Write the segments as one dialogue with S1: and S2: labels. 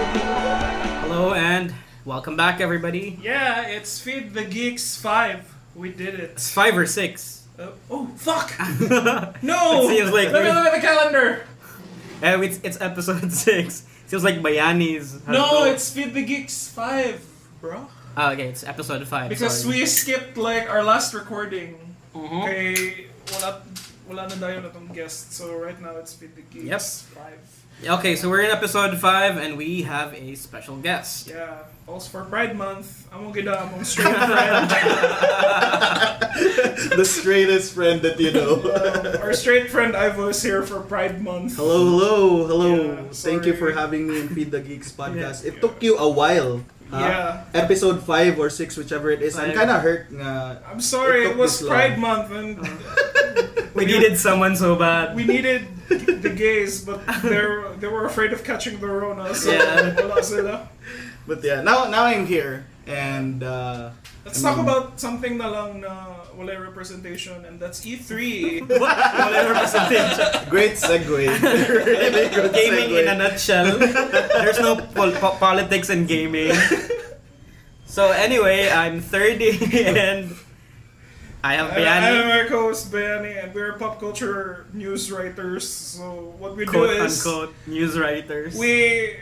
S1: Hello and welcome back, everybody.
S2: Yeah, it's Feed the Geeks 5. We did it.
S1: It's five or six.
S2: Uh, oh, fuck!
S1: no,
S2: No!
S1: It seems like
S2: Let me
S1: we-
S2: look at the calendar!
S1: uh, it's, it's episode six. Seems like Bayani's. had it
S2: No,
S1: all.
S2: it's Feed the Geeks 5, bro.
S1: Oh, okay, it's episode five.
S2: Because
S1: sorry.
S2: we skipped, like, our last recording. Okay, wala, wala na tayo na tong guest. So right now, it's Feed the Geeks 5.
S1: Okay, so we're in episode five and we have a special guest.
S2: Yeah, also for Pride Month. Among gida, among straight friend.
S3: the straightest friend that you know.
S2: Uh, our straight friend Ivo is here for Pride Month.
S3: hello, hello, hello.
S2: Yeah,
S3: Thank you for
S2: sorry.
S3: having me in Feed the Geeks podcast.
S2: Yeah.
S3: It took you a while. huh?
S2: Yeah.
S3: Episode 5 or 6, whichever it is. I'm
S1: Five.
S3: kind of hurt nga.
S2: I'm sorry, it
S3: It took
S2: was
S3: this long.
S2: Pride Month and
S1: We needed someone so bad.
S2: we needed the gays, but they're they were afraid of catching the Rona, so
S1: Yeah.
S2: wala sila.
S3: But yeah, now now I'm here. And uh,
S2: Let's
S3: I
S2: talk
S3: mean-
S2: about something na lang na wala representation, and that's E E3.
S1: Whatever percentage.
S3: great segue. Really good
S1: gaming
S3: segue.
S1: in a nutshell. There's no pol- po- politics in gaming. So anyway, I'm 30 and I have
S2: I- I'm
S1: Bayani.
S2: our co-host Bayani, and we're pop culture news writers, so what we
S1: quote
S2: do is
S1: unquote news writers.
S2: we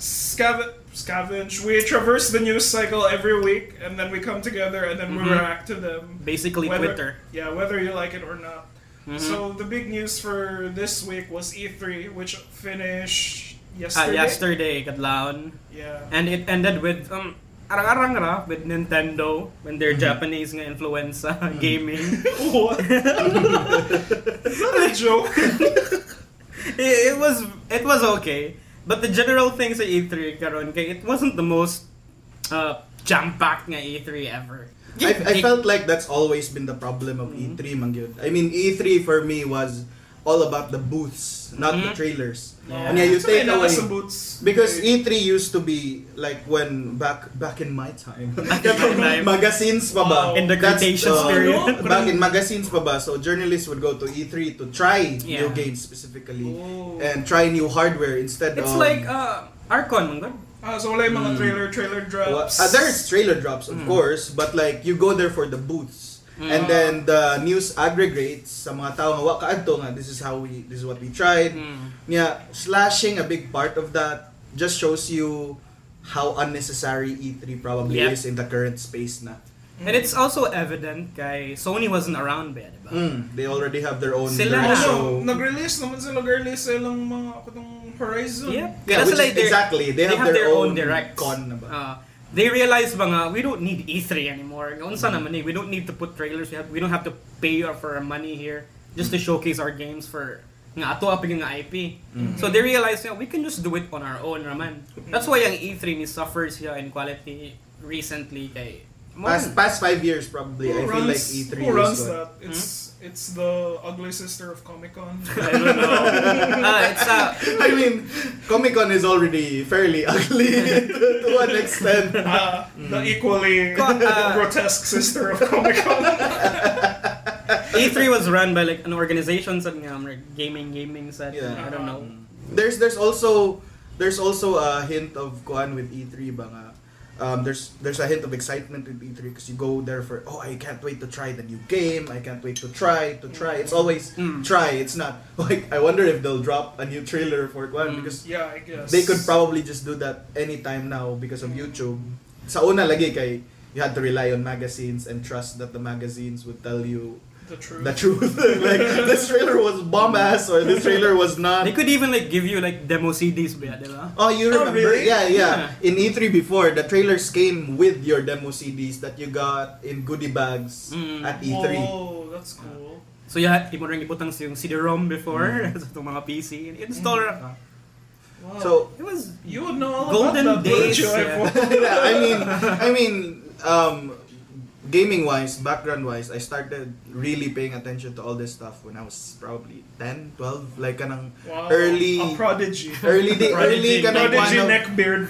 S2: scav- scavenge, we traverse the news cycle every week, and then we come together, and then we
S1: Mhm.
S2: react to them.
S1: basically
S2: Whether-
S1: Twitter.
S2: Yeah, whether you like it or not.
S1: Mhm.
S2: So the big news for this week was E3, which finished
S1: Ah,
S2: yesterday.
S1: yesterday, kadlaon.
S2: Yeah.
S1: And it ended with um arang-arang ra with Nintendo when their
S3: Mm-hmm.
S1: Japanese nga influenza gaming.
S2: what? Is that a joke?
S1: it, it was it was okay, but the general thing sa E3 karon kay it wasn't the most uh, jam-packed nga E3 ever.
S3: I,
S1: Gig-
S3: I felt like that's always been the problem of
S1: Mhm.
S2: Mm-hmm.
S3: E3, man. gyud. I mean, E3 for me was all about the booths, not
S1: Mhm.
S2: Mm-hmm.
S3: the trailers.
S1: Yeah.
S3: And yeah, you
S2: Sabi
S3: take
S2: na
S3: away.
S2: sa boots.
S3: Because E
S2: Okay.
S3: E3 used to be like when back back in my time.
S1: Back in my time. Oh.
S3: magazines pa ba?
S2: Wow.
S1: in the
S3: That's,
S1: Cretaceous
S3: uh,
S1: period.
S3: Back in magazines pa ba? So journalists would go to E3 to try
S1: Yeah.
S3: new games specifically
S2: Oh.
S3: and try new hardware instead
S1: It's
S3: of
S1: like uh, Arcon, mga
S2: ah, so wala yung mga
S3: Mm.
S2: trailer, trailer
S3: Well,
S2: drops.
S3: uh, there's trailer drops of
S1: Mm.
S3: course, but like you go there for the booths. And then the news aggregates sa mga tao nga wa kaadto nga this is how we this is what we tried.
S1: Mm.
S3: Yeah, slashing a big part of that just shows you how unnecessary E3 probably
S1: Yeah.
S3: is in the current space na.
S1: And it's also evident kay Sony wasn't around ba, diba?
S3: Mm, they already have their own
S1: Sila na.
S3: direct show.
S2: Also, nag-release naman sila, nag-release silang mga katong Horizon.
S1: Yep.
S3: Yeah,
S1: That's
S3: which
S1: like
S3: is,
S1: their-
S3: exactly. They, have, their, own,
S1: directs.
S3: con diba? na ba?
S1: Uh, they realize ba nga, we don't need E3 anymore. Nga Unsa naman eh, we don't need to put trailers. We, have, we don't have to pay our- for our money here just to showcase our games for nga ato apig nga IP.
S3: Mm.
S1: So they realize nga, we can just do it on our own raman. That's why ang E3 ni suffers siya in quality recently kay mo-
S3: past past five years probably.
S2: Who
S3: I feel like
S2: runs,
S3: E3
S2: who runs
S3: E is
S2: that?
S1: Hmm?
S2: It's it's the ugly sister of Comic Con.
S1: I don't know. Ah, it's uh,
S3: I mean, Comic Con is already fairly ugly to, to an extent.
S2: Ah,
S3: Mm.
S2: the equally
S1: Co- ah.
S2: grotesque sister of Comic Con.
S1: E3 E was run by like an organization sa nga mga gaming gaming sa
S3: Yeah.
S1: I don't know.
S3: There's there's also there's also a hint of kuan with E3 ba nga. Um, there's there's a hint of excitement with E3 because you go there for oh I can't wait to try the new game I can't wait to try to try it's always
S1: Mm.
S3: try it's not like I wonder if they'll drop a new trailer for kuan
S1: Mm.
S3: because
S2: yeah, I guess.
S3: they could probably just do that anytime now because of YouTube sa una lagi kay you had to rely on magazines and trust that the magazines would tell you
S2: the truth.
S3: the truth like this trailer was bomb ass or this trailer was not
S1: They could even like give you like demo CDs ba, diba?
S3: Oh, you
S2: Oh,
S3: remember?
S2: really?
S3: Yeah, yeah, In E3 before, the trailers came with your demo CDs that you got in goodie bags
S1: Mm.
S3: at E E3.
S2: Oh, that's cool.
S1: So yeah, imo ring ibutang yung CD-ROM before
S3: Mm.
S1: sa itong mga PC. Install ra ka.
S2: Wow.
S3: So,
S1: It was
S2: you would know all
S1: Golden
S2: about that,
S1: days,
S2: wouldn't you,
S1: yeah.
S2: Ivo?
S3: yeah, I mean, I mean, um, gaming wise, background wise, I started really paying attention to all this stuff when I was probably 10, 12, like kanang
S2: Wow.
S3: Early-
S2: A prodigy.
S3: early day,
S1: Prodigy.
S3: early kanang
S2: prodigy
S3: one
S2: neck beard.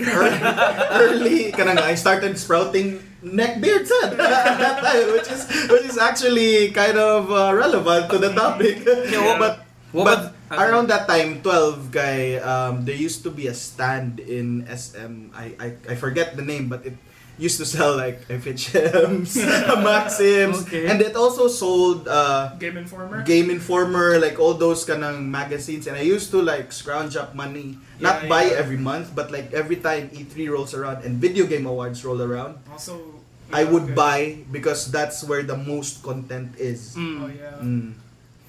S3: early kanang I started sprouting neck beard sad at that time, which is which is actually kind of uh, relevant to the topic.
S1: Yeah.
S3: But
S1: What
S3: but
S1: was-
S3: around that time, 12 guy, um, there used to be a stand in SM. I, I, I forget the name, but it used to sell like FHMs, Maxims,
S1: Okay.
S3: and it also sold uh,
S2: Game Informer.
S3: Game Informer, like all those kanang magazines. And I used to like scrounge up money, not
S2: Yeah,
S3: buy
S2: yeah.
S3: every month, but like every time E3 rolls around and Video Game Awards roll around,
S2: Also,
S3: I
S2: okay.
S3: would buy because that's where the most content is.
S1: Mm.
S2: Oh yeah.
S3: Mm.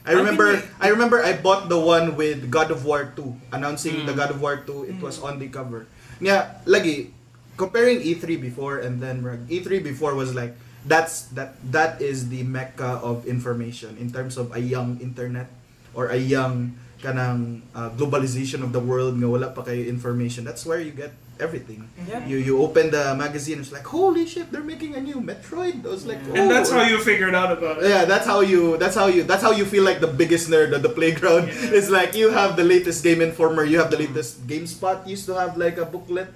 S3: I
S1: How
S3: remember
S1: can
S3: I remember I bought the one with God of War 2 announcing
S1: Mm.
S3: the God of War 2 it was
S2: Mm.
S3: on the cover. Yeah, lagi comparing E3 before and then murag, E3 before was like that's that that is the mecca of information in terms of a young internet or a young kanang uh, globalization of the world nga wala pa kayo information. That's where you get everything.
S1: Yeah.
S3: You you open the magazine it's like holy shit they're making a new Metroid. I was like
S1: Yeah.
S2: And that's
S3: "Oh."
S2: how you figured out about it.
S3: Yeah, that's how you. That's how you. That's how you feel like the biggest nerd at the playground.
S2: Yeah.
S3: It's like you have the latest Game Informer, you have the latest GameSpot. Used to have like a booklet.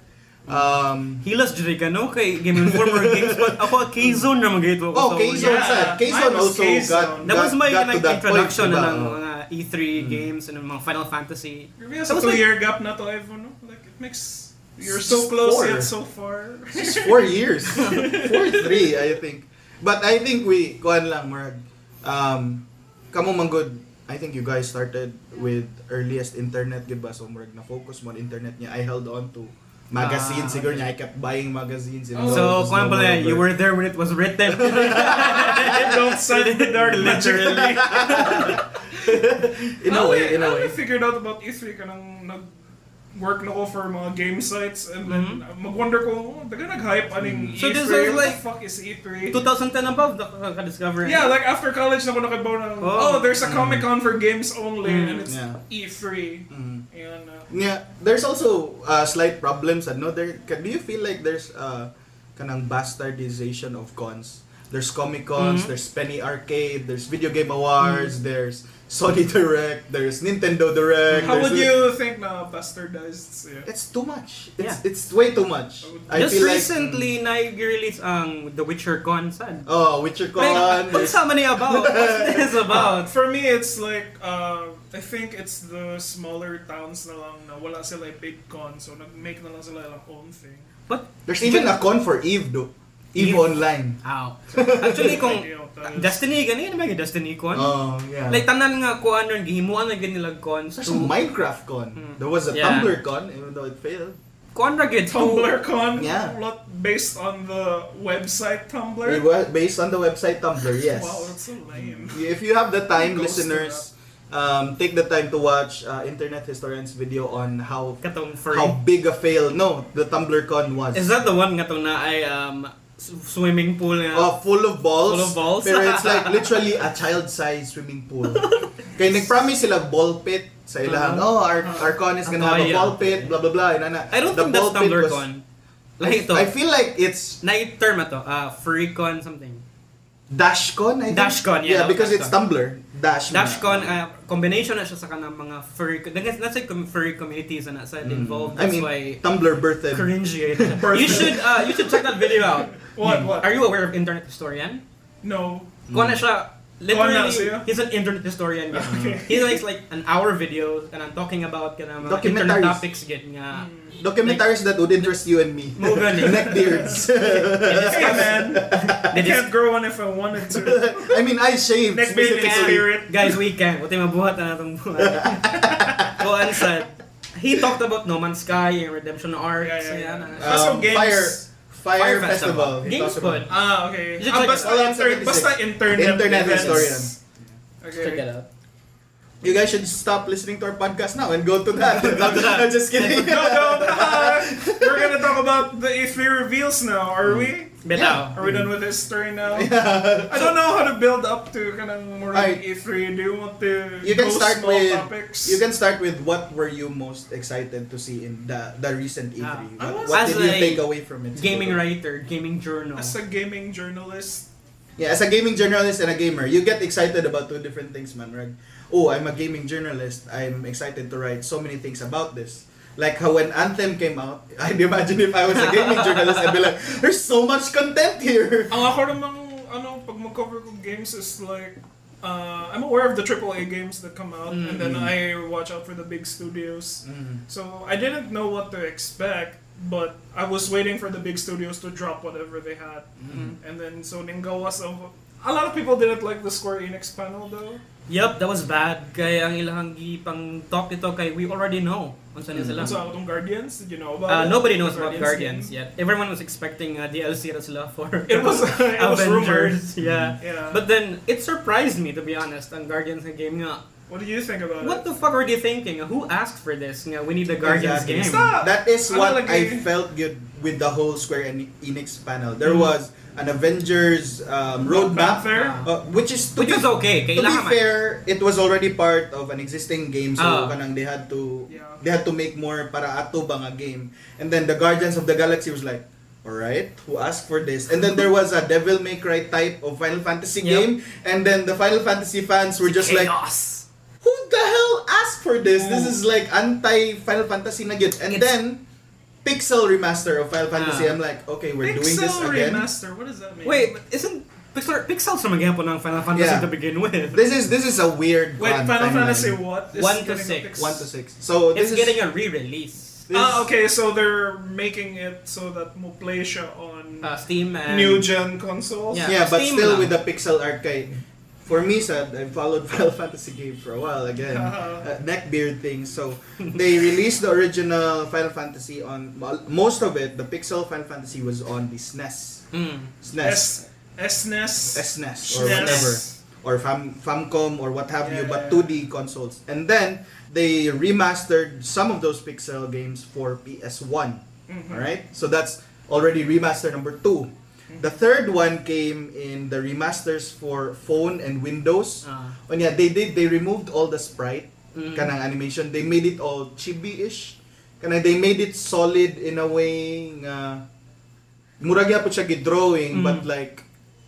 S3: Um,
S1: Hilas jud ka no kay Game Informer Games but ako K-Zone ra magayto ako.
S3: oh,
S1: sa
S3: K-Zone
S1: una.
S2: yeah.
S3: sad. K-Zone
S2: Mine was
S3: also
S2: K-Zone.
S3: got,
S1: That was
S3: got-
S1: my
S3: got to
S1: like,
S3: that
S1: introduction
S3: point,
S1: na
S3: diba?
S1: ng
S3: Oh.
S1: mga E3 games and ng mga Final Fantasy.
S2: Maybe it's
S1: That
S2: a
S1: was
S2: two
S1: like-
S2: year gap na to everyone. no? Like it makes you're so close
S3: Four.
S2: yet so far.
S3: It's four years. four, three, I think. But I think we, kuhan lang, Marag. Um, kamo man good, I think you guys started with earliest internet, di ba? So, Marag, na-focus mo on internet niya. I held on to magazines.
S1: Ah,
S3: siguro niya, I kept buying magazines. even
S2: Oh.
S3: though
S1: So,
S3: it was
S1: kung ano
S3: no
S1: pala,
S3: longer-
S1: you were there when it was written.
S2: Don't sign the dark
S1: Literally.
S3: In
S1: Oh.
S3: a way, in a
S2: I
S3: way.
S2: figured out about E3 ka nang nag work na ko for mga game sites and then
S3: Mm-hmm.
S2: mag-wonder ko, oh, daga nag-hype aning
S1: So
S2: E3,
S1: this was
S2: what
S1: like-
S2: the fuck is E3?
S1: 2010 above, nakaka-discover.
S2: Yeah, like after college na ako nakabaw ng,
S1: Oh.
S2: oh, there's a Comic-Con for games only
S1: Mm.
S2: and it's
S3: Yeah.
S2: E3.
S3: Mm.
S2: And, uh,
S3: Yeah, there's also uh, slight problems. Ano, there, can, do you feel like there's uh, kanang bastardization of cons? There's Comic Cons,
S1: Mhm.
S3: there's Penny Arcade, there's Video Game Awards,
S1: Mm-hmm.
S3: there's Sony Direct, there's Nintendo Direct.
S2: how
S3: there's-
S2: would you think na bastardized siya?
S3: It's too much. It's it's way too much. I
S1: Just
S3: feel like- Mm.
S1: recently, na-release ang The Witcher Con, sad.
S3: oh, Witcher Con.
S1: Like, what's
S3: there's-
S1: sa many about? What's this about?
S2: For me, it's like, uh, I think it's the smaller towns na lang na wala sila big con, so nag-make na lang sila ng own thing.
S1: But,
S3: there's even a con for Eve, though. Eve,
S1: Eve?
S3: Online.
S1: ow. Actually, kung
S2: Idea of that is-
S1: Destiny, ganun ba yung Destiny Con?
S3: Oh, yeah.
S1: Like, tanan nga ko ano, gihimuan na ginilag cons.
S3: there's a Minecraft Con.
S1: Mm.
S3: There was a
S1: Yeah.
S3: Tumblr Con, even though it failed.
S1: Con ra gid.
S2: Tumblr con,
S3: Yeah.
S2: lot based on the website Tumblr.
S3: It was based on the website Tumblr, yes.
S2: Wow, that's so lame.
S3: If you have the time,
S2: Ghost
S3: listeners, um, take the time to watch uh, Internet Historian's video on how
S1: Katong furry.
S3: how big a fail no the Tumblr con was.
S1: Is that the one nga tong na ay um, s- swimming pool nga?
S3: Oh, full of balls.
S1: Full of balls?
S3: Pero it's like literally a child-sized swimming pool. Kaya nag-promise sila ball pit sa ilang.
S1: Uh-huh.
S3: Oh, our, our con is gonna
S1: Ah,
S3: have a
S1: yeah.
S3: ball pit, blah, blah, blah. And, ana,
S1: I don't
S3: the
S1: think that's
S3: ball pit
S1: Tumblr
S3: was-
S1: con. Like ito.
S3: I feel like it's
S1: na yung term na to, ah, free con something.
S3: Dashcon, I think.
S1: Dashcon, yeah,
S3: Yeah, because
S1: Dashcon.
S3: it's Tumblr. Dash.
S1: Dashcon, ah, combination na siya sa kanang mga furry, that's, that's like furry communities na nasa involved.
S3: Mm. I
S1: That's
S3: mean,
S1: why
S3: Tumblr birthed.
S1: cringy. you should uh, you should check that video out.
S3: Hmm.
S2: What, what?
S1: Are you aware of Internet Historian?
S2: no.
S1: Kuha na siya,
S2: Kuha na
S1: literally,
S2: siya?
S1: he's an internet historian. guys.
S2: Okay.
S1: He makes like an hour video and I'm talking about kana mga internet
S3: Documentaries.
S1: topics gid nga.
S3: Documentaries that would interest you and me.
S1: Mo gani.
S3: Neck beards.
S2: Hey man, I
S1: They just-
S2: can't grow one if I wanted to.
S3: I mean, I shaved.
S2: Neck beard
S1: Specifically,
S2: is spirit.
S1: Guys, we can. Buti mabuhat na natong buhay. so, ano sa- He talked about No Man's Sky and Redemption Arc.
S2: Yeah, yeah,
S1: yeah,
S2: yeah.
S1: yeah.
S2: That's how
S3: Um,
S2: games-
S3: Fire, fire,
S1: Fire
S3: Festival.
S1: Festival.
S3: He
S1: Games
S3: talked
S1: Pod.
S3: about-
S2: ah, okay.
S1: You should
S2: Ah,
S1: check
S2: basta,
S3: it out.
S2: inter- basta internet.
S3: Internet
S2: events.
S3: historian.
S2: Okay.
S1: Check it out.
S3: You guys should stop listening to our podcast now and go to that. I'm just kidding.
S2: No, no, no. We're gonna talk about the E3 reveals now, are we?
S1: Betaw.
S3: Hmm.
S2: Are we done with this story now?
S3: Yeah.
S2: I don't know how to build up to kind of more
S3: Alright.
S2: E3. Do you want to
S3: You can
S2: go
S3: start
S2: small
S3: with-
S2: topics?
S3: You can start with what were you most excited to see in the the recent E3?
S1: Ah,
S2: I
S3: what
S2: was-
S3: what
S1: As
S3: did you
S1: a
S3: take away from it?
S1: Gaming writer, gaming journal.
S2: As a gaming journalist,
S3: Yeah, as a gaming journalist and a gamer, you get excited about two different things, man. Right? Oh, I'm a gaming journalist. I'm excited to write so many things about this. Like how when Anthem came out, I'd imagine if I was a gaming journalist, I'd be like, there's so much content here.
S2: Ang ako namang, ano, pag mag-cover ko games is like, uh, I'm aware of the AAA games that come out, and then
S3: Mm-hmm.
S2: I watch out for the big studios.
S1: Mm.
S2: So I didn't know what to expect, but I was waiting for the big studios to drop whatever they had.
S3: Mm-hmm.
S2: And then, so Ningawa, so, a lot of people didn't like the Square Enix panel though.
S1: Yep, that was bad. Kaya ang ilang gipang talk nito kay we already know unsa na sila.
S2: Mm. So, ako tong Guardians, did you know about
S1: Uh,
S2: it?
S1: nobody knows about Guardians
S2: game.
S1: yet. Everyone was expecting uh, DLC na sila for
S2: It was, it was rumored.
S1: Avengers. Yeah.
S2: Yeah.
S1: But then, it surprised me, to be honest, ang Guardians nga game nga.
S2: what do you think about
S1: What
S2: it?
S1: the fuck were they thinking? Who asked for this? Nga, we need a Guardians
S3: Exactly.
S1: game.
S2: Stop!
S3: That is
S2: Ano
S3: what
S2: talaga
S3: I
S2: yun?
S3: felt good with the whole Square En- Enix panel. There
S1: Mm.
S3: was an Avengers um, roadmap,
S2: Fair?
S1: Ah.
S3: uh, which is to
S1: Which
S3: be
S1: was okay.
S3: to be
S1: Kailangan man.
S3: fair, it was already part of an existing game, so
S1: Ah.
S3: kanang they had to
S2: Yeah.
S3: they had to make more para ato ba nga game. And then the Guardians of the Galaxy was like, all right, who asked for this? And then there was a Devil May Cry type of Final
S1: Yep.
S3: Fantasy game, and then the Final Fantasy fans were just like,
S1: Chaos.
S3: who the hell asked for this? This
S1: Mm.
S3: is like anti Final Fantasy na gyud. And
S1: It's-
S3: then Pixel remaster of Final Fantasy.
S1: Ah.
S3: I'm like, okay, we're
S2: Pixel
S3: doing this again.
S2: remaster, what does that mean?
S1: Wait, but isn't Pixar Pixel sa mga ng Final Fantasy
S3: Yeah.
S1: to begin with?
S3: This is this is a weird
S2: Wait,
S3: con-
S2: Final
S3: timeline.
S2: Fantasy what? Is
S1: One to
S2: getting a
S1: six.
S2: fix?
S3: one to six. So
S1: it's
S3: this is
S1: getting a re-release.
S3: this-
S2: Ah, okay, so they're making it so that mo play siya on
S1: Uh, Steam and
S2: new gen consoles.
S1: Yeah.
S3: Yeah, but
S1: Steam
S3: still
S1: lang.
S3: with the pixel art kay for me sad I've followed Final Fantasy game for a while again.
S2: Uh-huh.
S3: Uh, neckbeard thing. So they released the original Final Fantasy on well, most of it, the pixel Final Fantasy was on the E SNES.
S1: Mm.
S3: SNES.
S2: S E SNES.
S3: SNES E or
S2: SNES.
S3: whatever. Or Fam Famcom or what have you,
S2: Yeah,
S3: but
S2: yeah.
S3: 2D consoles. And then they remastered some of those pixel games for PS1.
S1: Mm-hmm.
S2: Mhm.
S3: All right, so that's already remaster number two.
S1: Mm-hmm.
S3: The third one came in the remasters for phone and Windows.
S1: Ah.
S3: And yeah, they did. They removed all the sprite,
S1: Mm.
S3: kanang animation. They made it all chibi-ish. Kanang they made it solid in a way nga murag yapon siya gi-drawing,
S1: Mm.
S3: but like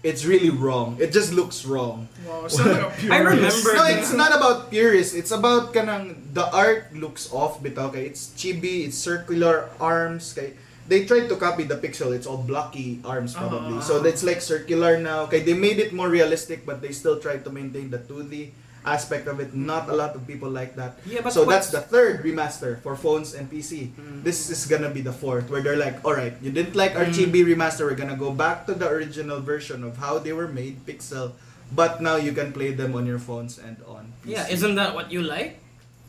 S3: it's really wrong. It just looks wrong.
S2: Wow, sound like a E purist.
S1: I remember
S3: No,
S1: that.
S3: it's not about purists. It's about kanang the art looks off bitaw kay it's chibi, it's circular arms kay they tried to copy the pixel. It's all blocky arms probably.
S2: Ah.
S3: So that's like circular now. Okay, they made it more realistic but they still tried to maintain the 2D aspect of it. Not a lot of people like that.
S1: Yeah, but
S3: so
S1: what- Mm-hmm.
S3: that's the third remaster for phones and PC. This is gonna be the fourth where they're like, all right, you didn't like our
S1: Mm-hmm.
S3: chibi remaster. We're gonna go back to the original version of how they were made, pixel. But now you can play them on your phones and on PC.
S1: Yeah, isn't that what you like?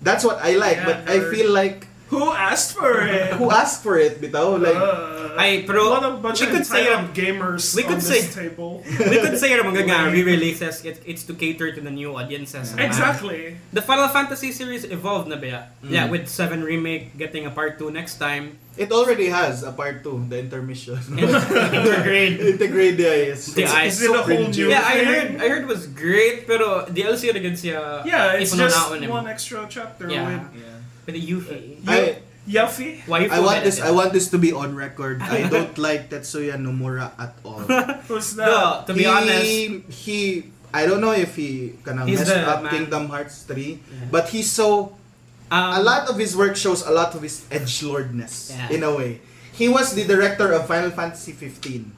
S3: that's what I like.
S2: Yeah,
S3: but I
S2: nerd.
S3: feel like
S2: Who asked for it?
S3: who asked for it,
S1: Uh-huh.
S3: bitaw? Like
S2: Uh,
S1: Ay, pero
S2: what a bunch
S1: we
S2: of
S1: could say
S2: entitled gamers
S1: we
S2: on
S1: could
S2: this table.
S1: we could say yung mga nga re-releases, it, it's to cater to the new audiences.
S3: Yeah.
S2: exactly.
S1: The Final Fantasy series evolved na ba? ya?
S3: Mm.
S1: Yeah, with 7 remake getting a part 2 next time.
S3: it already has a part two, the intermission.
S1: Integrate.
S3: Integrate the IS.
S1: The I-
S2: Is it a whole new
S1: yeah, I
S2: thing?
S1: heard I heard was great pero DLC na gid siya. eh.
S2: Yeah, it's
S1: ipuno na
S2: just
S1: ako nim.
S2: one Uh, extra chapter
S1: Yeah.
S2: with
S3: Yeah.
S1: Pero Yuffie.
S3: I,
S2: Yuffie.
S1: Why
S3: I want this. I want this to be on record. I don't like Tetsuya Nomura at all.
S2: Who's that?
S1: No, to be
S3: he,
S1: honest,
S3: he. I don't know if he kanang
S1: He's
S3: messed
S1: the
S3: up
S1: man.
S3: Kingdom Hearts 3,
S1: Yeah.
S3: but he's so
S1: um,
S3: a lot of his work shows a lot of his edge lordness
S1: Yeah.
S3: in a way. He was the director of Final Fantasy 15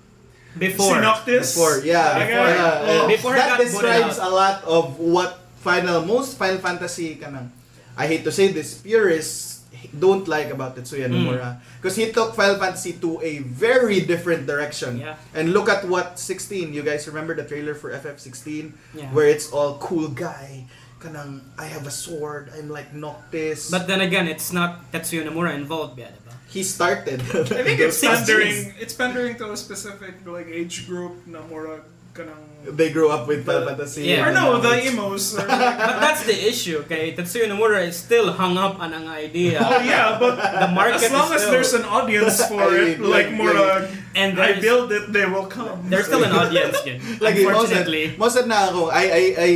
S1: before.
S2: Synoptis.
S3: before,
S2: Okay.
S3: yeah, before, yeah,
S2: Oh.
S3: and
S1: Before
S3: that
S1: it got
S3: describes
S1: booted
S3: a lot of what final most Final Fantasy kanang. I hate to say this, purists don't like about Tetsuya
S1: Mm.
S3: Nomura because ah. he took Final Fantasy to a very different direction.
S1: Yeah.
S3: And look at what 16. You guys remember the trailer for FF16
S1: Yeah.
S3: where it's all cool guy, kanang I have a sword, I'm like Noctis.
S1: But then again, it's not Tetsuya Nomura involved ba? diba?
S3: he started.
S2: I think it's
S1: Sixties.
S2: pandering. It's pandering to a specific like age group na mura kanang.
S3: they grew up with Final Fantasy.
S1: Yeah.
S2: Or
S3: and
S2: no,
S3: now
S2: the
S3: it's-
S2: emos. Are like,
S1: But that's the issue, okay? Tetsuya Nomura is still hung up on an idea.
S2: oh yeah, but
S1: The market
S2: as long
S1: is
S2: as
S1: still,
S2: there's an audience for
S3: I
S2: it,
S3: mean,
S2: like
S3: like,
S2: mura,
S1: and
S2: I
S1: there's,
S2: build it, they will come.
S1: there's still an audience yun.
S3: Like,
S1: unfortunately.
S3: Mostad na ako. I, I, I,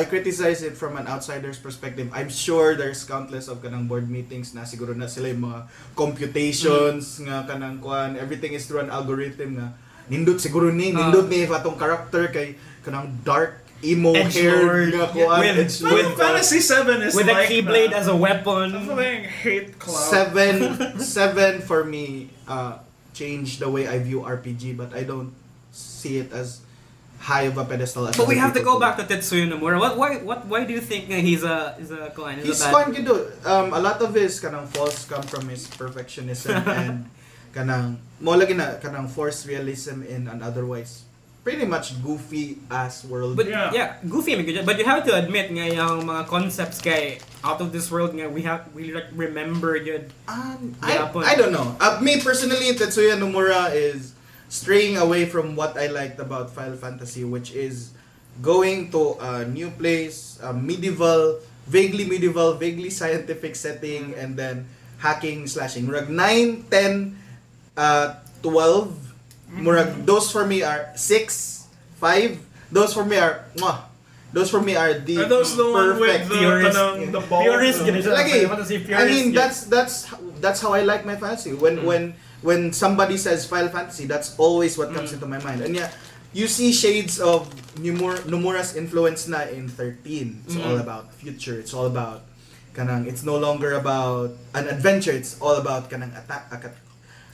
S3: I criticize it from an outsider's perspective. I'm sure there's countless of kanang board meetings na siguro
S1: Mm.
S3: na sila yung mga computations nga kanang kuan. Everything is through an algorithm nga. nindot siguro ni
S1: Ah.
S3: nindot ni if atong character kay kanang dark emo hair
S1: Edgelord.
S3: nga kuan
S1: With- uh,
S3: edgelord.
S2: Final Fantasy VII is
S1: With a
S2: like
S1: keyblade
S3: uh,
S1: as a
S2: that.
S1: weapon.
S2: I fucking hate Cloud.
S3: seven seven for me uh change the way I view RPG but I don't see it as high of a pedestal as
S1: But we have
S3: other
S1: to
S3: people
S1: go
S3: do.
S1: back to Tetsuya Nomura. What, why, what, why do you think nga he's a, he's a kawan? He's,
S3: He's
S1: a bad...
S3: fun kid though. Um, a lot of his kanang faults come from his perfectionism and kanang mo lagi na kanang forced realism in an otherwise pretty much goofy ass world.
S1: But yeah,
S2: Yeah.
S1: goofy man good. But you have to admit nga yung mga concepts kay out of this world nga we have we like remember yun.
S3: um,
S1: Yeah,
S3: I,
S1: but-
S3: I don't know. Uh, me personally, Tetsuya Nomura is straying away from what I liked about Final Fantasy, which is going to a new place, a medieval, vaguely medieval, vaguely scientific setting, and then hacking, slashing. Murag 9, 10, uh, 12. Murag, those for me are 6, 5. Those for me are, mwah. Those for me are the
S2: Are those the one
S3: perfect
S2: with the,
S1: Purist.
S2: kanang, the ball?
S1: Purist
S2: No.
S1: gina siya.
S3: Lagi.
S1: Final Fantasy
S3: I
S1: Purist
S3: mean,
S1: gina.
S3: that's that's that's how I like my fantasy. When when when somebody says Final Fantasy, that's always what comes into my mind. And yeah, you see shades of Nomura, Nomura's influence na in 13. It's all about future. It's all about kanang. It's no longer about an adventure. It's all about kanang attack.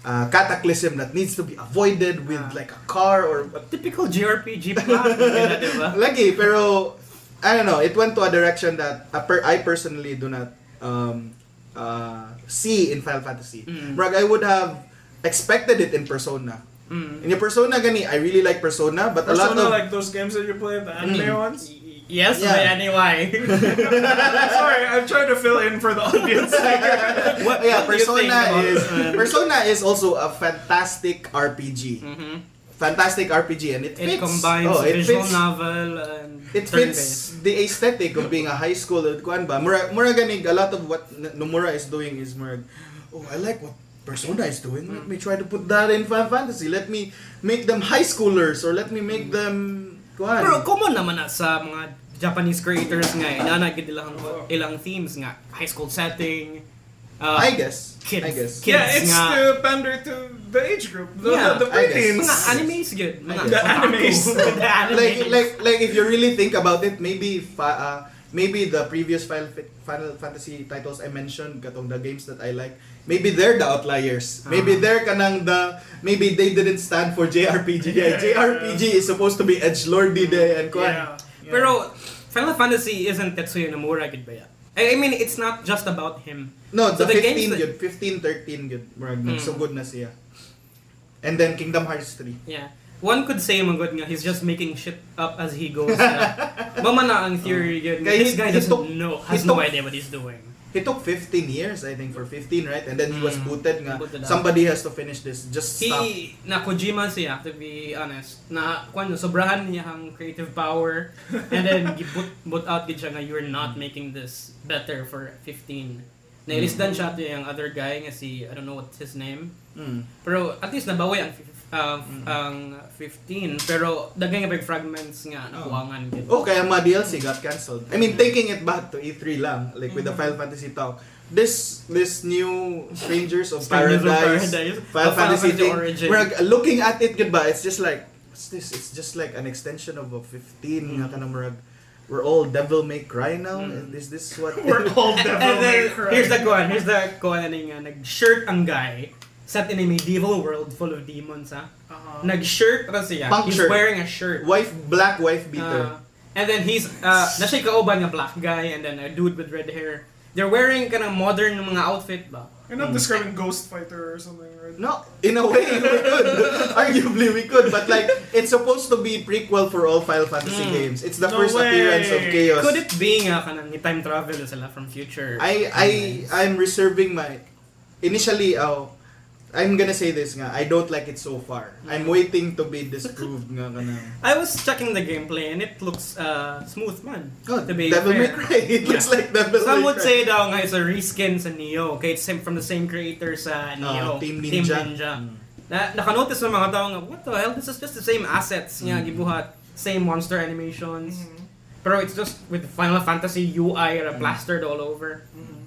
S3: Uh, cataclysm that needs to be avoided with
S1: Ah.
S3: like a car or
S1: typical JRPG plot, gina, di ba?
S3: Lagi, pero I don't know, it went to a direction that a per- I personally do not um, uh, see in Final Fantasy.
S1: Mm.
S3: Brag, I would have expected it in Persona.
S1: Mm.
S3: In your Persona gani, I really like Persona, but a lot
S2: Persona,
S3: of
S2: like those games that you play, the anime
S3: Mm.
S2: ones.
S1: Y- Yes,
S3: Yeah.
S1: but anyway.
S2: Sorry, I'm trying to fill in for the audience.
S1: what, what
S3: yeah,
S1: do you think
S3: Persona
S1: about-
S3: is
S1: uh,
S3: Persona is also a fantastic RPG.
S1: mhm.
S3: Fantastic RPG and it
S1: It
S3: fits.
S1: combines
S3: oh, it
S1: visual
S3: fits,
S1: novel and
S3: it
S1: turn-based.
S3: fits the aesthetic of being a high school at kuan ba mura mura ganig a lot of what N- Nomura is doing is murag oh I like what Persona is doing let me try to put that in Final Fantasy let me make them high schoolers or let me make them kuan
S1: Pero common naman na sa mga Japanese creators nga, inanagid ilang, ilang themes nga. High school setting, uh,
S3: I guess
S1: kids.
S3: I guess
S1: Kids
S2: yeah, it's
S1: nga.
S2: to pander to the age group, the,
S1: Yeah,
S2: the, the
S3: I guess.
S2: preteens.
S1: mga animes yun. Mga
S3: The
S1: otaku.
S2: animes.
S1: the animes.
S3: like like like if you really think about it maybe fa- uh, maybe the previous Final, Fa- Final Fantasy titles I mentioned katong the games that I like maybe they're the outliers maybe
S1: Ah.
S3: they're kanang the maybe they didn't stand for JRPG Day.
S2: Yeah,
S3: JRPG is supposed to be edge lordy day and kwan.
S2: Yeah. yeah.
S1: Pero Final Fantasy isn't Tetsuya Nomura, gid ba yan? I I mean, it's not just about him.
S3: no
S1: So
S3: the,
S1: the
S3: 15
S1: games that-
S3: yun 15 13 yun murag
S1: Mm.
S3: nagsugod na siya and then Kingdom Hearts 3
S1: Yeah. One could say, magod nga, he's just making shit up as he goes. na. Mama na ang theory yun.
S3: Kaya
S1: This
S3: he-
S1: guy
S3: he
S1: doesn't
S3: took-
S1: know,
S3: he
S1: has no
S3: took-
S1: idea what he's doing.
S3: he took 15 years I think for 15 right and then he was
S1: Mm.
S3: booted nga
S1: Booted out.
S3: somebody has to finish this just stop
S1: He, na Kojima siya, to be honest, na kung sobrahan niya ang creative power, and then gibut but out gid siya nga, you're not making this better for 15. Nailisdan siya to yung other guy nga si, I don't know what's his name,
S3: Mm.
S1: pero at least nabawi ang, fif- uh, f-
S3: Mm-hmm.
S1: ang 15, pero dagay nga big fragments nga nakuangan gid.
S3: Oh, kaya mga DLC got cancelled. I mean, taking it back to E3 lang, like with the
S1: Mm-hmm.
S3: Final Fantasy talk. This this new Strangers of
S1: Strangers of Paradise,
S3: Paradise, Final
S1: the Final
S3: Fantasy
S1: Fantasy
S3: thing,
S1: origin.
S3: we're uh, looking at it goodbye. It's just like what's this? It's just like an extension of a 15 nga kanang murag, We're all devil may cry now.
S1: Mm.
S3: Is this what
S2: we're all
S1: And,
S2: devil
S1: and then,
S2: May Cry.
S1: here's the kuan, here's the kuan na nga, nag-shirt ang guy, set in a medieval world full of demons, ha?
S2: Uh-huh.
S1: Nag-shirt ra Ano siya.
S3: Punk
S1: He's
S3: shirt.
S1: wearing a shirt.
S3: wife black wife
S1: Uh,
S3: beater?
S1: and then he's uh nasa kauban nga black guy and then a dude with red hair. They're wearing kanang modern mga outfit ba?
S2: You're not describing Ghost Fighter or something, right?
S3: No, in a way we could. Arguably we could, but like it's supposed to be prequel for all Final
S1: Mm.
S3: Fantasy games. It's the
S2: No
S3: first
S2: way.
S3: appearance of Chaos.
S1: Could it be nga kanang ni time travel na sila from future?
S3: I I I'm reserving my initially oh I'm gonna say this nga I don't like it so far. I'm waiting to be disproved nga kana.
S1: I was checking the gameplay and it looks uh smooth man.
S3: Oh,
S1: to be
S3: Devil May
S1: fair.
S3: Cry. It looks
S1: Yeah.
S3: like Devil
S1: Some
S3: May
S1: would
S3: Cry.
S1: say daw nga it's a reskin sa Neo. Okay, it's same from the same creator sa Neo.
S3: Ah, Team Ninja. Mm.
S1: Na, nakanotice ng mga tao nga, what the hell? This is just the same assets
S3: Mm.
S1: nga gibuhat. Same monster animations.
S2: Mhm.
S1: Pero it's just with Final
S3: Mm.
S1: Fantasy UI or plastered all over.
S2: Mhm.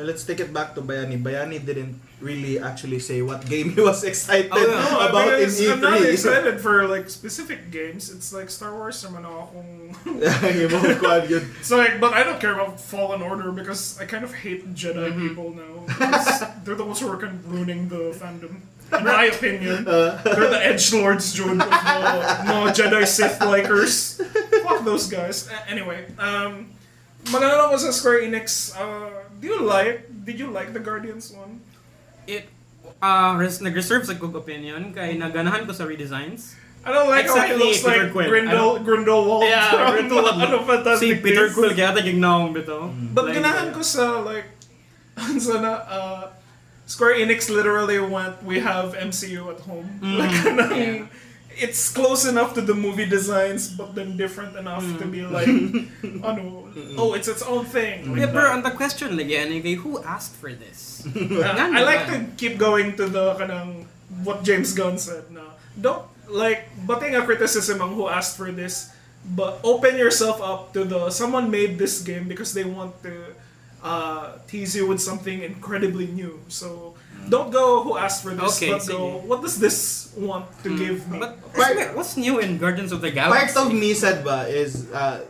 S3: Well, let's take it back to Bayani. Bayani didn't really actually say what game he was excited
S1: Oh, yeah.
S2: No,
S3: about E in
S2: because I'm not
S3: E3.
S2: excited for like specific games. It's like Star Wars naman ako kung
S3: Yung mga kwan yun.
S2: It's like, but I don't care about Fallen Order because I kind of hate Jedi
S1: Mhm.
S2: people now. Because they're the ones who are kind of ruining the fandom. In my opinion,
S3: Uh,
S2: they're the edge lords, June, with no, no Jedi Sith likers. Fuck those guys. A- anyway, um, maganda was a Square Enix. Uh, do you like? Did you like the Guardians one?
S1: It, uh, res- nag-reserve sa good opinion kay naganahan ko sa redesigns.
S2: I don't like how
S1: Exactly,
S2: he looks
S1: Peter
S2: like
S1: Quill.
S2: Grindel, Grindelwald
S1: Yeah,
S2: from
S1: Grindelwald.
S2: ano,
S1: Si
S2: Fantastic
S1: Peter
S2: Beasts.
S1: Quill kaya tagignaong
S3: Mm.
S1: bito.
S2: But
S1: Like,
S2: ganahan ko sa like sana uh, Square Enix literally went we have MCU at home.
S1: Mm,
S2: like kanang,
S1: yeah.
S2: it's close enough to the movie designs but then different enough to be like ano, oh it's its own thing.
S1: Mm. Yeah,
S2: Like
S3: Mm.
S1: pero
S2: that.
S1: ang question lagi ani kay who asked for this?
S2: Uh, I like to keep going to the kanang what James Gunn said na don't like bati nga criticism ang who asked for this but open yourself up to the someone made this game because they want to uh, tease you with something incredibly new so don't go who asked for this
S1: Okay,
S2: but go
S1: sige. Hmm,
S2: what does this want to give me
S1: But
S3: Part-
S1: wait, what's new in Guardians of the Galaxy?
S3: Part of me said ba is uh,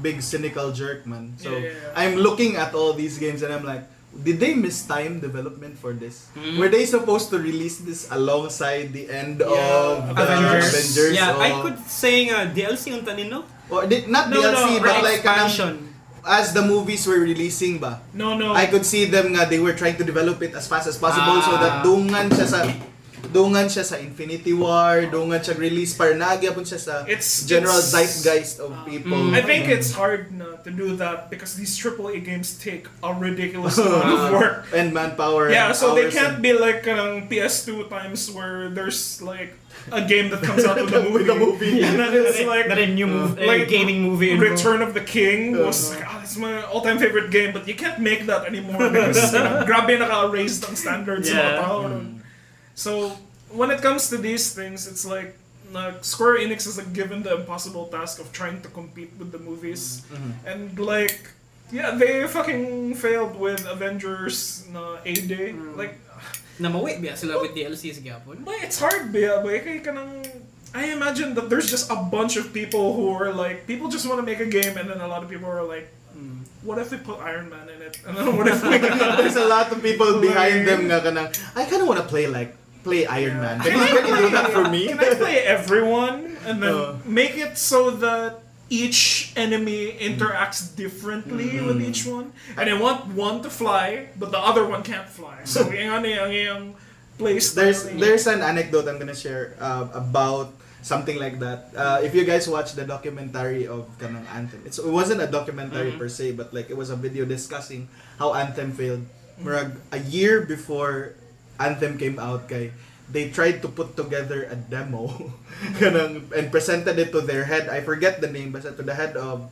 S3: big cynical jerk man. So
S2: Yeah, yeah, yeah.
S3: I'm looking at all these games and I'm like, did they mistime development for this?
S1: Mm.
S3: Were they supposed to release this alongside the end
S2: Yeah,
S3: of the
S2: Avengers.
S3: Avengers? oh.
S1: Yeah,
S3: or,
S1: I could say nga DLC ang tanino.
S3: or di- not
S1: No,
S3: DLC
S1: no,
S3: but
S1: or
S3: like kanang,
S1: expansion. Oh.
S3: as the movies were releasing ba.
S2: no no
S3: I could see them nga they were trying to develop it as fast as possible so
S1: Ah.
S3: that dungan siya sa dungan siya sa Infinity War, dungan siya release para nagyapon siya sa
S2: it's
S3: general
S2: it's-
S3: zeitgeist of
S2: Ah.
S3: people.
S1: Mm.
S2: I think it's hard na, to do that because these AAA games take a ridiculous amount
S1: Ah.
S2: of work
S3: and manpower.
S2: Yeah,
S3: and
S2: so they
S3: hours
S2: can't
S3: and-
S2: be like um, kanang PS2 times where there's like a game that comes out with a movie.
S3: With a movie.
S2: And then it's like
S1: Not a new
S3: uh,
S1: move,
S2: like,
S1: like gaming movie. in-
S2: Return of the King was
S3: Uh-huh.
S2: like, ah, it's my all-time favorite game, but you can't make that anymore because you know, grabe naka-raised ang standards
S1: Yeah.
S2: yeah.
S3: Mm.
S2: So when it comes to these things, it's like like Square Enix is like given the impossible task of trying to compete with the movies, and like yeah, they fucking failed with Avengers na A Day.
S3: Mm.
S2: Like
S1: Na mawi biya sila with DLCs gapon.
S2: But it's hard, Bea. But kay kanang, I imagine that there's just a bunch of people who are like, people just want to make a game, and then a lot of people are like,
S3: Mm.
S2: what if we put Iron Man in it? And then what if we
S3: There's a lot of people
S2: Like-
S3: behind them nga kanang, I kind of want to play like play Iron Man.
S2: Can
S3: Can you
S2: I
S3: can you do
S2: play-
S3: that for me?
S2: Can I play everyone and then
S3: Uh.
S2: make it so that each enemy
S3: Mm.
S2: interacts differently with each one? And I want one to fly, but the other one can't fly. So yung ano yung yung place.
S3: Mm. there's there's an anecdote I'm gonna share uh, about something like that. Uh, if you guys watch the documentary of Kanang Anthem, it's, it wasn't a documentary per se, but like it was a video discussing how Anthem failed. Murag a year before Anthem came out, kay they tried to put together a demo kanang, and presented it to their head. I forget the name, but to the head of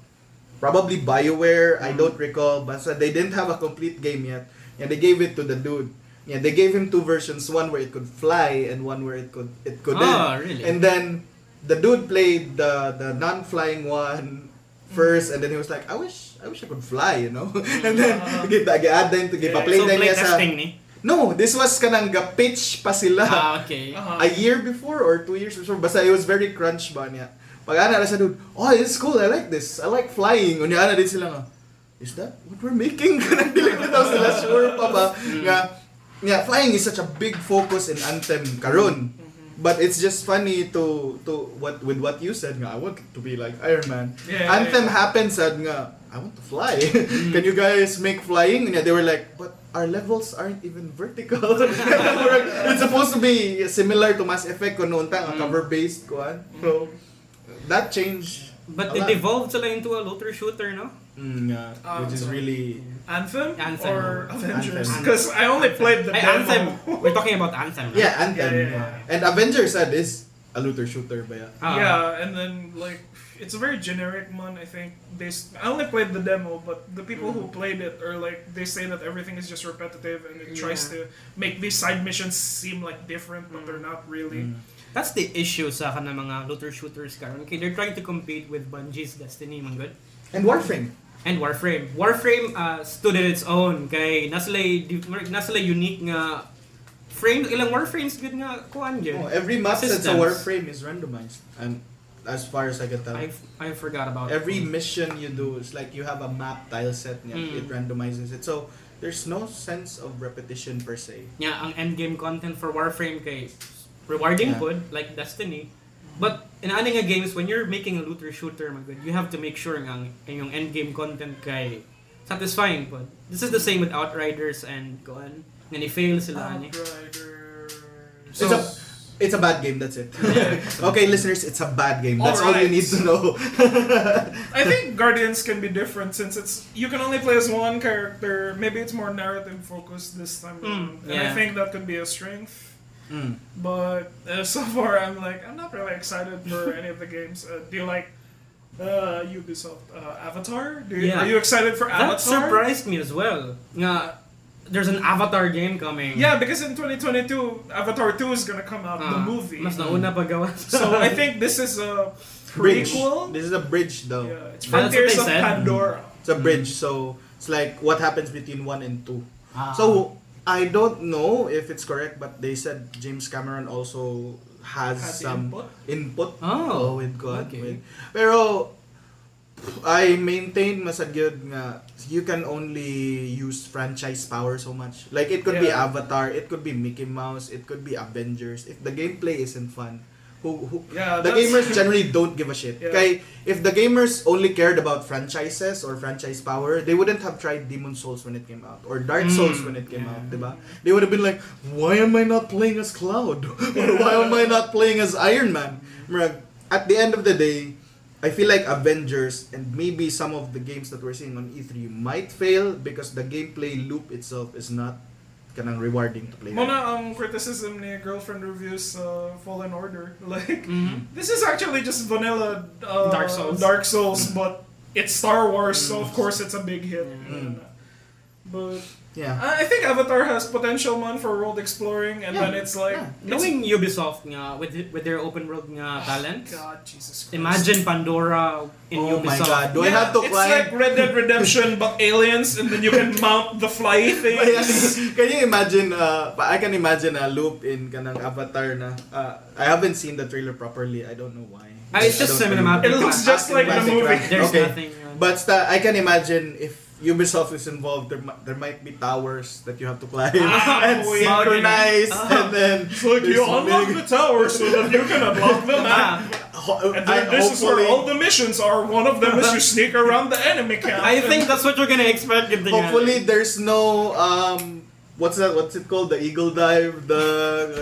S3: probably Bioware. I don't
S1: Mm.
S3: recall, but they didn't have a complete game yet. Yeah, they gave it to the dude. Yeah, they gave him two versions: one where it could fly and one where it could it couldn't.
S1: Ah, really?
S3: And then the dude played the the non-flying one first, and then he was like, "I wish, I wish I could fly," you know. and then
S2: Ah.
S3: gi- gi-add them to
S2: Yeah,
S3: play
S1: so
S3: them
S1: play
S3: niya sa.
S1: testing ni.
S3: No, this was kanang ga pitch pa sila
S1: Ah, okay.
S2: Uh-huh.
S3: a year before or two years before. Basta it was very crunch ba niya. Pag ana na sa dude, oh, this is cool, I like this. I like flying. Unya ana din sila nga, is that what we're making? Kanang dili ko daw sila sure pa ba. Nga, nga, flying is such a big focus in Anthem karon. But it's just funny to to what with what you said nga, I want to be like Iron Man.
S2: Yeah, yeah, Mm. yeah.
S3: Anthem happened sad nga, I want to fly. Can you guys make flying? And yeah, they were like, but our levels aren't even vertical. it's supposed to be similar to Mass Effect kung noon
S2: Mm.
S3: tang, a cover-based kuan. So, that changed.
S1: But
S3: a
S1: it
S3: lot.
S1: evolved sila into a looter shooter, no?
S3: Mm, yeah,
S2: Ah,
S3: which is
S2: sorry.
S3: really...
S2: Anthem,
S1: Anthem.
S2: or Avengers?
S3: Anthem.
S2: Because I only played the
S1: Ay,
S2: demo.
S1: Anthem. We're talking about Anthem. right?
S3: Yeah, Anthem.
S2: Yeah, yeah,
S3: yeah. And Avengers had is a looter shooter ba ya?
S1: Ah.
S2: Yeah, and then like it's a very generic one. I think they. s- I only played the demo, but the people who played it are like they say that everything is just repetitive and it tries
S1: Yeah.
S2: to make these side missions seem like different, but they're not really.
S1: Mm. That's the issue sa ka ng mga looter shooters karon. Okay, they're trying to compete with Bungie's Destiny, man good.
S3: And Warframe.
S1: And ah, Warframe. Warframe uh, stood on its own kay nasalay nasalay unique nga Warframes, ilang Warframes good nga kuan gyud.
S3: Oh, every map that's a
S1: Systems.
S3: warframe is randomized. And as far as I can tell,
S1: I I forgot about
S3: every
S1: it.
S3: mission you do is like you have a map tile set and
S1: Mm.
S2: Hmm.
S3: it randomizes it. So there's no sense of repetition per se.
S1: Yeah, ang endgame content for Warframe kay rewarding
S3: Yeah.
S1: good like Destiny. But in any nga games when you're making a looter shooter my good, you have to make sure nga ang yung endgame content kay satisfying pod. This is the same with Outriders and kuan. Nga ni fail
S2: Ah.
S1: sila ani.
S3: It's a it's a bad game, that's it. okay, listeners, it's a bad game. That's all you
S2: Alright.
S3: need to know.
S2: I think Guardians can be different since it's you can only play as one character. Maybe it's more narrative focused this time,
S1: Mm,
S2: around. and
S1: yeah.
S2: I think that could be a strength. Hmm.
S3: Mm.
S2: But uh, so far, I'm like I'm not really excited for any of the games. Uh, do you like uh, Ubisoft uh, Avatar? Do you,
S1: Yeah.
S2: Are you excited for Avatar?
S1: That surprised me as well. Nga there's an Avatar game coming.
S2: Yeah, because in 2022, Avatar 2 is gonna come out, the
S1: Ah,
S2: movie.
S1: Mas nauna pa gawa.
S2: So I think this is a
S3: Bridge.
S2: prequel.
S3: This is a bridge though.
S2: Yeah, Hmm. it's
S1: That's what
S2: Frontiers
S1: they
S2: of
S1: said.
S2: Pandora.
S3: It's a bridge, so it's like what happens between one and two.
S1: Ah.
S3: So I don't know if it's correct, but they said James Cameron also has
S2: Has
S3: some
S2: input?
S3: input.
S1: Oh,
S3: with God.
S1: okay.
S3: With, pero I maintain masad gyud nga you can only use franchise power so much. Like it could be
S2: Yeah.
S3: Avatar, it could be Mickey Mouse, it could be Avengers. If the gameplay isn't fun, who who
S2: Yeah,
S3: the
S2: that's-
S3: gamers generally don't give a shit.
S2: Yeah.
S3: Kay, if the gamers only cared about franchises or franchise power, they wouldn't have tried Demon Souls when it came out or Dark
S1: Mm.
S3: Souls when it came
S1: Yeah.
S3: out, diba? They would have been like, why am I not playing as Cloud? or why am I not playing as Iron Man? Murag, At the end of the day, I feel like Avengers and maybe some of the games that we're seeing on E3 might fail because the gameplay loop itself is not kanang rewarding to play.
S2: Muna ang criticism ni girlfriend reviews uh, Fallen Order. Like
S1: Mhm.
S2: this is actually just vanilla uh,
S1: Dark Souls.
S2: Dark Souls, but it's Star Wars, so of course it's a big hit. uh,
S3: Mm.
S2: But
S3: Yeah.
S1: Ah,
S2: I I think Avatar has potential man for world exploring, and
S3: Yeah.
S2: then it's like
S3: Yeah.
S2: it's-
S1: knowing Ubisoft nga with with their open world nga talent.
S2: Oh God, Jesus Christ.
S1: Imagine Pandora in
S3: oh my
S1: Ubisoft.
S3: god, do I
S2: Yeah,
S3: have to
S2: it's
S3: climb?
S2: like Red Dead Redemption but aliens, and then you can mount the fly things.
S3: can you imagine uh, pa- I can imagine a loop in kanang avatar na uh, I haven't seen the trailer properly I don't know why
S1: Ah, it's just
S3: I don't
S1: cinematic.
S2: It looks just like the
S3: Classic
S2: movie.
S3: rap.
S1: There's
S3: Okay.
S1: nothing. uh,
S3: but sta- I can imagine if Ubisoft is involved there, mi- there might be towers that you have to climb
S2: Ah,
S3: and
S2: wait.
S3: synchronize and then
S2: It's like you
S3: there's
S2: unlock
S3: many-
S2: the tower so that you can unlock the map.
S1: Ah,
S3: ho-
S2: And
S3: I-
S2: then this is where
S3: hopefully-
S2: all the missions are. One of them is you sneak around the enemy camp.
S1: I think
S2: and-
S1: that's what you're gonna expect. If
S3: Hopefully, there's no um. What's that? What's it called? The eagle dive, the,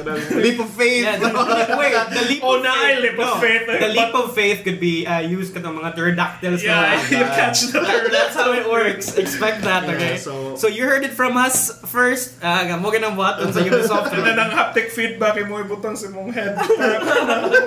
S3: the leap of faith.
S1: Yeah, the, wait, the leap of
S2: Oh, na,
S1: faith.
S2: leap of
S1: no,
S2: faith, eh,
S1: The leap of faith could be uh, used katong mga pterodactyls.
S2: yeah,
S1: na-
S2: you catch the
S1: That's how it works. Expect that,
S3: Yeah,
S1: okay?
S3: so-
S1: so you heard it from us first. Uh, mo ka ng button sa Ubisoft.
S2: And then ang haptic feedback mo ibutang sa mong head. Para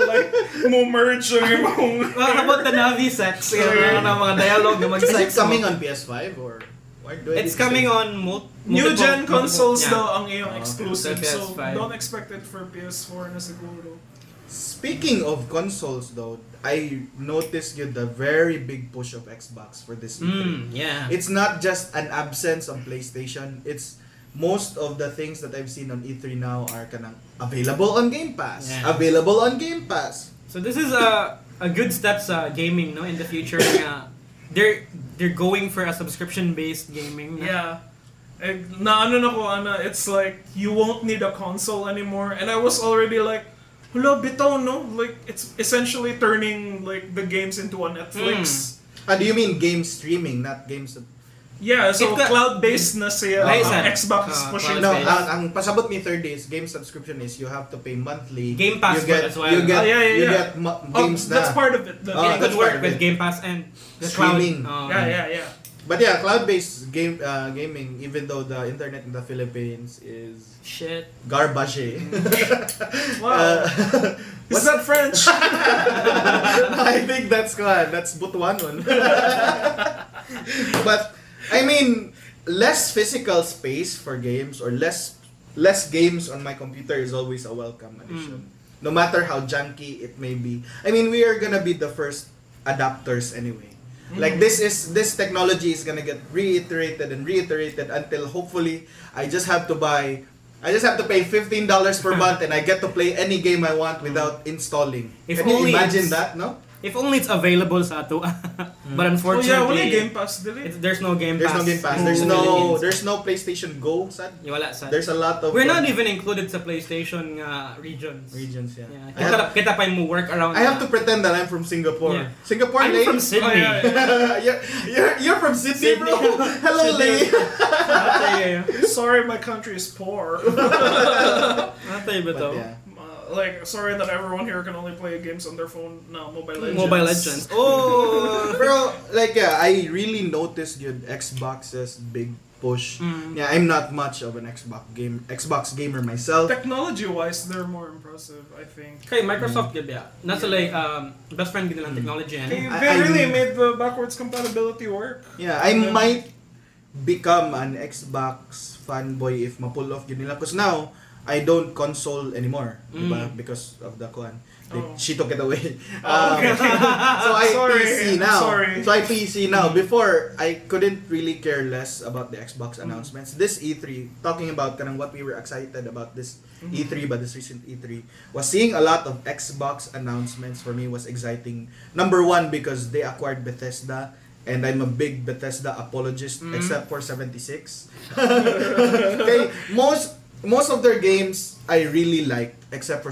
S2: like, mo merge ang imong...
S1: Well, how about the Navi sex? Yung mga, mga, mga dialogue na
S3: Is
S1: mag-sex
S3: it coming
S1: mo.
S3: on PS5 or? Why do I need
S1: It's
S3: to
S1: coming
S3: say-
S1: on mul-
S2: New
S1: multiple-
S2: gen
S1: multiple-
S2: consoles
S1: yeah.
S2: daw ang iyong
S3: Oh,
S2: exclusive,
S1: sa
S2: so
S1: PS5.
S2: don't expect it for PS4 na siguro.
S3: Speaking of consoles, though, I noticed you the very big push of Xbox for this. E3.
S1: Mm, yeah.
S3: It's not just an absence of PlayStation. It's most of the things that I've seen on E3 now are kanang available on Game Pass.
S1: Yeah.
S3: Available on Game Pass.
S1: So this is a a good step sa gaming no in the future nga they're they're going for a subscription based gaming. na.
S2: Yeah. Eh, na ano na ko, Ana, it's like, you won't need a console anymore. And I was already like, hula, bitaw, no? Like, it's essentially turning, like, the games into a
S1: Hmm.
S2: Netflix.
S3: Ah, do you mean game streaming, not games? That...
S2: Yeah, so
S1: It got-
S2: cloud-based na siya.
S3: Like I
S2: Ang
S1: said,
S2: Xbox is
S1: uh,
S2: pushing
S3: No,
S1: cloud-
S2: it.
S1: Yes.
S3: ang, ang pasabot ni third is game subscription is you have to pay monthly.
S1: Game Pass
S3: you get,
S1: as well.
S3: You get,
S2: Ah, yeah, yeah,
S3: you
S2: yeah.
S3: get ma-
S2: Oh,
S3: games na.
S2: that's part of it. The,
S3: Oh,
S1: it
S2: yeah,
S3: that's
S1: could
S3: part
S1: work
S3: of
S1: with
S3: it.
S1: Game Pass and the
S3: Streaming.
S1: cloud. Oh,
S2: yeah, yeah, yeah.
S3: But yeah, cloud-based game uh, gaming, even though the internet in the Philippines is
S1: Shit.
S3: garbage. eh.
S2: Wow.
S3: Uh,
S2: is that French?
S3: I think that's good. That's Butuanon. but I mean, less physical space for games or less less games on my computer is always a welcome addition. No matter how junky it may be. I mean, we are gonna be the first adapters anyway.
S1: Mm-hmm.
S3: Like this is this technology is gonna get reiterated and reiterated until hopefully I just have to buy I just have to pay fifteen dollars per month, and I get to play any game I want without installing.
S1: Mm-hmm. If
S3: Can you
S1: only
S3: imagine
S1: it's-
S3: that? No,
S1: If only it's available sa ato. but
S2: Oh
S1: unfortunately,
S2: yeah, wala Game Pass
S1: it-
S2: dili.
S1: there's no Game Pass.
S3: Hmm. there's no Game Pass. There's no
S1: Philippines.
S3: there's no PlayStation Go. Sad.
S1: Yeah, wala sa.
S3: There's a lot of. uh,
S1: We're not even included sa PlayStation nga regions.
S4: Regions, yeah.
S1: Yeah,
S3: I
S1: kita, kita pa yung work around.
S3: I have to
S1: na-
S3: pretend that I'm from Singapore.
S1: Yeah.
S3: Singapore,
S1: I'm
S3: Lay?
S1: from
S2: Oh,
S1: Sydney.
S2: yeah, yeah.
S3: you're, you're, you're from Sydney, bro. Hello, Lay.
S1: Natay, eh.
S2: Sorry, my country is poor.
S1: Natay ba to?
S3: But yeah.
S2: Uh, like, sorry that everyone here can only play games on their phone now. Mobile Legends.
S1: Mobile Legends. Oh!
S3: Bro, like yeah, I really noticed your Xbox's big push.
S1: Mm.
S3: Yeah, I'm not much of an Xbox game Xbox gamer myself.
S2: Technology-wise, they're more impressive, I think.
S1: Kay Microsoft
S3: Mm.
S1: gyud yeah. Nasa like um, best friend gid nilang technology eh.
S2: They,
S1: and
S3: I-
S2: they really
S3: I'm-
S2: made the backwards compatibility work.
S3: Yeah, I
S2: Yeah.
S3: might become an Xbox fanboy if ma-pull off yun nila. Because now, I don't console anymore.
S1: Mm.
S3: Diba? Because of the Kwan. They,
S2: Oh.
S3: She took it away.
S2: Oh, okay.
S3: Um, so I
S2: Sorry,
S3: PC
S2: I'm
S3: now.
S2: sorry.
S3: So I PC now. Before, I couldn't really care less about the Xbox
S2: Mm-hmm.
S3: announcements. This E3, talking about kanang what we were excited about this
S2: Mm-hmm.
S3: E3, but this recent E3, was seeing a lot of Xbox announcements for me was exciting. Number one, because they acquired Bethesda. And I'm a big Bethesda apologist,
S2: Mm-hmm.
S1: Mhm.
S3: except for 76. okay, most most of their games I really liked, except for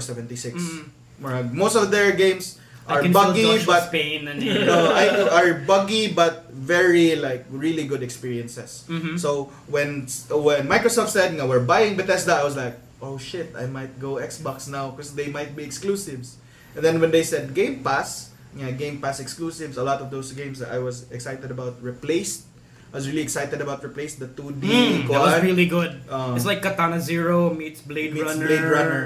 S1: Mm.
S3: 76.
S2: Mm-hmm.
S3: Murag, most of their games
S1: I
S3: are
S1: can feel
S3: buggy
S1: Joshua's
S3: but Mm-hmm.
S1: pain and
S3: no, I, are buggy but very like really good experiences.
S1: Mhm.
S3: So when when Microsoft said nga we're buying Bethesda, I was like, oh shit, I might go Xbox now because they might be exclusives. And then when they said Game Pass, yeah, Game Pass exclusives, a lot of those games that I was excited about replaced. I was really excited about replaced the 2D.
S1: Mm, that was
S3: koan.
S1: really good.
S3: Um,
S1: It's like Katana Zero meets Blade
S3: meets
S1: Runner.
S3: Blade Runner.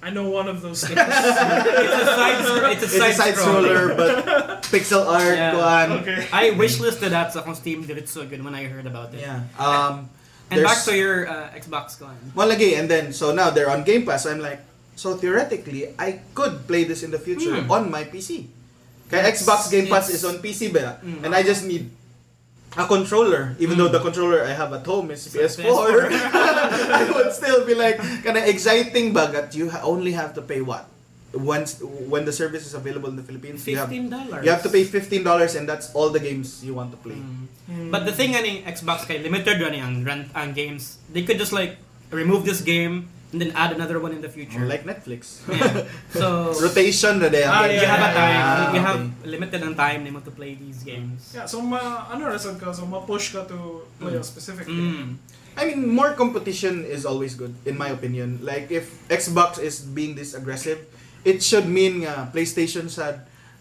S2: I know one of those things.
S1: it's a side. It's a
S3: It's a
S1: side,
S3: side scroller but pixel art.
S1: Yeah.
S3: koan.
S2: okay.
S1: I wishlisted that sa akong Steam diretso good when I heard about it.
S3: Yeah. Um,
S1: And back
S3: there's-
S1: to your uh, Xbox One.
S3: Well, lagi, and then so now they're on Game Pass. I'm like, so theoretically, I could play this in the future
S1: Hmm.
S3: on my PC. Kaya
S1: It's-
S3: Xbox Game Pass
S1: it's-
S3: is on PC ba?
S1: Mm.
S3: And I just need a controller, even though the controller I have at home is PS4. I would still be like, kind of exciting ba that you ha- only have to pay what? Once when the service is available in the Philippines, you have,
S1: Fifteen dollars.
S3: you have to pay fifteen dollars, and that's all the games you want to play.
S1: Mm. But the thing ani Xbox kay limited run ang run ang games. They could just like remove this game and then add another one in the future.
S3: Or like Netflix,
S1: yeah. So
S3: rotation na din.
S2: Ah,
S1: you have a time.
S3: Ah,
S1: you
S3: okay.
S1: have limited ang time nimo to play these games.
S2: Yeah, so ma, ano result ka, so ma-push ka to play a specific
S1: Mm.
S2: game.
S3: I mean, more competition is always good, in my opinion. Like, if Xbox is being this aggressive, it should mean nga PlayStation sad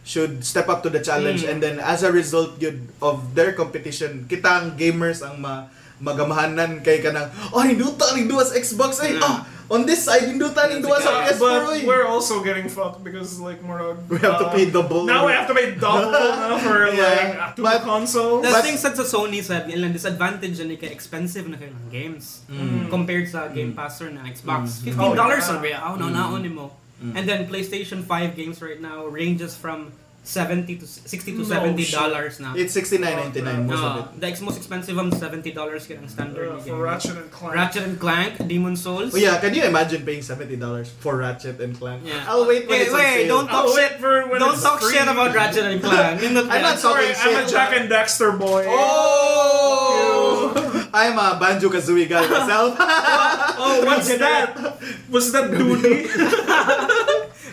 S3: should step up to the challenge,
S1: Mm.
S3: and then as a result yun of their competition, kitang gamers ang ma magamahanan kay kanang oh ninduta ninduwa sa Xbox ay
S1: Mm.
S3: ah on this side ninduta ninduwa sa
S2: Yeah,
S3: PS4
S2: but
S3: oy."
S2: we're also getting fucked because like more
S3: eh." we have to
S1: Uh,
S3: pay double
S2: Now we have to pay double now for like
S3: Yeah,
S2: uh, two
S3: but-
S2: consoles.
S1: The
S3: But-
S1: thing sad sa Sony sad ilang disadvantage ani kay expensive na kayo ng games
S2: Mm.
S1: compared sa Game Pass or na Xbox.
S3: Mm.
S1: $15 dollars
S2: Oh,
S1: na
S2: yeah.
S1: oh, no na mo. And then PlayStation 5 games right now ranges from 70 to 60 to
S2: No
S1: 70
S2: shit.
S1: dollars na.
S3: it's 69.99 most
S1: No,
S3: of it
S1: the ex most expensive one, $70 kaya ang standard na
S2: Uh,
S1: game.
S2: for Ratchet and Clank.
S1: Ratchet and Clank, Demon Souls.
S3: oh yeah can you imagine paying 70 dollars for Ratchet and Clank
S1: Yeah.
S3: I'll wait when
S1: Wait,
S3: it's on
S1: wait,
S3: sale.
S1: don't
S2: I'll
S1: talk
S2: wait
S1: shit.
S2: for when
S1: Don't
S2: it's
S1: talk
S2: free.
S1: shit about Ratchet and Clank. You're not
S3: I'm not
S1: there.
S3: talking
S2: Sorry, I'm a
S3: shit.
S2: Jack and Daxter boy.
S3: Oh! I'm a Banjo Kazooie guy myself.
S2: oh what's that? Was that Dooney?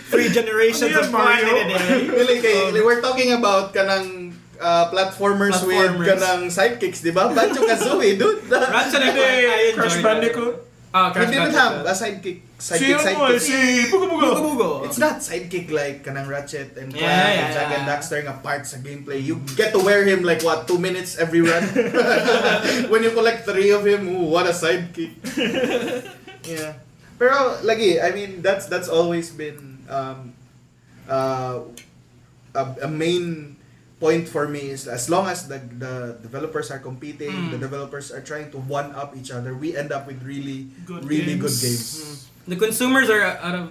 S1: Three generations
S2: Ano yan,
S1: of Mario
S2: Mario?
S1: today.
S3: Really, kay, we're talking about kanang uh, platformers,
S1: Platformers.
S3: with kanang sidekicks, di ba? Banjo Kazooie, dude.
S1: Ratchet and Clank, I enjoyed
S2: Hindi, Crash
S1: it.
S2: Bandicoot.
S1: Ah,
S3: we
S1: Crash
S3: didn't have a
S1: Bandicoot.
S3: sidekick.
S2: Si
S3: Sidekick,
S2: ano eh,
S3: sidekick.
S2: si Bugo Bugo.
S1: Bugo-bugo.
S3: It's not sidekick like kanang Ratchet and Clank
S1: Yeah, yeah,
S3: and Jack and
S1: yeah.
S3: Daxter nga part sa gameplay. You get to wear him like what, two minutes every run? When you collect three of him, ooh, what a sidekick. yeah. Pero lagi, I mean that's that's always been um, uh, a, a main point for me is as long as the, the developers are competing,
S1: Mm.
S3: the developers are trying to one up each other, we end up with really
S2: Good
S3: really
S2: games.
S3: good games.
S1: The consumers are out of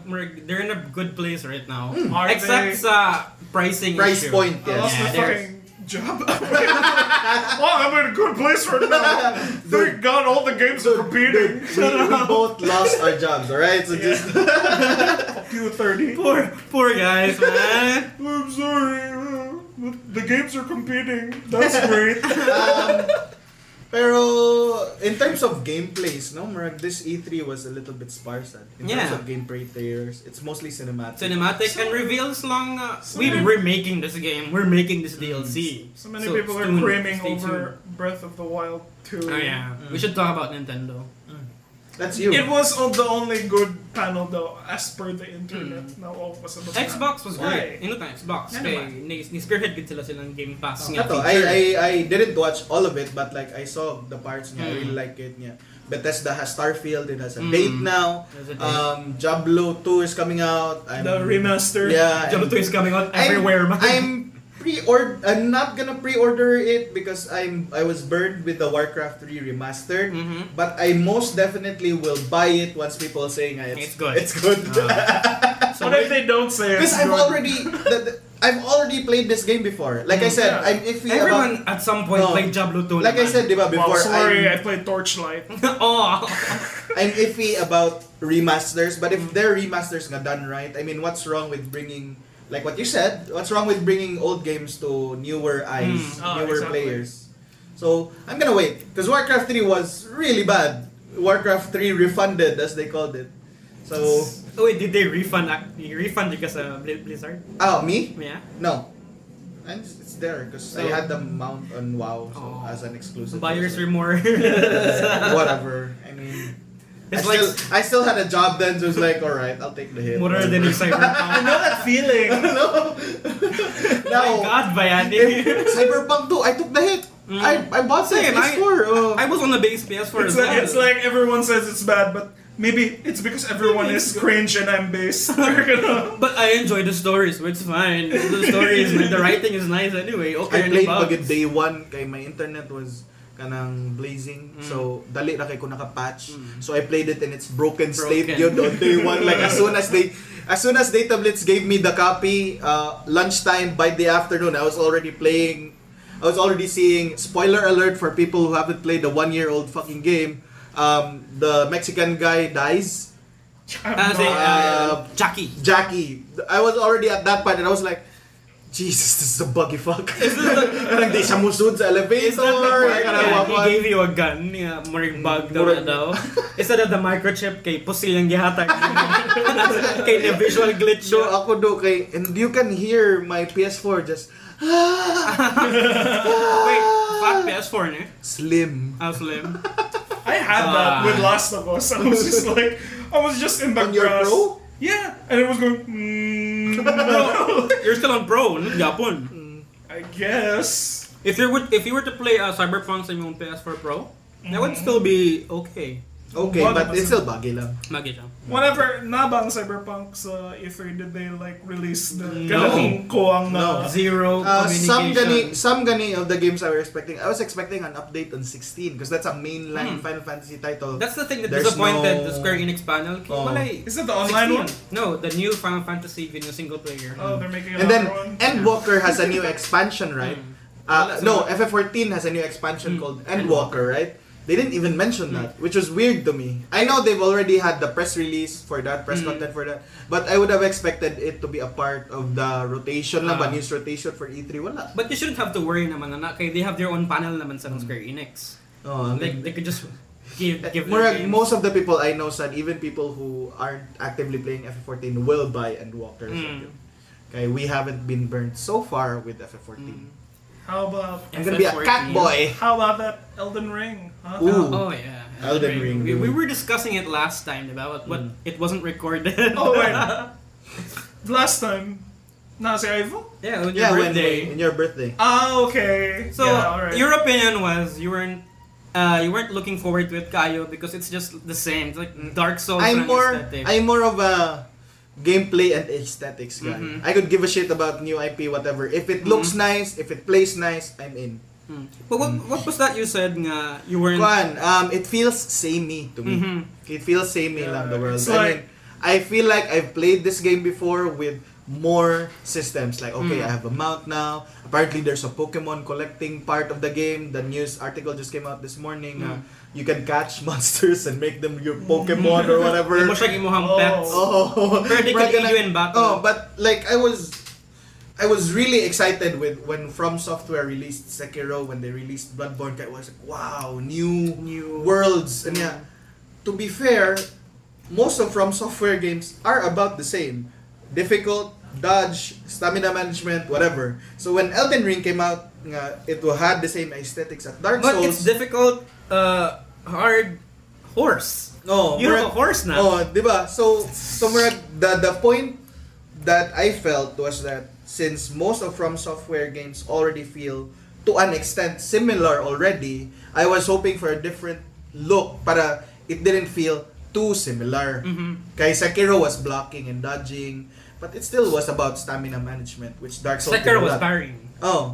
S1: they're in a good place right now.
S2: Are
S1: Except
S2: they-
S1: sa pricing
S3: Hmm. Price
S1: issue.
S3: point,
S2: I
S3: yes.
S2: lost my
S1: Yeah, there's-
S2: fucking job. wow, Oh, I'm in a good place right now. Thank God all the games are competing.
S3: We, we both lost our jobs, alright? So just
S2: Fuck you, 30.
S1: Poor, poor guys, man.
S2: I'm sorry. but The games are competing. That's great.
S3: um, pero in terms of gameplays, no, Marag, this E3 was a little bit sparse. ah. In
S1: Yeah.
S3: terms of gameplay trailers, it's mostly cinematic.
S1: Cinematic and reveals long. Uh, we, we're making this game. We're making this DLC.
S2: So many
S1: So,
S2: people are
S1: stay tuned,
S2: cramming
S1: stay
S2: over Breath of the Wild 2.
S1: Oh yeah,
S2: Hmm.
S1: we should talk about Nintendo.
S3: That's you.
S2: It was all the only good panel though, as per the internet. Now all of a sudden.
S1: Xbox was
S2: Why?
S1: great. Indo ka Xbox.
S2: Ano
S1: Kay,
S2: ba?
S1: ni, ni spearhead gid sila silang Game Pass nga
S3: Ito, I,
S1: feature.
S3: I, I didn't watch all of it, but like I saw the parts niya. I really
S1: Mm.
S3: like it. Yeah. Bethesda has Starfield. It has a
S1: Mm.
S3: date now.
S1: There's a date.
S3: Um, Diablo 2 is coming out. I'm,
S2: The remaster.
S3: Yeah.
S1: Diablo 2
S3: I'm-
S1: is coming out everywhere, man.
S3: I'm pre-order. I'm not gonna pre-order it because I'm I was burned with the Warcraft 3 remastered.
S1: Mhm.
S3: But I most definitely will buy it once people are saying "Ah, it's,
S1: It's good."
S3: It's good.
S1: Ah. So,
S2: What if they don't say it?
S3: Because I've already the, the- I've already played this game before. Like I said,
S2: Mm, Yeah.
S3: I'm iffy
S1: everyone at some point
S3: No.
S1: played Diablo 2.
S3: about. Oh. Like I
S1: naman.
S3: said, diba,
S2: Wow,
S3: before
S2: sorry, I
S3: I'm,
S2: played Torchlight.
S1: oh.
S3: I'm iffy about remasters. But if their remasters nga done right, I mean, what's wrong with bringing like what you said? What's wrong with bringing old games to newer eyes,
S1: Mm.
S2: Ah,
S3: newer
S2: exactly.
S3: players? So I'm gonna wait because Warcraft 3 was really bad. Warcraft 3 refunded, as they called it. So,
S1: oh wait, did they refund ac- refund you sa Bli- Blizzard?
S3: oh me.
S1: Yeah.
S3: No. And it's it's there because I
S1: So-
S3: had the mount on WoW so
S1: Oh.
S3: as an exclusive.
S1: Buyer's
S3: user.
S1: remorse.
S3: Whatever. I mean, I,
S1: It's like
S3: still, I still had a job then, so it's like, all right, I'll take the hit.
S1: More than a
S2: I
S1: cyberpunk.
S2: know that feeling.
S3: no.
S1: Oh My
S3: no.
S1: God, Bayani.
S3: If Cyberpunk 2, I took the hit.
S1: Mm.
S3: I, I bought it.
S1: Same, I-
S3: It's four. Oh.
S1: I was on the base PS4
S2: It's
S1: as
S2: like,
S1: well.
S2: it's like everyone says it's bad, but maybe it's because everyone is cringe and I'm base. We're gonna-
S1: But I enjoy the stories, so it's fine. The stories, like, the writing is nice anyway.
S3: I
S1: Okay, ano
S3: played
S1: ba?
S3: pag day one kay my internet was kanang blazing.
S1: Mm.
S3: So dali na kay ko naka-patch. So I played it in its broken, state
S1: Broken.
S3: yun on day one like as soon as they as soon as Data Blitz gave me the copy uh, lunchtime by the afternoon I was already playing I was already seeing spoiler alert for people who haven't played the one year old fucking game. Um, the Mexican guy dies.
S2: I'm
S1: Ah, say,
S2: not-
S1: uh,
S3: Uh,
S1: Jackie.
S3: Jackie. I was already at that part and I was like, Jesus, this is a buggy fuck. Parang di siya musud sa elevator.
S1: Is that the part
S3: Kaya
S1: na
S3: nawawan.
S1: he gave you a gun? Yeah, murig bag daw na
S3: Murag-
S1: daw. Isa na the microchip kay pusil yung gihatag. kay the visual glitch.
S3: So
S1: siya.
S3: ako do kay, and you can hear my PS4 just,
S1: Wait, fuck PS4 ni?
S3: slim.
S1: eh. Ah, slim.
S2: I had that
S1: Ah.
S2: with Last of Us. I was just like, I was just in the
S3: On your
S2: grass.
S3: pro?
S2: Yeah, and it was going. Mm,
S1: You're still on pro, not Japon.
S2: I guess.
S1: If you would, if you were to play uh, Cyberpunk sa yung PS4 Pro, that would still be okay.
S2: Buggy
S3: Okay, but
S2: pa siya.
S3: it's still buggy lang.
S1: Magi siya.
S2: Whenever nabang Cyberpunk sa E3 did they like release the
S1: No.
S2: kanang kuwang na
S1: Zero
S3: Uh,
S1: communication.
S3: some gani, some gani of the games I was expecting, I was expecting an update on 16 because that's a
S1: Hmm.
S3: mainline Final Fantasy title.
S1: That's the thing that
S3: There's
S1: disappointed
S3: no-
S1: the Square Enix panel. Kay,
S3: Oh.
S1: Walay.
S2: Is that the
S1: 16.
S2: online one?
S1: No, the new Final Fantasy video single player.
S2: Oh, they're making
S3: and then,
S2: another one.
S3: Endwalker has a new expansion, right?
S1: Mm.
S3: Uh,
S1: Wala sa-
S3: no, FF14 has a new
S1: Mm.
S3: expansion called Endwalker, right? They didn't even mention
S1: Hmm.
S3: that, which was weird to me. I know they've already had the press release for that, press
S1: Mm.
S3: content for that, but I would have expected it to be a part of the rotation lang
S1: Ah.
S3: ba, news rotation for E3, wala.
S1: But you shouldn't have to worry naman na na kay they have their own panel naman
S3: Mm.
S1: sa ng Square Enix.
S3: Oh,
S1: Like
S3: I mean,
S1: they could just give
S3: eh,
S1: give
S3: murag,
S1: their games.
S3: most of the people I know said, even people who aren't actively playing FF14 will buy Endwalker.
S1: Mm.
S3: Okay, we haven't been burned so far with FF14.
S1: Mm. Hmm.
S2: How about
S3: I'm gonna be a
S1: FF14.
S3: cat boy.
S2: how about that Elden Ring? Huh?
S1: Oh
S3: Ooh.
S1: yeah.
S3: Elden Ring,
S1: We, we
S3: dude.
S1: were discussing it last time, about But, but
S3: Mm.
S1: it wasn't recorded.
S2: Oh wait. Last time, na si Ivo?
S1: yeah, on your
S3: Yeah, when,
S1: birthday.
S3: in your birthday.
S2: Ah, okay.
S1: So
S2: yeah, all right.
S1: your opinion was you weren't uh, you weren't looking forward to it, Kayo, because it's just the same. It's like Dark Souls
S3: Mm. I'm
S1: and
S3: more
S1: aesthetic.
S3: I'm more of a gameplay and aesthetics guy.
S2: Mm-hmm.
S1: Mhm.
S3: I could give a shit about new IP whatever. If it looks nice, if it plays nice, I'm in.
S1: Hmm. But what, what was that you said nga you weren't
S3: Kwan, um it feels samey to me.
S1: Mhm.
S3: It feels samey
S2: Mm-hmm. Yeah,
S3: lang the world.
S2: it's
S3: I
S2: like-
S3: mean, I feel like I've played this game before with more systems. Like, okay,
S1: Mm.
S3: I have a mount now. Apparently, there's a Pokemon collecting part of the game. The news article just came out this
S2: Mm.
S3: morning. Uh, you can catch monsters and make them your Pokemon or whatever.
S1: Di mo siya gimuhang
S2: Oh.
S1: pets.
S3: Oh,
S1: Pero they can
S3: Bracken,
S1: aid you in battle.
S3: Oh, but like I was, I was really excited with when From Software released Sekiro when they released Bloodborne. I was like, wow, new
S1: New
S3: worlds. And yeah, to be fair, most of From Software games are about the same: difficult, dodge, stamina management, whatever. So when Elden Ring came out, nga, it had the same aesthetics as Dark
S1: But it's
S3: Souls.
S1: difficult, uh, hard horse.
S3: no,
S1: You
S3: murag-
S1: have a horse now.
S3: Oh, di ba? So, so murag, the, the point that I felt was that since most of From Software games already feel to an extent similar already, I was hoping for a different look para it didn't feel
S1: Oh.
S3: too
S1: Mm.
S3: similar.
S1: Mm-hmm.
S3: Kay Sekiro was blocking and dodging, but it still was about stamina management, which Dark Souls
S1: Sekiro
S3: did
S1: was
S3: not.
S1: parrying.
S3: Oh.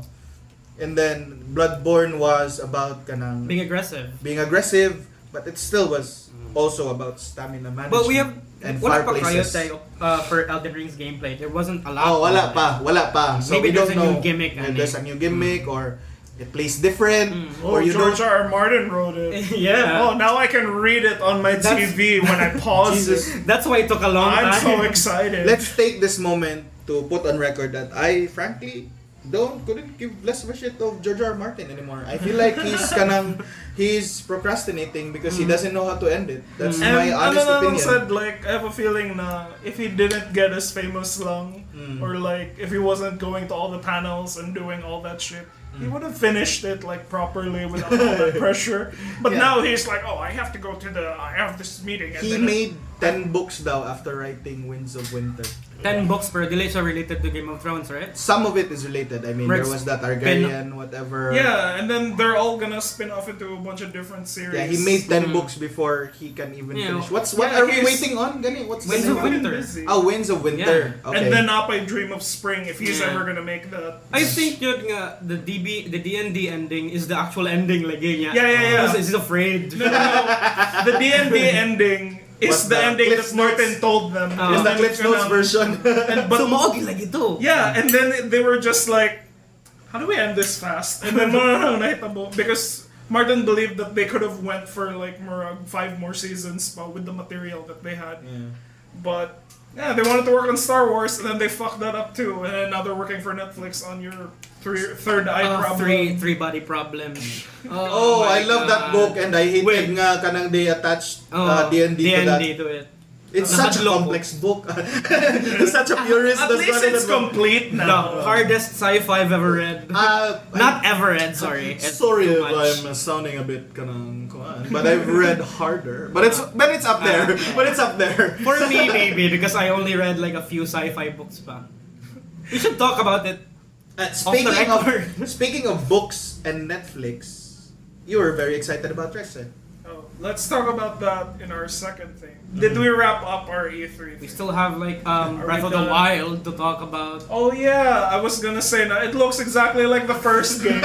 S3: And then Bloodborne was about kanang
S1: Being aggressive.
S3: being aggressive, but it still was also about stamina management.
S1: But we have,
S3: and
S1: wala pa kayo
S3: fireplaces.
S1: tayo uh, for Elden Ring's gameplay. There wasn't a lot.
S3: Oh, wala pa, wala pa. So
S1: Maybe
S3: we don't
S1: there's a new
S3: know.
S1: gimmick,
S3: if
S1: ano
S3: there's
S1: eh.
S3: a new gimmick or it plays different
S1: Mm.
S2: Oh,
S3: or you
S2: George
S3: don't.
S2: R. R. Martin wrote it. Oh,
S1: yeah.
S2: now I can read it on my
S1: That's-
S2: TV when I pause
S3: Jesus.
S2: it.
S1: That's why it took a long
S2: I'm
S1: time.
S2: so excited.
S3: Let's take this moment to put on record that I frankly don't couldn't give less of a shit of George R. R. Martin anymore. I feel like he's kanang he's procrastinating because he doesn't know how to end it. That's
S1: Mm.
S3: my
S2: And
S3: honest
S2: ano na lang
S3: opinion.
S2: said, like, I have a feeling na if he didn't get his famous lung,
S3: Mm.
S2: or like if he wasn't going to all the panels and doing all that shit, he
S3: Hmm.
S2: would have finished it like properly without all that pressure. But
S3: Yeah.
S2: now he's like, oh, I have to go to the, I have this meeting. And
S3: he
S2: then
S3: made 10 books daw after writing Winds of Winter.
S1: 10 books per delay siya related to Game of Thrones, right?
S3: Some of it is related. I mean,
S1: Rex-
S3: there was that Targaryen, whatever.
S2: Yeah, and then they're all gonna spin off into a bunch of different series.
S3: Yeah, he made 10
S1: Mm.
S3: books before he can even
S1: Yeah.
S3: finish. What's what
S2: Yeah,
S3: are
S2: he's-
S3: we waiting on? Gani, what's
S1: Winds
S2: He's
S3: the
S1: of
S2: fucking
S3: name
S1: Winter.
S2: busy.
S3: Oh, Winds of Winter. Okay.
S2: And then Up I Dream of Spring, if he's
S1: Yeah.
S2: ever gonna make that.
S1: I think yun nga, the DB, the D&D ending is the actual ending lagi niya.
S2: Yeah, yeah, yeah.
S1: Because he's afraid.
S2: No, no, no. the D&D ending is
S3: What's
S2: the,
S3: the
S2: ending
S3: Cliff's
S2: that Martin
S3: Notes?
S2: told them.
S1: Oh. Is
S3: It's
S2: And
S3: the
S2: then
S3: Cliff
S2: it's gonna-
S3: Notes version.
S2: And, but,
S1: so, maogi lagi to.
S2: yeah, and then they were just like, how do we end this fast? And then, no, no, no, nahitabo. Because Martin believed that they could have went for like murag five more seasons pa with the material that they had. But yeah, they wanted to work on Star Wars, and then they fucked that up too. And now they're working for Netflix on your three, third eye
S1: Uh,
S2: problem.
S1: three, three body problem. Uh,
S3: Oh,
S1: my
S3: I love
S1: God.
S3: that book and I hated
S1: Wait.
S3: nga kanang they attached
S1: Oh,
S3: uh, D&D, to that.
S1: D&D to it.
S3: It's
S1: Uh,
S3: such a
S1: Hadloko.
S3: complex book. such a purist.
S2: At
S3: that's
S2: least
S3: not
S2: it's
S3: even-
S2: complete now.
S1: The hardest sci-fi I've ever read.
S3: Uh, I-
S1: Not ever read, sorry. It's
S3: sorry
S1: too
S3: if
S1: much.
S3: I'm sounding a bit kanang kuan, but I've read harder. But it's but it's up there.
S1: Ah, Uh, okay.
S3: But it's up there.
S1: For me, maybe, because I only read like a few sci-fi books pa. We should talk about it.
S3: Uh, speaking of
S1: record.
S3: speaking of books and Netflix, you were very excited about eh? Drexel.
S2: Oh, let's talk about that in our second thing. Did we wrap up our E3?
S1: We
S2: thing?
S1: still have like um,
S2: Are we
S1: Breath of the
S2: done?
S1: Wild to talk about.
S2: Oh yeah, I was gonna say now it looks exactly like the first game.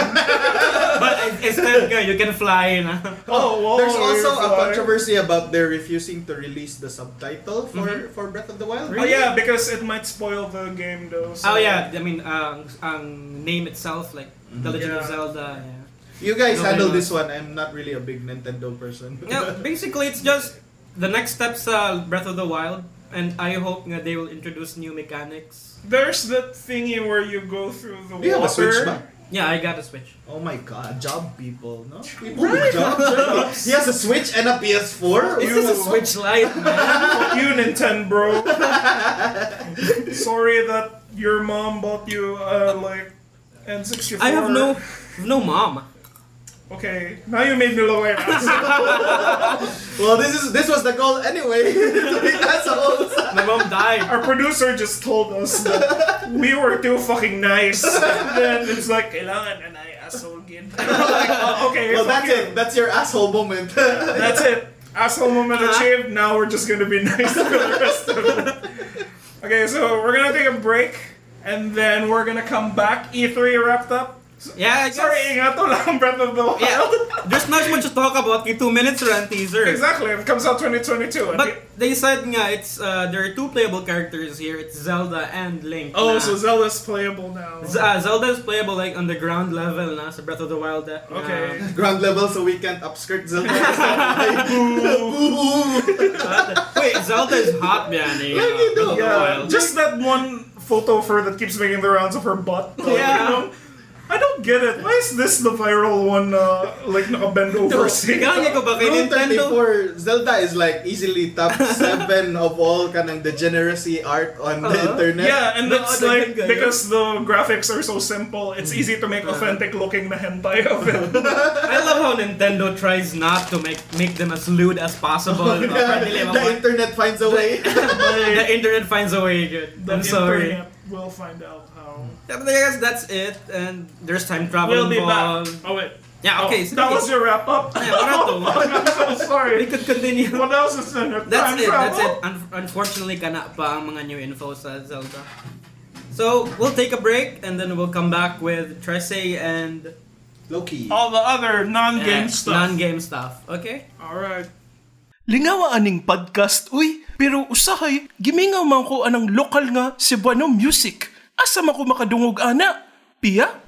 S1: But instead, you can fly na.
S2: oh, whoa,
S3: There's
S2: you're
S3: also a
S2: flying.
S3: controversy about their refusing to release the subtitle for
S1: Mhm.
S3: for Breath of the Wild.
S2: Oh yeah, because it might spoil the game though. so-
S1: Oh yeah, I mean, um, ang name itself, like
S3: Mm-hmm.
S1: The Legend of
S2: Yeah.
S1: Zelda. Yeah.
S3: You guys
S1: No,
S3: handle
S1: no.
S3: this one. I'm not really a big Nintendo person.
S1: No, basically it's just the next steps uh, Breath of the Wild and I hope nga they will introduce new mechanics.
S2: There's that thingy where you go through the
S3: Do you have
S2: water.
S3: a Switch ba?
S1: Yeah, I got a Switch.
S3: Oh my god, job people, no? People with jobs, right? He has a Switch and a PS4?
S1: This is a
S2: You-
S1: Switch Lite, man.
S2: Fuck you, Nintendo. Sorry that your mom bought you uh, like N64.
S1: I have no no mom.
S2: Okay, now you made me lower it.
S3: Well, this is this was the goal anyway. to make us a whole
S1: My mom died.
S2: Our producer just told us that we were too fucking nice. And then it's like, kailangan and I asshole kid. like, oh, okay,
S3: Well,
S2: fuck
S3: that's
S2: you.
S3: it. That's your asshole moment.
S2: That's it. Asshole moment achieved. Now we're just gonna be nice to the rest of it. Okay, so we're gonna take a break, and then we're gonna come back. E3 E wrapped up.
S1: Yeah, I guess.
S2: Sorry, ingato lang Breath of the Wild.
S1: Yeah, there's not much to talk about. The two minutes run teaser.
S2: Exactly, it comes out 2022. and it-
S1: But they said nga, it's, uh, there are two playable characters here. It's Zelda and Link.
S2: oh,
S1: na-
S2: so Zelda's playable now.
S1: Z- uh, Zelda is playable like on the ground level na sa Breath of the Wild. eh. na-
S2: Okay.
S3: Ground level so we can't upskirt Zelda. Like, boo!
S1: Zelda- Wait, Zelda is hot man. Eh,
S3: Let me
S1: uh, Breath
S3: know.
S1: of the
S2: yeah,
S1: Wild.
S2: just that one photo of her that keeps making the rounds of her butt. Like,
S1: Yeah.
S2: you know? I don't get it. Why is this the viral one, uh, like, nakabend over
S1: Gagawin ko ba kay
S3: Rule
S1: Nintendo?
S3: 34, Zelda is like easily top 7 of all kanang degeneracy art on the
S1: Uh-huh.
S3: internet.
S2: Yeah, and
S1: No,
S2: it's
S1: they can
S2: like,
S1: go,
S2: because the graphics are so simple, it's
S1: Mm.
S2: easy to make authentic looking na hentai of it.
S1: I love how Nintendo tries not to make make them as lewd as possible. no? Apparently,
S3: the
S1: mga-
S3: internet finds a way.
S1: the internet finds a way. Good. I'm
S2: The
S1: sorry.
S2: internet will find out how.
S1: Yeah, but I guess that's it. And there's time travel
S2: We'll be back.
S1: involved.
S2: Oh, wait.
S1: Yeah, okay.
S2: Oh,
S1: so
S2: that
S1: we-
S2: was your wrap up.
S1: Yeah, wala to.
S2: I'm so sorry.
S1: We could continue.
S2: What else is in it?
S1: That's
S2: Time
S1: it. That's it.
S2: travel?
S1: Un- unfortunately, kana pa ang mga new info sa Zelda. So, we'll take a break and then we'll come back with Tresse and
S3: Loki.
S2: All the other
S1: eh,
S2: non-game stuff.
S1: non-game stuff. Okay?
S2: All right.
S4: Lingawa aning podcast, uy, pero usahay, gimingaw man ko anang lokal nga Cebuano music. Asa man ko makadungog ana? Pia?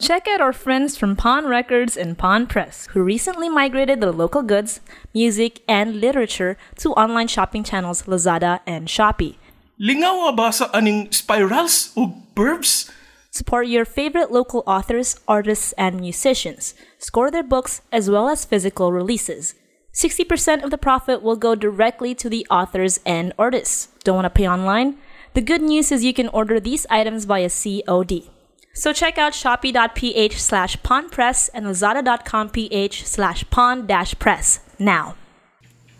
S5: Check out our friends from Pawn Records and Pawn Press, who recently migrated their local goods, music, and literature to online shopping channels Lazada and Shopee.
S4: Lingawa ba sa aning spirals o verbs?
S5: Support your favorite local authors, artists, and musicians. Score their books as well as physical releases. 60% of the profit will go directly to the authors and artists. Don't want to pay online? The good news is you can order these items via COD. So check out shopee.ph slash pawnpress and lazada.com ph slash pawn dash press now.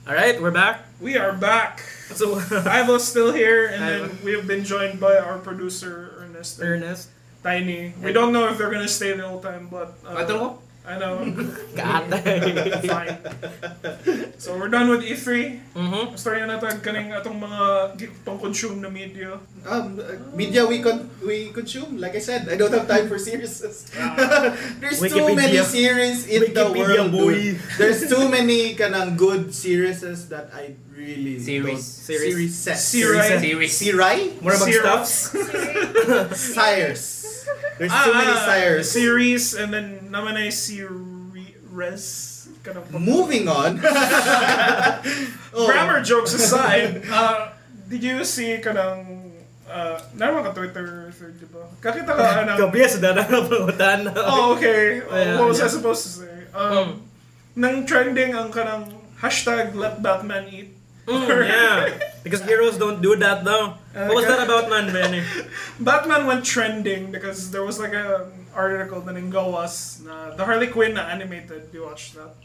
S1: Alright, we're back.
S2: We are back.
S1: So,
S2: Ivo's still here, and
S1: Ivo.
S2: then we've been joined by our producer, Ernest. and
S1: Ernest.
S2: Tiny. We don't know if they're gonna stay the whole time, but uh,
S1: I don't know.
S2: I know.
S1: Kaate.
S2: Fine. So we're done with E E3.
S1: Mhm.
S2: Story na tag kaning atong mga gi- pang consume na media.
S3: Um, uh, media we con- we consume. Like I said, I don't have time for series. There's too
S1: Wikipedia.
S3: many series in the
S1: Wikipedia
S3: world.
S1: boy.
S3: dude. There's too many kanang good series that I really
S1: Series.
S3: don't.
S1: Series.
S3: series sets.
S2: Series.
S3: Sirai?
S1: More about
S2: Syrup.
S1: stuffs?
S3: Sires. There's too many
S2: Ah,
S3: sires.
S2: Series and then naman ay series. Kanang pang-
S3: Moving on. Oh.
S2: Grammar jokes aside, uh, did you see kanang uh, naman ka Twitter third, di ba? Kakita ka anang...
S1: Gabi, sa dadang kapangutan.
S2: Oh, okay.
S1: Yeah,
S2: what was I
S1: yeah.
S2: supposed to say? Um, Nang trending ang kanang hashtag let Batman eat.
S1: Mm, yeah. Because heroes don't do that though. What was that about, man, Benny?
S2: Batman went trending because there was like an article na ninggawas na the Harley Quinn na animated. You watched that?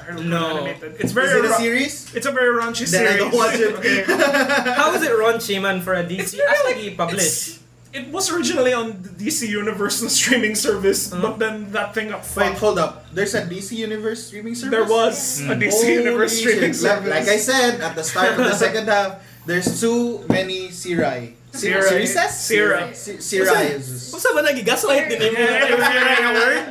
S2: Harley Quinn
S1: No.
S2: animated. It's
S3: Is
S2: very
S3: it a
S2: ra-
S3: series?
S2: It's a very raunchy
S3: Then
S2: series.
S3: I don't watch it.
S2: okay.
S1: How is it raunchy, man, for a DC?
S2: It's really
S1: Asa
S2: like-
S1: gi-publish?
S2: It was originally on the DC Universe and streaming service, but then that thing got
S3: Wait,
S2: fucked.
S3: hold up. There's a DC Universe streaming service?
S2: There was a DC
S3: Holy
S2: Universe
S3: shit.
S2: streaming
S3: Like-
S2: service.
S3: Like I said at the start of the second half, there's too many Sirai. Si-
S2: Sirai.
S3: Series?
S2: Sirai.
S3: Si- Sirai is.
S1: Usa ba nagigaslight din mo?
S2: Yeah, if you're in a word.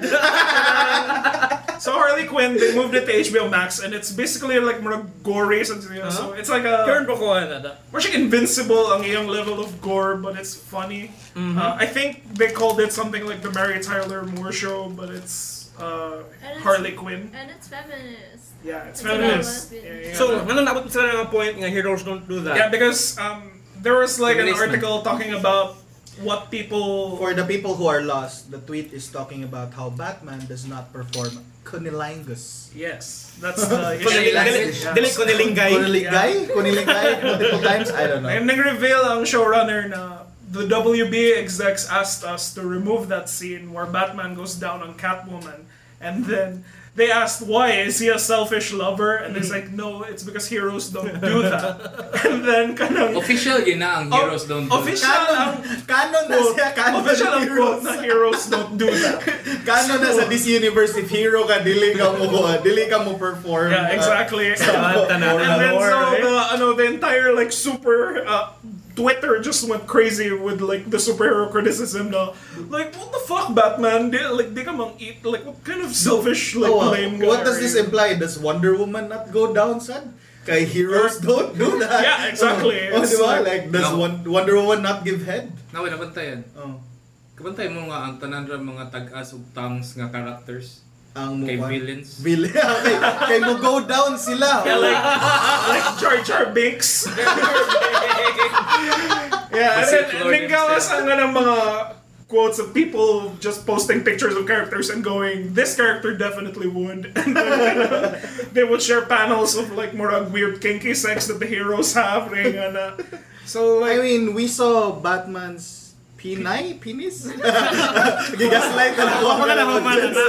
S2: Uh, so Harley Quinn, they moved it to HBO Max, and it's basically like more gory. So, you know, so it's like
S1: Turn
S2: a
S1: pa ko na da.
S2: more like invincible ang iyong level of gore, but it's funny. Uh, I think they called it something like the Mary Tyler Moore Show, but it's uh,
S6: And it's-
S2: Harley Quinn.
S6: And it's feminist.
S2: Yeah, it's
S6: It's about
S2: feminist.
S6: lesbian.
S2: Yeah, yeah.
S1: So, ano nabot sila ng mga point nga heroes don't do
S2: yeah,
S1: that.
S2: because um, there was like an
S1: Feminism.
S2: article talking about what people
S3: For the people who are lost, the tweet is talking about how Batman does not perform cunnilingus.
S2: Yes, that's the
S1: Kuniling-
S3: Yeah.
S1: dili-
S2: issue.
S1: Dili ko nilingay.
S3: Cunniligay? Cunniligay multiple times? I don't know.
S2: And nag-reveal ang showrunner na the WB execs asked us to remove that scene where Batman goes down on Catwoman. And then they asked, why? Is he a selfish lover? And it's like, no, it's because heroes don't do that. and then, kanang...
S7: Official yun na ang heroes don't do.
S2: Official
S3: Canon,
S2: ang
S3: canon na
S2: quote.
S3: siya, canon
S2: Official ang quote
S3: heroes.
S2: na heroes don't do that.
S3: Kano na sa this universe if hero ka dili ka mo dili ka mo perform.
S2: Yeah, exactly.
S1: Tanta na
S2: And then so
S1: lore, eh.
S2: the ano the entire like super uh, Twitter just went crazy with like the superhero criticism na like what the fuck Batman di, like di ka mang eat like what kind of selfish like
S3: Oh, uh,
S2: lame guy
S3: what does
S2: are
S3: this
S2: you?
S3: imply? Does Wonder Woman not go down, son? Kay heroes don't do that.
S2: Uh, Yeah, exactly.
S3: Oh,
S2: It's
S3: di
S2: like-
S3: ba? Like, does
S7: No.
S3: Won- Wonder Woman not give head?
S7: Naway nabantayan.
S3: Oh.
S7: Kabantay mo nga ang tanan ra mga tag-as ug tangs nga characters.
S3: Ang
S7: Kay
S3: mukha-
S7: villains.
S3: Villain. kay, kay mo go down sila.
S2: yeah, like like Jar Jar Binks yeah and
S7: Kasi
S2: then
S7: Lord
S2: nagkawas
S7: himself.
S2: ang nga ng mga quotes of people just posting pictures of characters and going this character definitely would and then, uh, they would share panels of like more weird kinky sex that the heroes have ring and uh, so like
S3: I mean, we saw Batman's Pinay? Penis? Gigaslight na ako.
S2: Wala na, wala na.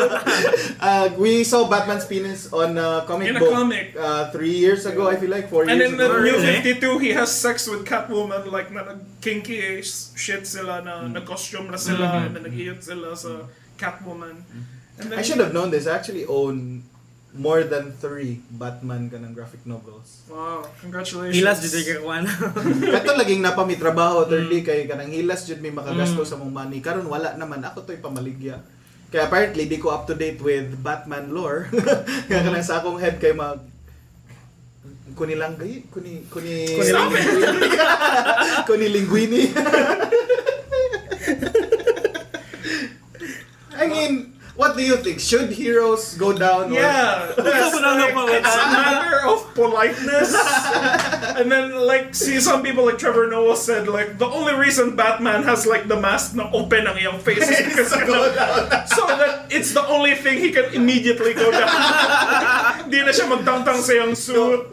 S3: Uh, we saw Batman's penis on a comic
S2: In a
S3: book
S2: comic.
S3: Uh, three years ago, I feel like, four
S2: And in
S3: years ago.
S2: the New
S1: eh?
S2: 52, he has sex with Catwoman, like, na nag- kinky eh, s- shit sila, na nag-costume na sila, and then nag-iyot sila sa Catwoman. And then,
S3: I should have known this. I actually own more than three Batman kanang graphic novels.
S2: Wow, congratulations.
S1: Hilas dito kay Juan.
S3: Kato laging napamitrabaho,
S2: Mm.
S3: 30 kay kanang hilas jud may makagasto sa mong money. Karon wala naman ako to'y pamaligya. Kaya apparently di ko up to date with Batman lore.
S2: Mm.
S3: Kaya kanang sa akong head kay mag kunilang gay, kuni kuni
S2: Stop it!
S3: kuni linguini. I mean, what do you think? Should heroes go down? or-
S2: Yeah, that's like, it's a matter of politeness. and then, like, see some people like Trevor Noah said, like, the only reason Batman has like the mask na open ang iyong face is because so that it's the only thing he can immediately go down. Di na siya magtangtang sa iyong
S3: So,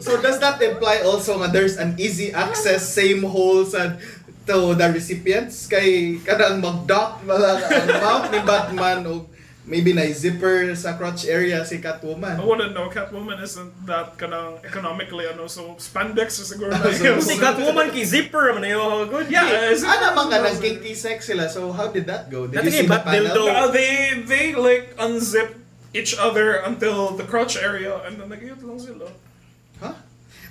S2: suit.
S3: so does that imply also nga there's an easy access same holes and to the recipients kay kanang mag-dock wala ka ang mouth ni Batman o maybe na zipper sa crotch area si Catwoman.
S2: I wouldn't know, Catwoman isn't that kanang economically ano, so spandex is siguro na
S3: So,
S2: yun.
S1: Si Catwoman kay Zipper man yun. Good.
S2: Yeah, is it-
S3: Ano man Ah, ka ng kinky sex sila so how did that go? Did
S1: Dati kay Bat Dildo.
S2: Uh, they they like unzip each other until the crotch area and then nag-iyot lang sila.
S3: Huh?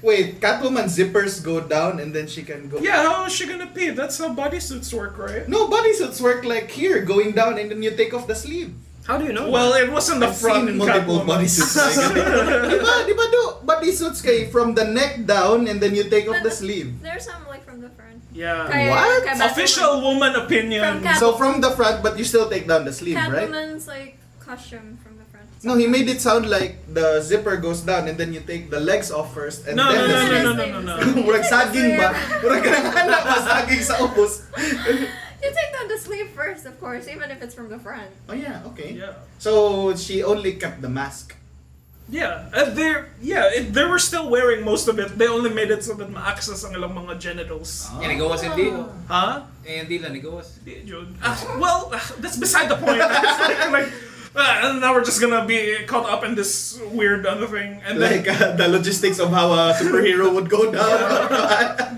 S3: Wait, Catwoman zippers go down and then she can go
S2: Yeah, how is she gonna pee? That's how bodysuits work, right?
S3: No, bodysuits work like here, going down and then you take off the sleeve.
S1: How do you know?
S2: Well, it wasn't the
S3: I've
S2: front in
S3: seen multiple
S2: Catwoman.
S3: bodysuits like Di ba, di ba Diba? do? Bodysuits kay from the neck down and then you take off the sleeve.
S6: There's some like from the front.
S2: yeah.
S6: Kaya-
S3: What?
S6: kaya Batwoman-
S2: Official woman opinion.
S6: From Cat-
S3: So from the front, but you still take down the sleeve, right?
S6: Catwoman's like costume from the front.
S3: No, he made it sound like the zipper goes down and then you take the legs off first and
S2: No, no,
S3: then the
S2: no, no,
S3: sleeve.
S2: no, no, no, no.
S3: Murag saging ba? Murag nangana ba saging sa upos?
S6: You take down the sleeve first, of course, even if it's from the front.
S3: Oh yeah, okay.
S2: Yeah.
S3: So she only kept the mask.
S2: Yeah, uh, they yeah it, they were still wearing most of it. They only made it so that ma-access ang ilang mga genitals.
S7: Eh, nagawas hindi.
S1: Oh.
S3: Ah.
S2: Huh?
S7: Eh, hindi lang nagawas.
S2: Di- yun. Ah, well, ah, that's beside the point. It's like, like, ah, and now we're just gonna be caught up in this weird other thing. And then,
S3: Like uh, the logistics of how a superhero would go down.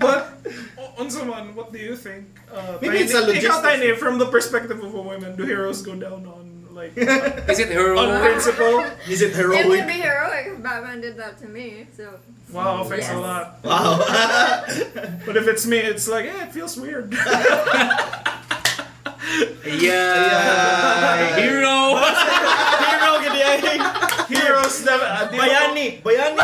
S2: But, Onzaman, what do you think? Uh,
S3: Maybe it's a
S2: Tiny- Ikaw,
S3: logistics-
S2: Tiny, from the perspective of a woman, do heroes go down on, like,
S7: Is it her
S2: on
S7: own?
S2: principle?
S3: Is it
S6: It would be
S3: heroic?
S6: heroic if Batman did that to me. So
S2: Wow, thanks a
S6: Yes.
S2: lot.
S3: Wow.
S2: But if it's me, it's like, eh, it feels weird.
S3: Yeah.
S7: Hero!
S1: hero gidi ay.
S2: heroes that...
S1: Bayani, bayani.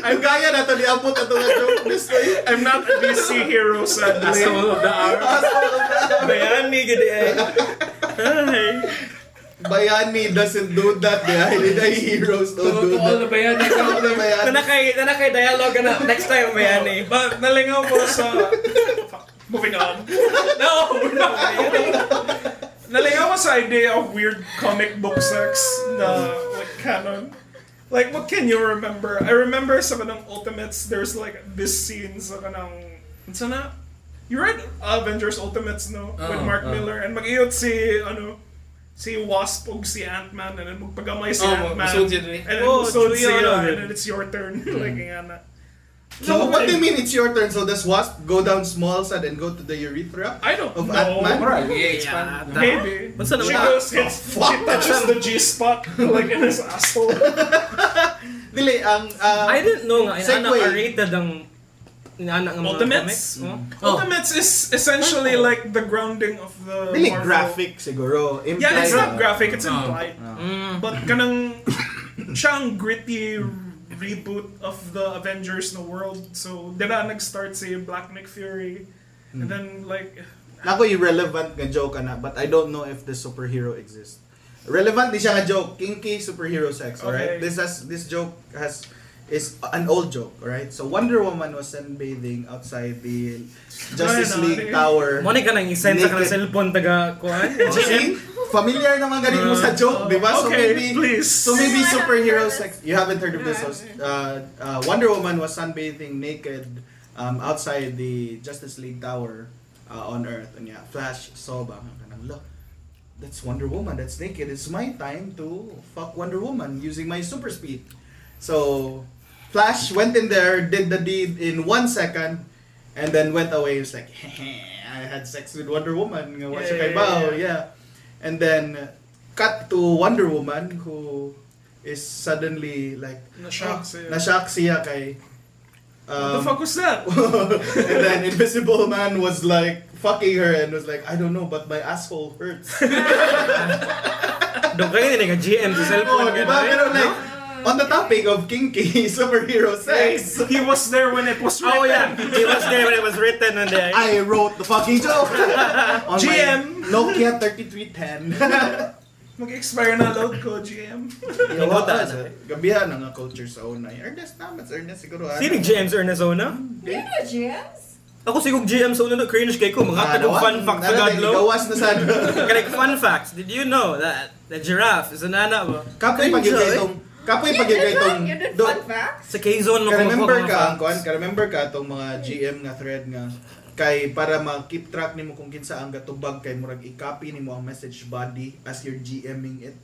S3: Ang gaya na to, niabot na to nga joke. Gusto yun.
S2: I'm not a DC hero, sadly.
S7: Asshole of the hour.
S1: bayani gidi ay.
S2: Hey.
S3: Bayani doesn't do that dahil the heroes don't do
S7: Totoo na
S3: that.
S7: ba yan?
S3: Ano na Bayani?
S1: Tana kay tana kay dialogue na next time bayani.
S2: But nalingaw ko sa... Fuck. Moving on. No, we're not Nalingaw ko sa idea of weird comic book sex na, like, canon. Like, what can you remember? I remember sa kanang Ultimates, there's like this scene sa kanang... Sa na? You read Avengers Ultimates, no? With
S7: Oo,
S2: Mark
S7: oo.
S2: Miller. And mag-iot si, ano, si Wasp o si Ant-Man and then magpagamay si
S7: Oo,
S2: Ant-Man.
S7: magsud yun eh. Hmm.
S2: And then
S1: Oo,
S2: magsud
S1: true
S2: siya,
S1: yun.
S2: and then it's your turn. like, nga na.
S3: So, what do you mean it's your turn? So, does Wasp go down small side and go to the urethra?
S2: I don't
S3: Of
S2: know.
S3: Ant-Man?
S7: Yeah, expand.
S2: Maybe.
S1: What's the
S2: she
S1: name?
S2: goes, hits,
S3: fuck?
S2: she touches the G spot like in his asshole.
S3: Dili, ang... Uh,
S1: I didn't know nga
S3: Segue.
S1: na rated ang na nga mga
S2: Ultimates?
S1: comics. Oh.
S2: Oh. Ultimates is essentially like the grounding of the
S3: Really
S2: Marvel.
S3: graphic siguro. Implied,
S2: Yeah, it's not
S3: uh,
S2: graphic, it's
S7: Oh.
S2: implied.
S1: Mm.
S2: But kanang siya ang gritty reboot of the Avengers in the world. So, dira nag-start si Black Nick Fury. And then like
S3: Nako irrelevant nga joke ana, but I don't know if the superhero exists. Relevant di siya nga joke, kinky superhero sex, alright?
S2: Okay.
S3: This has this joke has is an old joke, alright? So Wonder Woman was sunbathing outside the Justice
S2: Ay, no,
S3: League
S2: eh.
S3: Tower.
S1: Mo na ka nang isend sa kanang
S3: Naked.
S1: cellphone taga oh. kuan.
S3: See? Familiar naman ganin mo sa joke, di ba? So
S2: okay,
S3: maybe
S2: please.
S3: So maybe
S6: I haven't
S3: superhero
S6: heard this.
S3: sex. You haven't heard of this? Uh, uh, Wonder Woman was sunbathing naked um, outside the Justice League Tower uh, on Earth. And yeah, Flash saw ba? ang kanang, Look, that's Wonder Woman. That's naked. It's my time to fuck Wonder Woman using my super speed. So Flash went in there, did the deed in one second, and then went away. He was like, I had sex with Wonder Woman. Nga, wa siya kay
S2: Yeah,
S3: Bao.
S2: yeah,
S3: yeah. And then uh, cut to Wonder Woman who is suddenly like
S2: Na-shock
S3: "Ah,
S2: siya."
S3: na-shock siya kay
S2: What the
S3: um,
S2: fuck was that?
S3: and then Invisible Man was like fucking her and was like I don't know but my asshole hurts.
S1: Dog kayo ni nga GM sa cellphone.
S3: oh,
S1: ka
S3: di
S1: na,
S3: ba?
S1: eh.
S3: Pero like on the topic of kinky superhero sex,
S2: He was there when it was written.
S1: Oh yeah, it was there when it was written and then
S3: I wrote the fucking joke on
S2: GM.
S3: my Nokia 3310.
S2: Mag-expire na load ko, GM.
S3: Gawa sa ano, gabihan ang culture sa unay. Ernest naman, Ernest siguro. ano?
S1: Sino GM sa Ernest Zona?
S6: You know GMs?
S1: Ako siguro GM sa una na cringe kay ko. Mga tagong fun fact sa Gadlo.
S3: Ano, Gawas na sad.
S1: Correct fun facts. Did you know that the giraffe is oh? an anak mo?
S3: Kapoy
S1: Cringe,
S3: pagyugay
S1: eh.
S3: tong kapoy
S6: You
S3: pagyugay
S6: did
S3: tong
S6: fun- you did
S3: do-
S6: fun facts?
S1: Sa K-Zone mo
S3: Ka remember
S1: kumukuha mga
S3: ka ang
S1: facts.
S3: kuan, ka remember ka tong mga GM nga thread nga kay para ma-keep track nimo kung kinsa ang gatubag kay murag i-copy nimo ang message body as you're GMing it.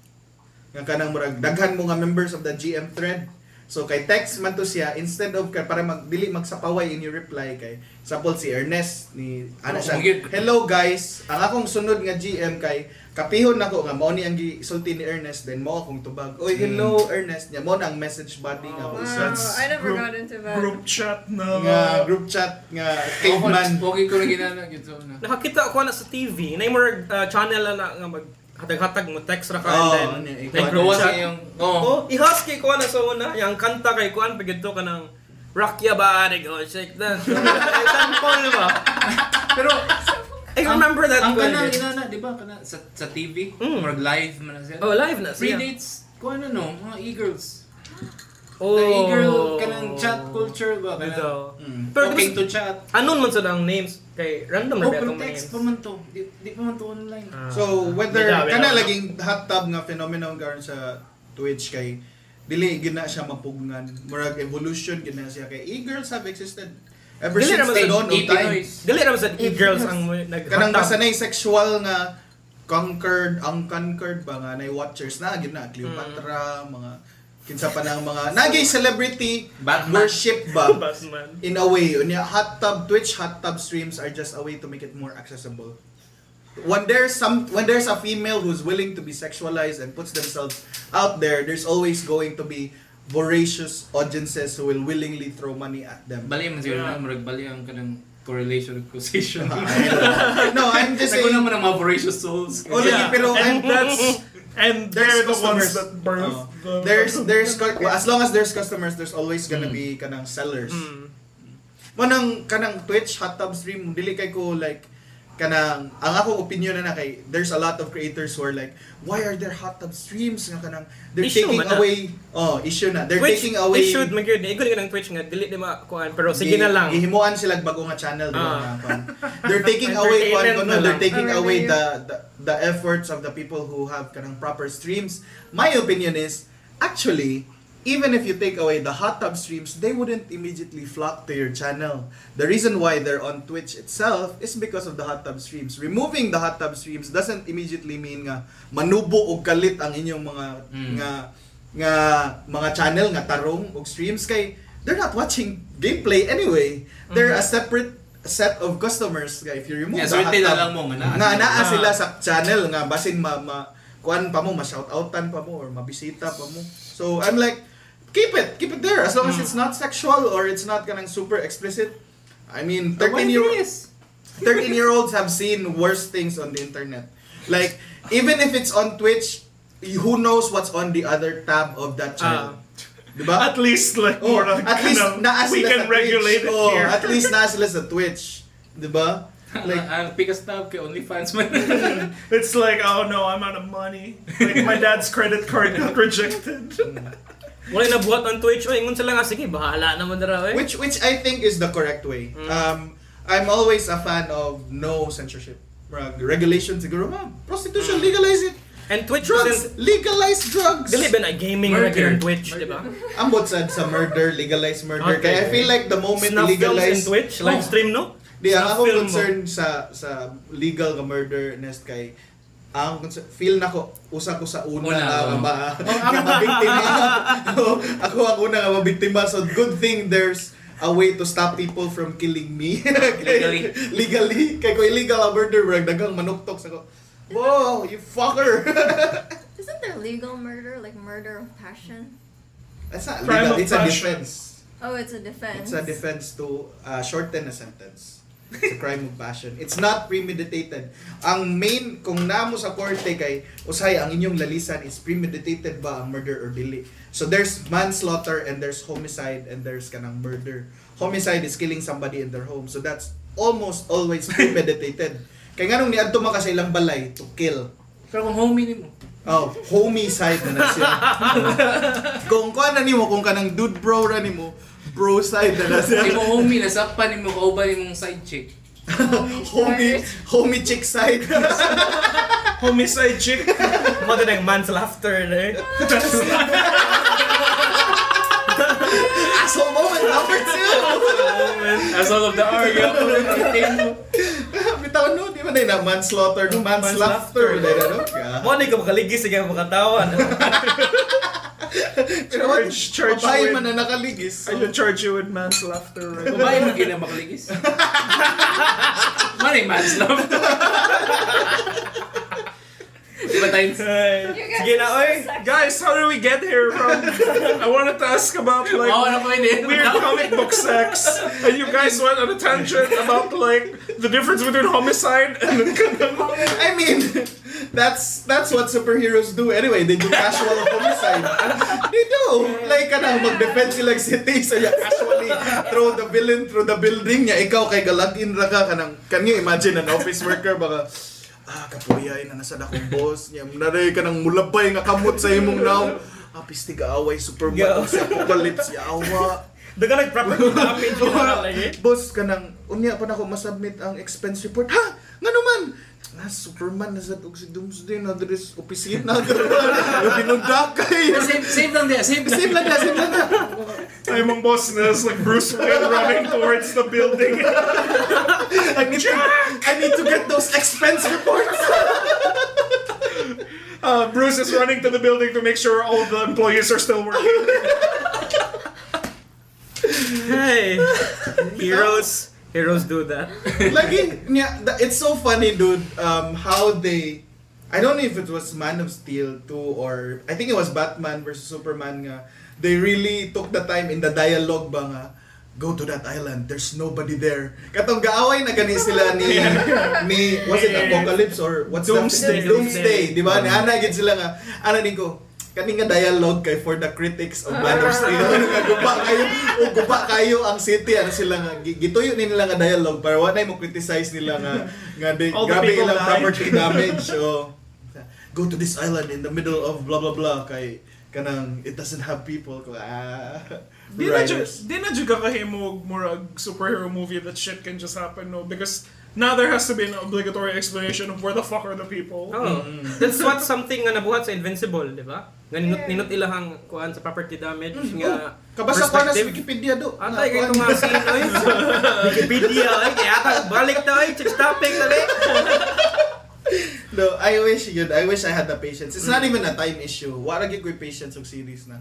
S3: Nga kanang murag daghan mo nga members of the GM thread. So kay text man to siya instead of ka para mag dili magsapaway in your reply kay sapol si Ernest ni ano siya.
S7: Sige.
S3: Hello guys, ang akong sunod nga GM kay kapihon nako nga mao ni ang gisulti ni Ernest then mo akong tubag. Oy hello Ernest niya mo na ang message body nga
S2: Oh,
S3: mo
S6: Wow,
S2: That's
S6: I never
S2: group-
S6: got into that.
S2: Group chat
S3: nga
S2: na.
S3: group chat nga caveman
S7: Pogi ko na ginana. Gito na.
S1: Nakakita ko na sa TV. Na yung murag, uh, channel na na nga mag hatag-hatag mo text ra ka
S3: Oh,
S1: and
S3: ano,
S1: then like,
S3: ikaw.
S7: Gawa
S1: group
S7: sa
S1: chat.
S7: iyong... Oo.
S1: Oh, ihas kay ko na sa una. Yung kanta kay Kuan pagito ka ng Rock ya body, go shake that. Example ba?
S7: Pero
S1: I remember that.
S7: ang
S1: well.
S7: kanang inana, di ba? Kana, sa, sa TV,
S1: Mm.
S7: murag live man na siya.
S1: Oh, live na siya.
S7: Predates, kung ano no, mga e-girls.
S1: Oh.
S7: The e-girl, kanang chat culture ba?
S1: Ito.
S7: Kanang
S1: Pero okay.
S7: talking to chat.
S1: anon man sa ang names kay random na ba
S7: Open
S1: itong names?
S7: text pa man to. Di, di pa man to online.
S1: Ah.
S3: so whether
S1: Bitaw, bitaw.
S3: kana laging hot tub nga phenomenon karon sa Twitch kay dili gina siya mapugngan murag evolution gina siya kay e-girls have existed ever
S1: Dili
S3: since
S1: naman
S3: the
S1: sa
S3: dawn of time
S1: Dili naman sa e-girls ang
S3: kanang
S1: nag-hatag.
S3: masanay sexual nga conquered ang conquered ba nga nay watchers na gyud na Cleopatra
S1: Mm.
S3: mga kinsa pa nang mga nagay celebrity
S7: Batman.
S3: worship ba
S2: Batman.
S3: in a way, unya hot tub Twitch hot tub streams are just a way to make it more accessible. When there's some when there's a female who's willing to be sexualized and puts themselves out there, there's always going to be voracious audiences who will willingly throw money at them.
S7: Bali man siguro na, murag bali ang kanang correlation and causation.
S3: no, I'm just
S7: Nagkunan
S3: saying.
S7: mo ng mga voracious souls.
S3: Oh, sige, pero
S2: and
S3: I'm-
S2: that's and
S3: There's
S2: they're the ones
S3: customers.
S2: that birth.
S3: Oh.
S2: the-
S3: There's there's cu- well, as long as there's customers, there's always gonna
S2: Mm.
S3: be kanang sellers.
S1: Mm.
S3: mo nang kanang Twitch hot tub stream dili kay ko like kanang ang akong opinion na na kay there's a lot of creators who are like why are there hot tub streams nga kanang they're
S1: Issue
S3: taking
S1: man na.
S3: away oh issue na they're
S1: Twitch,
S3: taking away
S1: They should magyud Igo na ng Twitch nga dili na makuan pero sige na lang.
S3: Gihimuan sila og bago nga channel diba,
S1: Ah.
S3: nga, kon. They're taking away kon
S1: Entertainment
S3: kon
S1: na lang.
S3: they're taking
S6: Already.
S3: away the, the the efforts of the people who have kanang proper streams. My opinion is actually even if you take away the hot tub streams, they wouldn't immediately flock to your channel. The reason why they're on Twitch itself is because of the hot tub streams. Removing the hot tub streams doesn't immediately mean nga manubo og kalit ang inyong mga
S7: Mm.
S3: nga nga mga channel nga tarong og streams kay they're not watching gameplay anyway. They're a separate set of customers nga if you remove the
S7: Yeah, swerte
S3: hot
S7: na
S3: tub,
S7: lang mo nga naa.
S3: nga naa
S1: Ah.
S3: sila sa channel nga basin ma, ma kuan pa mo ma shoutoutan pa mo or mabisita pa mo.
S2: Hmm.
S3: So I'm like keep it, keep it there as long as it's not sexual or it's not kanang super explicit. I mean, 13 year 13 year olds have seen worse things on the internet. Like even if it's on Twitch, who knows what's on the other tab of that channel. diba?
S2: Ah. At least like
S3: Oh,
S2: more like
S3: at least
S2: ano,
S3: naas
S2: we
S3: sila
S2: can
S3: sa
S2: regulate
S3: Twitch.
S2: it
S3: Oh,
S2: here.
S3: at least naas sila sa Twitch. Diba? Like,
S7: Ang biggest tab kay OnlyFans man.
S2: It's like, oh no, I'm out of money. Like my dad's credit card got rejected.
S1: Wala yung nabuhat on Twitch, oy, ngun sila nga, ah, sige, bahala naman na raw, eh. Mm.
S3: which which I think is the correct way. Um, I'm always a fan of no censorship. Rag- Regulation siguro, ma. Prostitution,
S1: Mm.
S3: legalize it.
S1: And Twitch
S3: Drugs,
S1: isn't,
S3: legalize drugs.
S1: dili ba na eh, gaming
S7: Murder.
S1: regular Twitch, di
S7: Murder.
S1: ba?
S3: Ambot sad sa murder, legalize murder.
S1: Okay.
S3: Kaya I feel like the moment
S1: Snuff films and
S3: legalize... Oh.
S1: Twitch, live stream, no?
S3: Di, ang
S1: Snuff
S3: ako
S1: film mo.
S3: concern sa sa legal ka murder nest kay ang concern, feel na ko usa ko sa una
S7: Una,
S3: nga
S7: oh.
S3: ba nga mabiktima Oo, ako ang una nga mabiktima so good thing there's a way to stop people from killing me
S7: Legally.
S3: legally kay ko illegal ang murder brag daghang manuktok sa ko Whoa, you fucker!
S6: Isn't there legal murder, like murder of passion?
S3: That's not
S2: Crime
S3: legal.
S2: of
S3: It's a
S2: passion.
S3: defense.
S6: Oh, it's a defense.
S3: It's a defense to uh, shorten a sentence. It's a crime of passion. It's not premeditated. Ang main, kung namo sa korte kay, usay, ang inyong lalisan is premeditated ba ang murder or dili? So there's manslaughter and there's homicide and there's kanang murder. Homicide is killing somebody in their home. So that's almost always premeditated. Kaya nga nung niadto man ka sa ilang balay, to kill.
S7: Pero kung homie ni mo.
S3: Oh, homicide na na siya. kung kuha na nimo, kung kanang dude bro ra nimo, bro side na na siya.
S7: Hindi mo homie, nasakpan ni mo, kauban ni mong side chick.
S3: homie, homie chick side. Oh,
S2: Homicide chick.
S1: Mother ng man's laughter, eh.
S3: Asshole moment number two.
S7: That's all of the argument.
S3: Bitaw no, di ba na yun na manslaughter, no manslaughter. Manslaughter. na, no? Yeah.
S1: Mo ni ka makaligis, sige, makatawa.
S3: Pero what-
S2: Charge, charge
S3: Babae
S2: with-
S3: man na nakaligis.
S2: I should charge you with manslaughter. Right?
S7: Babae mo kailang makaligis. Maray man's love. Diba tayo?
S2: Hey.
S6: You guys
S1: Sige na,
S6: are
S1: oy.
S6: so sexy.
S2: Guys, how do we get here from? I wanted to ask about like
S3: Oh,
S7: Oo, ano po yun?
S2: weird comic book sex, and you guys went on a tangent about like the difference between homicide and
S3: I mean, that's that's what superheroes do anyway. They do casual homicide. They do. Like, kanang mag-defend sila sa city, so you casually throw the villain through the building niya. Ikaw kay galagin ra ka. Kanang, can you imagine an office worker baka, ah, kapuyay na nasa akong boss niya. Naray ka ng mulabay nga kamot sa imong naong. Ah, pisti ka away,
S1: Yeah.
S3: superman. Sa apocalypse, yawa.
S1: Daga nag-proper ko na page mo na lagi.
S3: Boss ka nang, unya pa na ako masubmit ang expense report. Ha? Nga naman! Na Superman na sa og si Doomsday na diri sa opisina na diri. Yung binudakay.
S7: Save, save lang din. Save
S3: Same lang na, same lang na.
S2: I'm a boss, and it's like Bruce Wayne running towards the building.
S3: I need, to, I need to get those expense reports.
S2: Uh, Bruce is running to the building to make sure all the employees are still working.
S1: Hey. Heroes. Heroes do that.
S3: Lagi, niya, the- it's so funny, dude, um, how they, I don't know if it was Man of Steel 2 or, I think it was Batman versus Superman nga, they really took the time in the dialogue ba nga, go to that island, there's nobody there. Katong gaaway na gani sila ni, ni, was it Apocalypse or what's
S1: Doomsday.
S3: that?
S1: Doomsday.
S3: Doomsday. Di
S2: Um,
S3: ba? Ni Ana, gid sila nga, ana din ko, kani nga dialogue kay for the critics of Man of Steel. Ano Nga guba kayo, o guba kayo ang city ano sila nga gi- gituyo ni nila nga dialogue para wa na mo criticize nila nga nga di,
S2: All the
S3: grabe
S2: people
S3: ilang
S2: died.
S3: property damage. So go to this island in the middle of blah blah blah kay kanang it doesn't have people ko ah.
S2: Di na ju-
S3: writers.
S2: di na juga kahimog murag superhero movie that shit can just happen, no? Because now there has to be an obligatory explanation of where the fuck are the people.
S1: Oh.
S3: Mm.
S1: That's what something nga nabuhat sa Invincible, di ba? Nga ninut, ninut ilahang kuhan sa property damage nga
S3: Mm. Oh, Kabasa ko na sa
S1: perspective.
S3: Wikipedia do.
S1: Antay kay tumasin, oy. Wikipedia, oy. Kaya ta, balik ta, oy. Check topic, dali.
S3: No, I wish yun. I wish I had the patience. It's not even a time issue. Wala gyud ko'y patience og series na.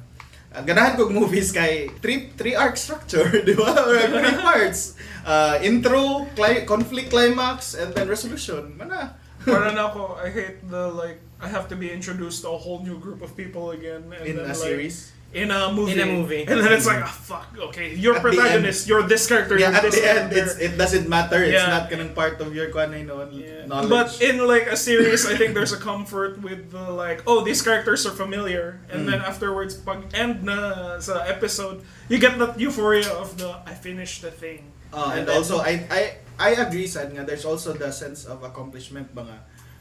S3: Ang ganahan kog movies kay three three arc structure, di ba? Or three parts. Uh, intro, cli- conflict climax, and then resolution. Mana.
S2: Para na ako, I hate the like I have to be introduced to a whole new group of people again. And
S3: In
S2: then,
S3: a
S2: like,
S3: series.
S2: in a movie.
S1: In a movie.
S2: And then it's like, ah, fuck, okay, you're
S3: At the
S2: protagonist, you're this character,
S3: Yeah,
S2: you're
S3: at
S2: this
S3: the end,
S2: character.
S3: it's, it doesn't matter. It's
S2: Yeah.
S3: not kanang part of your kwan,
S2: Yeah.
S3: knowledge.
S2: But in like a series, I think there's a comfort with the like, oh, these characters are familiar, and
S3: Hmm.
S2: then afterwards, pag end na sa episode, you get that euphoria of the I finished the thing.
S3: Uh, and
S2: then-
S3: also, I, I, I agree, sad nga. There's also the sense of accomplishment ba nga.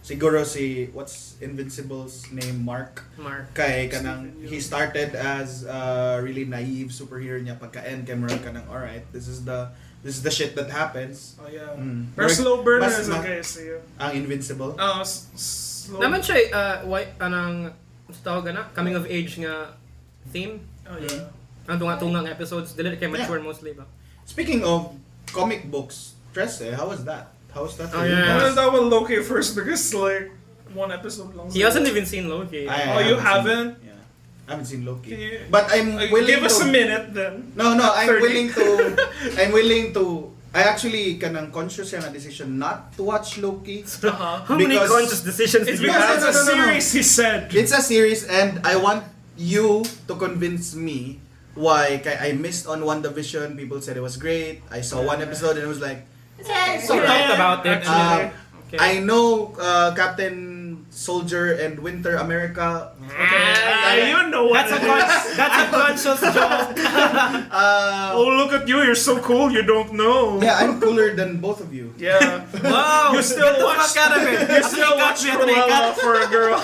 S3: Siguro si, what's Invincible's name, Mark?
S1: Mark.
S3: Kay kanang,
S2: Stephen Yeun.
S3: he started as uh, really naive superhero niya. Pagka-end camera kanang, alright, this is the, this is the shit that happens.
S2: Oh yeah.
S3: Mm.
S2: Pero slow burn
S3: Mas-
S2: is
S3: ma-
S2: okay, so yeah.
S3: Ang Invincible.
S2: Uh, s- slow.
S1: Naman siya, uh, white, anang, sa tawag na, coming of age nga theme.
S2: Oh
S3: Hmm.
S2: yeah.
S1: Ang tunga-tunga nga episodes, dili kay mature
S3: Yeah.
S1: mostly ba?
S3: Speaking of comic books, Tress, eh, how was that? How was that
S1: Oh,
S3: for you
S1: yeah.
S2: And
S3: guys?
S2: then that one Loki first because like one episode long.
S1: He hasn't even seen Loki.
S3: I- I
S2: Oh, you
S3: seen- yeah. I haven't seen Loki.
S2: Can you-
S3: but I'm
S2: Uh,
S3: willing
S2: give
S3: to...
S2: us a minute then.
S3: No, no,
S2: 30.
S3: I'm willing to I'm willing to I actually kanang conscious yung decision not to watch Loki.
S2: Uh-huh.
S1: How many
S3: Because-
S1: conscious decisions
S2: It's
S1: did you have?
S2: because it's a
S3: No, no, no, no, no.
S2: series, he said.
S3: It's a series and I want you to convince me why kay I missed on WandaVision. People said it was great. I saw one episode and it was like
S6: It's okay.
S1: We talked about it.
S3: uh,
S2: Actually,
S1: Okay.
S3: I know uh, Captain Soldier and Winter America.
S2: Ah, you know what
S1: That's a
S2: it is.
S1: conscious, that's a conscious joke.
S3: Uh,
S2: Oh, look at you, you're so cool, you don't know.
S3: yeah, I'm cooler than both of you.
S2: Yeah.
S1: Wow!
S2: You still
S1: Get the
S2: watch-
S1: fuck out of it!
S2: You still watch Cruella for a girl.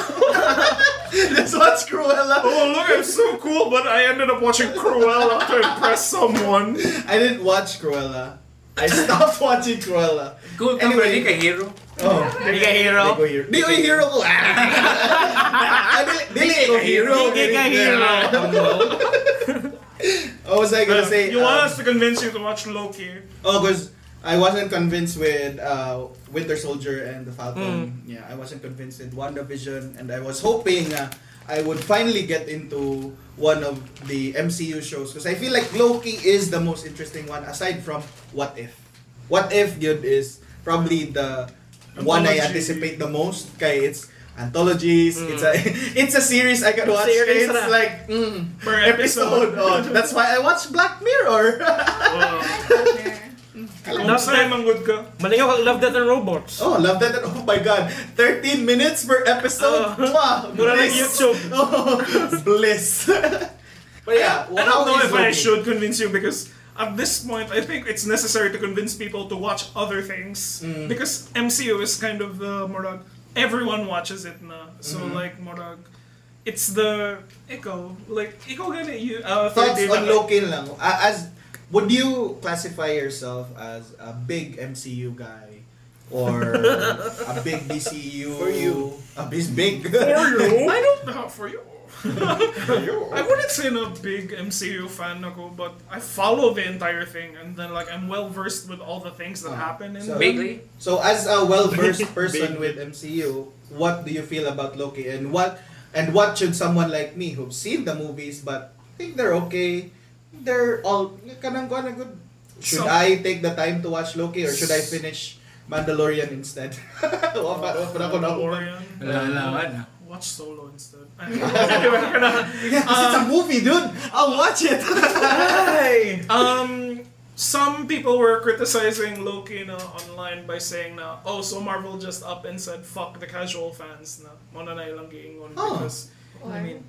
S3: That's what's Cruella.
S2: Oh, look, I'm so cool, but I ended up watching Cruella to impress someone.
S3: I didn't watch Cruella. I stopped watching Cruella.
S7: Cool ka
S3: Anyway.
S7: anyway. ka hero.
S3: Oh.
S1: Hindi ka hero.
S3: Di ko hero. Di ko hero ko. Ah! Ah, dili- Dili ko hero.
S1: Hindi ka hero.
S3: What was I gonna say?
S2: you want
S3: Uh,
S2: us to convince you to watch Loki?
S3: Oh, because I wasn't convinced with uh, Winter Soldier and the Falcon. Yeah, I wasn't convinced with WandaVision. And I was hoping uh, I would finally get into one of the MCU shows. Because I feel like Loki is the most interesting one aside from What If. What If, good is probably the one I
S2: Anthology.
S3: anticipate the most. Kay, it's anthologies. It's a it's a series I can watch. kay
S1: Series
S3: It's
S1: ra.
S3: like mm,
S2: Per
S3: episode. Oh, that's why I watch Black Mirror.
S2: Last time ang good ka.
S1: Malingaw kang Love, Death, and Robots.
S3: Oh, love that. Oh my god. 13 minutes per episode.
S2: Oh.
S3: wow.
S1: Mura lang
S3: bliss.
S1: YouTube.
S3: Oh, bliss. but yeah,
S2: I
S3: how
S2: don't know
S3: is
S2: if I
S3: Loki?
S2: should convince you because at this point, I think it's necessary to convince people to watch other things
S3: Mm.
S2: because MCU is kind of the morag. Everyone watches it na, so
S3: Mm-hmm.
S2: like morag, it's the ikaw like ikaw gani you uh,
S3: Thoughts
S2: Ferdy,
S3: on
S2: like-
S3: Loki lang. Uh, as would you classify yourself as a big MCU guy or a big DCU?
S7: For you.
S3: A big big.
S2: for you. I don't know for you.
S3: you.
S2: I wouldn't say I'm a big MCU fan ako, but I follow the entire thing and then like I'm well versed with all the things that
S3: Ah,
S2: happen in the-
S3: so-
S7: Bigly.
S3: So as a well-versed person with MCU, what do you feel about Loki and what and what should someone like me who've seen the movies but think they're okay, they're all kanang kuha na good. Should
S2: Some-
S3: I take the time to watch Loki or should I finish Mandalorian instead? Wa pa- wa pa na ako na-
S2: Mandalorian.
S7: Wala, wala, wala.
S2: Watch Solo instead. Anyway,
S3: Yeah, 'cause it's a movie, dude. I'll watch it.
S2: um, some people were criticizing Loki na online by saying na, oh, so Marvel just up and said, fuck the casual fans na, muna na ilang giingon
S3: Oh.
S2: because,
S6: Why?
S2: I mean,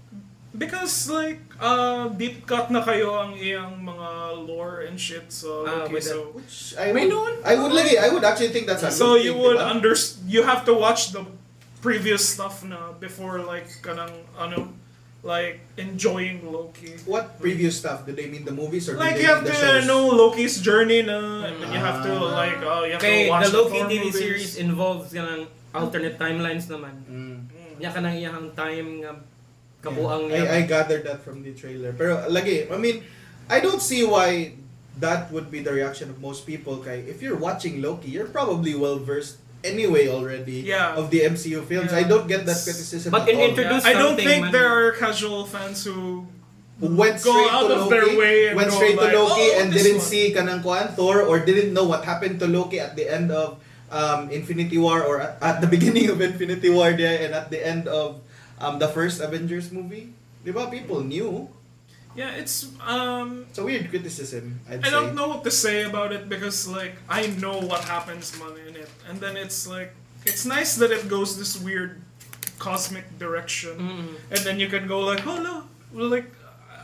S2: because like, uh, deep cut na kayo ang iyang mga lore and shit, so,
S1: Ah,
S2: okay,
S1: with
S2: so,
S3: Which I
S7: May
S3: would,
S7: noon?
S3: I would lagi, I would actually think that's a
S2: so
S3: good
S2: you
S3: thing,
S2: would
S3: diba?
S2: under, you have to watch the previous stuff na before like, kanang, ano, like, enjoying Loki.
S3: what preview stuff? Do they mean the movies or do
S2: Like
S3: they
S2: you have
S3: mean the
S2: to uh,
S3: shows?
S2: know Loki's journey na, and then you have to
S3: Ah.
S2: like, oh, you have
S1: Okay,
S2: to watch
S1: the Loki
S2: Thor
S1: TV
S2: movies.
S1: series involves ganang alternate timelines naman.
S3: Mm.
S1: Nya ka nang iyang time nga kabuang
S3: Yeah, I, I gathered that from the trailer. Pero lagi, I mean, I don't see why that would be the reaction of most people. Kay, if you're watching Loki, you're probably well versed anyway already
S2: Yeah.
S3: of the MCU films.
S2: Yeah.
S3: I don't get that criticism.
S1: But in
S3: at all.
S2: Yeah,
S1: introduce
S2: I don't
S1: something,
S2: think
S1: man.
S2: there are casual fans who.
S3: went
S2: go
S3: straight
S2: out
S3: to
S2: of
S3: Loki,
S2: their way and
S3: went
S2: go
S3: straight to
S2: like,
S3: Loki
S2: "Oh,
S3: and
S2: this
S3: didn't
S2: one."
S3: see kanang kuan Thor or didn't know what happened to Loki at the end of um, Infinity War or at, at the beginning of Infinity War there and at the end of um, the first Avengers movie. Di ba people knew?
S2: Yeah, it's um
S3: It's a weird criticism, I'd
S2: I
S3: say.
S2: don't know what to say about it because like I know what happens man in it, and then it's like it's nice that it goes this weird cosmic direction, and then you can go like oh no, well, like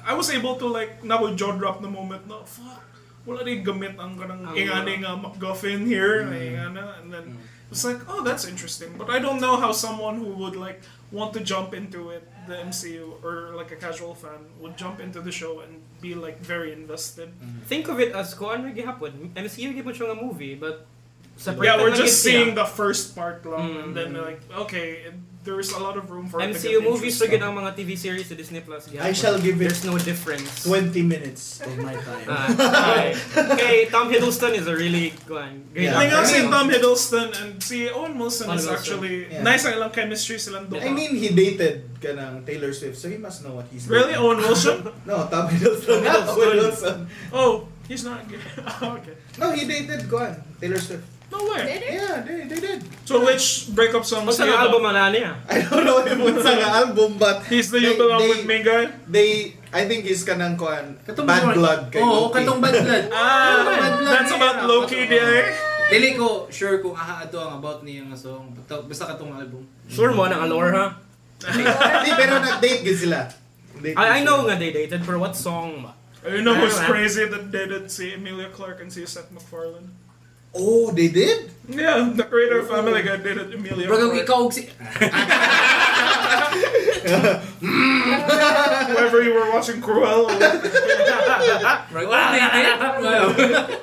S2: I was able to like na ko jaw drop the moment no fuck wala rin gamit ang kanang
S1: Ang-
S2: ingani nga MacGuffin here ay ingana, and then it's like oh that's interesting but I don't know how someone who would like want to jump into it the MCU or like a casual fan would jump into the show and be like very invested
S1: Think of it as kung ano gihapon. MCU gihapon siya nga movie, but separate
S2: yeah, we're
S1: lang gid
S2: just
S1: siya.
S2: seeing the first part lang, and then
S1: Mm.
S2: like okay, there's a lot of room for it to
S1: MCU
S2: get
S1: movies
S2: interesting.
S1: so gid ang mga TV series sa Disney Plus. gihapon.
S3: I shall give it
S1: There's no difference.
S3: 20 minutes of my time.
S1: Ah, okay. okay, Tom Hiddleston is a really good great
S3: Yeah.
S2: Like
S1: actor. Ano
S2: nga si Tom Hiddleston and si Owen Wilson
S1: Owen
S2: is
S1: Wilson.
S2: actually
S3: Yeah.
S2: nice ang ilang chemistry silang doon.
S3: I mean, he dated ka ng Taylor Swift, so he must know what he's
S2: really
S3: doing.
S2: Owen Wilson?
S3: No, Tom Hiddleston. Not
S1: Hiddleston.
S3: Owen Wilson.
S2: oh, he's not gay. okay.
S3: No, he dated Gwan. Taylor Swift.
S2: No way.
S6: Did it?
S3: Yeah, they, they did.
S2: So which breakup song
S1: Unsa nga album ana niya?
S3: I don't know if it's an album, but
S2: He's the
S3: they,
S2: You Belong
S3: they,
S2: With Me guy.
S3: They, I think he's kanang Kwan.
S7: Katong
S3: ah, Bad
S7: Jordan.
S3: blood kay
S7: Oo,
S3: Loki.
S7: katong bad blood.
S2: Ah,
S7: Bad blood
S2: that's
S7: niya.
S2: about Loki di ay.
S7: Dili ko sure kung aha ato ang about niya nga song. Basta- Basta katong album.
S1: Sure mo na alor ha.
S3: Hindi, pero nag-date gid sila. Date
S1: I, I
S3: gid
S1: know
S3: sila.
S1: nga they dated for what song ba?
S2: You know who's
S1: Ah.
S2: crazy that did it? Si Emilia Clarke and si Seth MacFarlane.
S3: Oh, they did?
S2: Yeah, the creator of Family Guy did it, Emilia
S7: Pero kung
S2: Clarke.
S7: ikaw og si...
S2: Whenever you were watching Cruella.
S7: Pero kung ikaw
S3: Ito,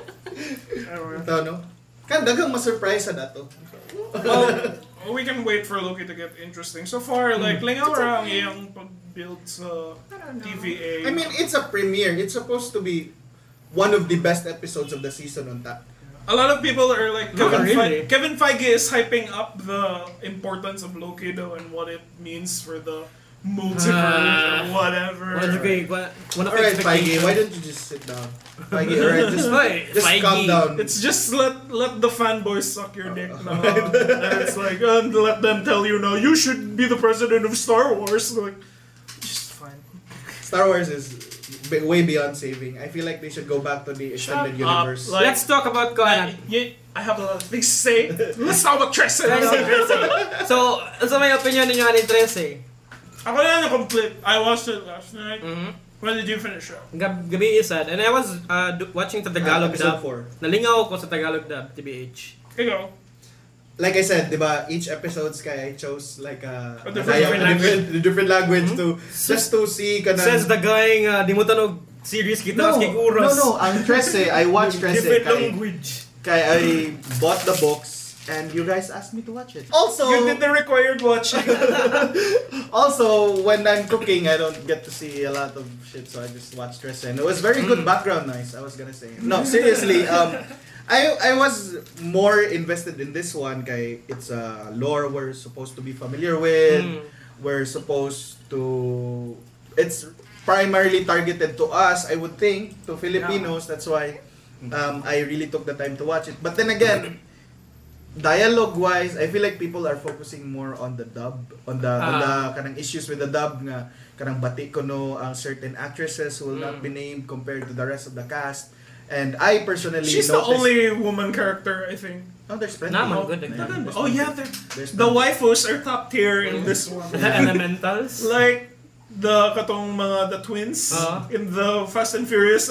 S3: Ano, no? Kan, dagang ma-surprise sa dato.
S2: Well, we can wait for Loki to get interesting. So far, like, lingaw ra ang iyang pag-build sa
S6: I don't know.
S2: TVA.
S3: I mean, it's a premiere. It's supposed to be one of the best episodes of the season on that.
S2: a lot of people are like,
S1: Not
S2: Kevin,
S1: really.
S2: Feige, Kevin Feige is hyping up the importance of Loki, though, and what it means for the multiverse
S1: Ah.
S2: or whatever.
S1: What you think? What what of
S3: Alright, Feige,
S1: expectations?
S3: why don't you just sit down? Feige, alright, just,
S1: Why?
S3: just calm
S1: Feige.
S3: down.
S2: It's just let let the fanboys suck your dick now. and it's like, and let them tell you, no, you should be the president of Star Wars. Like, just fine.
S3: Star Wars is b- way beyond saving. I feel like they should go back to the extended
S2: Shut up,
S3: universe.
S2: like-
S1: Let's talk about Conan.
S2: Yeah, I have a lot of things to say. Let's talk about Tristan.
S1: Let's talk So, ano sa may opinion ninyo ni 13?
S2: Ako na yung complete. I watched it last night.
S1: Mhm.
S2: When did you finish it?
S1: Gab gabi isa. And I was uh, do- watching the Tagalog
S3: episode
S1: dub.
S3: four.
S1: Nalingaw ako sa Tagalog dub, TBH.
S2: Ikaw.
S3: Like I said, diba, each episode's kaya I chose like uh,
S2: A
S3: a,
S2: different- different
S3: a
S2: language.
S3: different- different language to just to see kanang
S1: Says the guy nga, di mo tanog series kita, no,
S3: no,
S1: kay Kuros.
S3: No, eh, no, ang Trece, I watched Trece.
S1: Different
S3: kay-
S1: language.
S3: kay I bought the books and you guys asked me to watch it. Also,
S2: You did the required watching.
S3: also when I'm cooking, I don't get to see a lot of shit, so I just watch Tresse. And it was very good background noise. I was gonna say no, seriously. Um, I I was more invested in this one. Kay it's a lore we're supposed to be familiar with.
S1: Mm.
S3: We're supposed to. It's primarily targeted to us, I would think, to Filipinos. That's why um, I really took the time to watch it. But then again, dialogue wise, I feel like people are focusing more on the dub, on the on the kanang issues with the dub nga kanang bati ko no ang certain actresses who will not be named compared to the rest of the cast. And I personally
S2: She's the
S3: noticed,
S2: only woman character, I think.
S1: Mm-hmm.
S3: No, there's plenty.
S1: Naman, good actor.
S3: Yeah, there's
S2: Oh yeah,
S3: plenty.
S2: the,
S3: There's
S2: the
S3: plenty.
S2: waifus are top tier
S1: Mm-hmm.
S2: in this one.
S1: The elementals.
S2: Like the katong mga the twins
S1: Uh-huh.
S2: in the Fast and Furious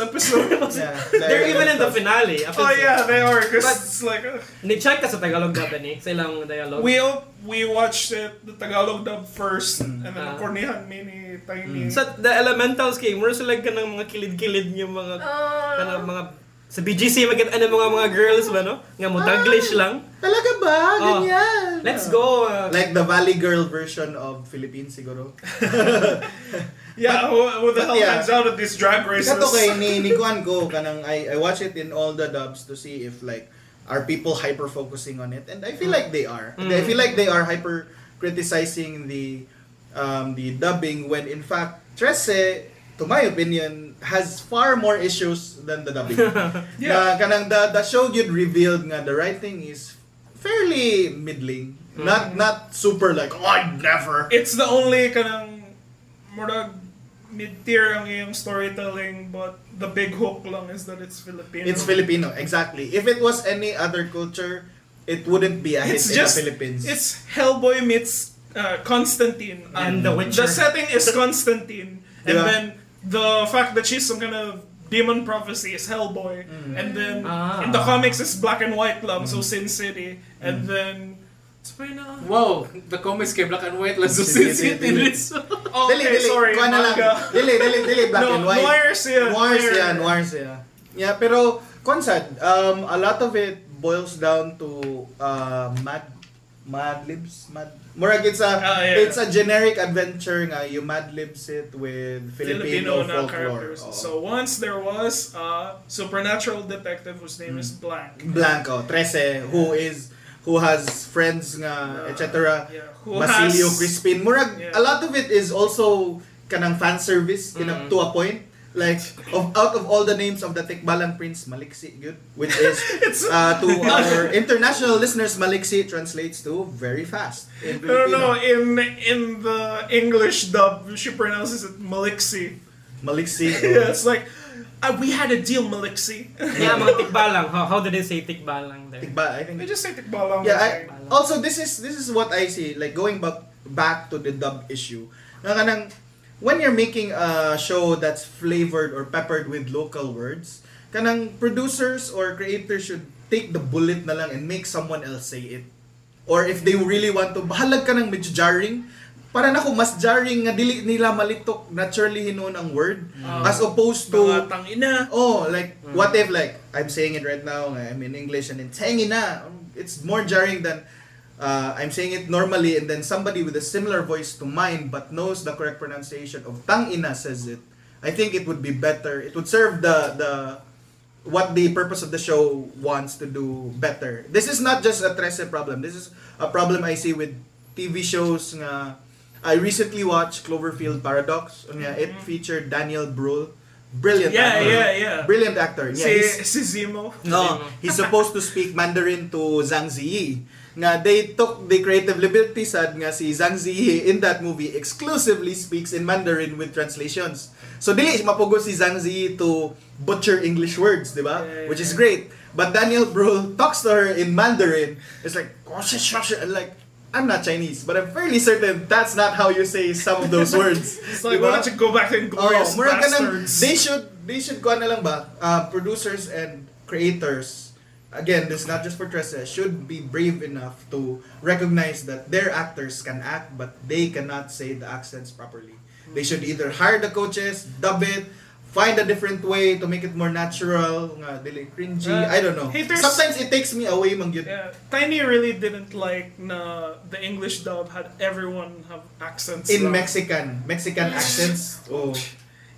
S2: episode.
S3: Yeah,
S1: They're even in the finale.
S2: Oh yeah, they are. Cause
S1: But-
S2: it's like uh,
S1: Ni-check ka sa Tagalog dub eh, ni, sa ilang dialogue.
S2: we op- we watched it the Tagalog dub first, and then
S1: Ah.
S2: Cornihan mini tiny.
S1: sa the elementals kay, more sa like ka ng mga kilid-kilid niyo mga Ano,
S6: Oh.
S1: mga sa BGC magkat ano mga mga girls ba no? Nga mo Taglish lang.
S3: Talaga ba?
S1: Oh.
S3: Ganyan.
S1: Let's go. uh,
S3: Like the Valley Girl version of Philippines siguro.
S2: Yeah, who, who the
S3: but
S2: hell
S3: yeah.
S2: hangs out at these drag races?
S3: Kato kay ni ni Kwan ko kanang I I watch it in all the dubs to see if like are people hyper focusing on it and
S2: Hmm.
S3: I feel like they are. I feel like they are hyper criticizing the um, the dubbing when in fact Trece to my opinion has far more issues than the dubbing. yeah.
S2: Yeah.
S3: kanang the, the show you revealed nga the writing is fairly middling.
S2: Hmm.
S3: Not not super like oh I never.
S2: It's the only kanang murag mid-tier ang iyong storytelling but the big hook lang is that it's Filipino.
S3: It's Filipino, exactly. If it was any other culture, it wouldn't be a hit
S2: It's
S3: in
S2: just
S3: the Philippines.
S2: it's Hellboy meets uh, Constantine
S1: And The Witcher.
S2: The setting is Constantine, and
S3: Diba?
S2: then the fact that she's some kind of demon prophecy is Hellboy, and then
S1: Ah. Mm.
S2: in the comics it's black and white lang, so Sin City, and then. Sa pa yun na-
S7: Wow, the comics kay black and white lang so sensitive.
S2: Oh,
S3: Dili,
S2: okay,
S3: dili,
S2: sorry.
S3: kuha na lang.
S2: manga.
S3: Dili, dili, dili, black
S2: No,
S3: and white.
S2: noir siya,
S3: Noir
S2: noir.
S3: siya, noir siya. Yeah, pero, konsad, um, a lot of it boils down to uh, mad mad libs mad murag it's a
S2: Ah, yeah.
S3: it's a generic adventure nga you mad libs it with Filipino,
S2: Filipino na
S3: folklore Oh.
S2: characters.
S3: Oo.
S2: So once there was a supernatural detective whose name is Blank.
S3: Blanco 13 who is who has friends nga
S2: Ah.
S3: etc
S2: Yeah, who
S3: Basilio
S2: has-
S3: Crispin. Murag,
S2: Yeah. Mm.
S3: a lot of it is also kanang fan service in a- to a point. Like, of out of all the names of the Tikbalang Prince, Maliksi, good. Which is, uh, to our international listeners, Maliksi translates to very fast. in
S2: No, no, no.
S3: Filipino.
S2: In in the English dub, she pronounces it Malixi.
S3: Maliksi.
S2: Yeah, it's like uh, we had a deal, Malixi.
S1: Yeah, mga tikbalang. How, how did they say tikbalang there?
S3: Tikba, I think.
S2: they just say tikbalang.
S3: Yeah, I, oh, also this is this is what I see like going back back to the dub issue. Na kanang when you're making a show that's flavored or peppered with local words, kanang producers or creators should take the bullet na lang and make someone else say it. Or if they really want to, bahalag ka ng medyo jarring, para na mas jarring nga dili nila malitok naturally hinon ang word as opposed to
S2: mga tangina.
S3: Oh, like what if like I'm saying it right now, eh, I'm in English and it's hanging na. It's more jarring than uh, I'm saying it normally and then somebody with a similar voice to mine but knows the correct pronunciation of tang ina says it. I think it would be better. It would serve the the what the purpose of the show wants to do better. This is not just a Trece problem. This is a problem I see with TV shows nga I recently watched Cloverfield Paradox. Nga, it featured Daniel Brühl. Brilliant
S2: Yeah,
S3: actor.
S2: yeah, yeah.
S3: Brilliant actor. Yeah,
S2: si
S3: he's-
S2: si Zemo.
S3: no, he's supposed to speak Mandarin to Zhang Ziyi. Nga, they took the creative liberty sad nga si Zhang Ziyi in that movie exclusively speaks in Mandarin with translations. So, dili mapugo si Zhang Ziyi to butcher English words, di
S2: Yeah,
S3: ba?
S2: yeah,
S3: Which is
S2: yeah.
S3: great. But Daniel Brühl talks to her in Mandarin. It's like, "Oh, shit, shit, shit." And like, I'm not Chinese, but I'm fairly certain that's not how you say some of those words.
S2: It's like
S3: Di
S2: why
S3: ba?
S2: don't you go back to Inglorious
S3: Oh, mura ka nang-
S2: Bastards?
S3: they should, they should go na lang ba, uh, producers and creators, again, this is not just for Tressa, should be brave enough to recognize that their actors can act, but they cannot say the accents properly. They should either hire the coaches, dub it, find a different way to make it more natural, nga, dili cringy,
S2: Uh,
S3: I don't know.
S2: haters-
S3: Sometimes it takes me away, mang yun.
S2: Yeah, Tiny really didn't like na the English dub had everyone have accents.
S3: In
S2: lang.
S3: Mexican, Mexican accents, oh,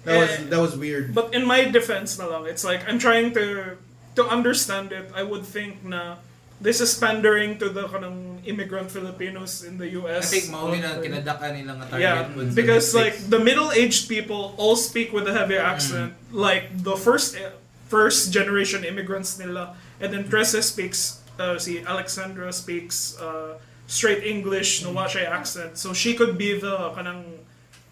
S3: that was,
S2: Eh,
S3: that was weird.
S2: But in my defense na lang, it's like I'm trying to to understand it. I would think na this is pandering to the kanang immigrant Filipinos in the
S7: I
S2: US.
S7: think mao na kinadaka nila nga target
S2: Yeah,
S7: audience.
S2: because like the middle-aged people all speak with a heavy
S7: Mm.
S2: accent, like the first eh, first generation immigrants nila, and then Tressa speaks. Uh, see, Alexandra speaks uh, straight English,
S7: Mm.
S2: no washay accent, so she could be the kanang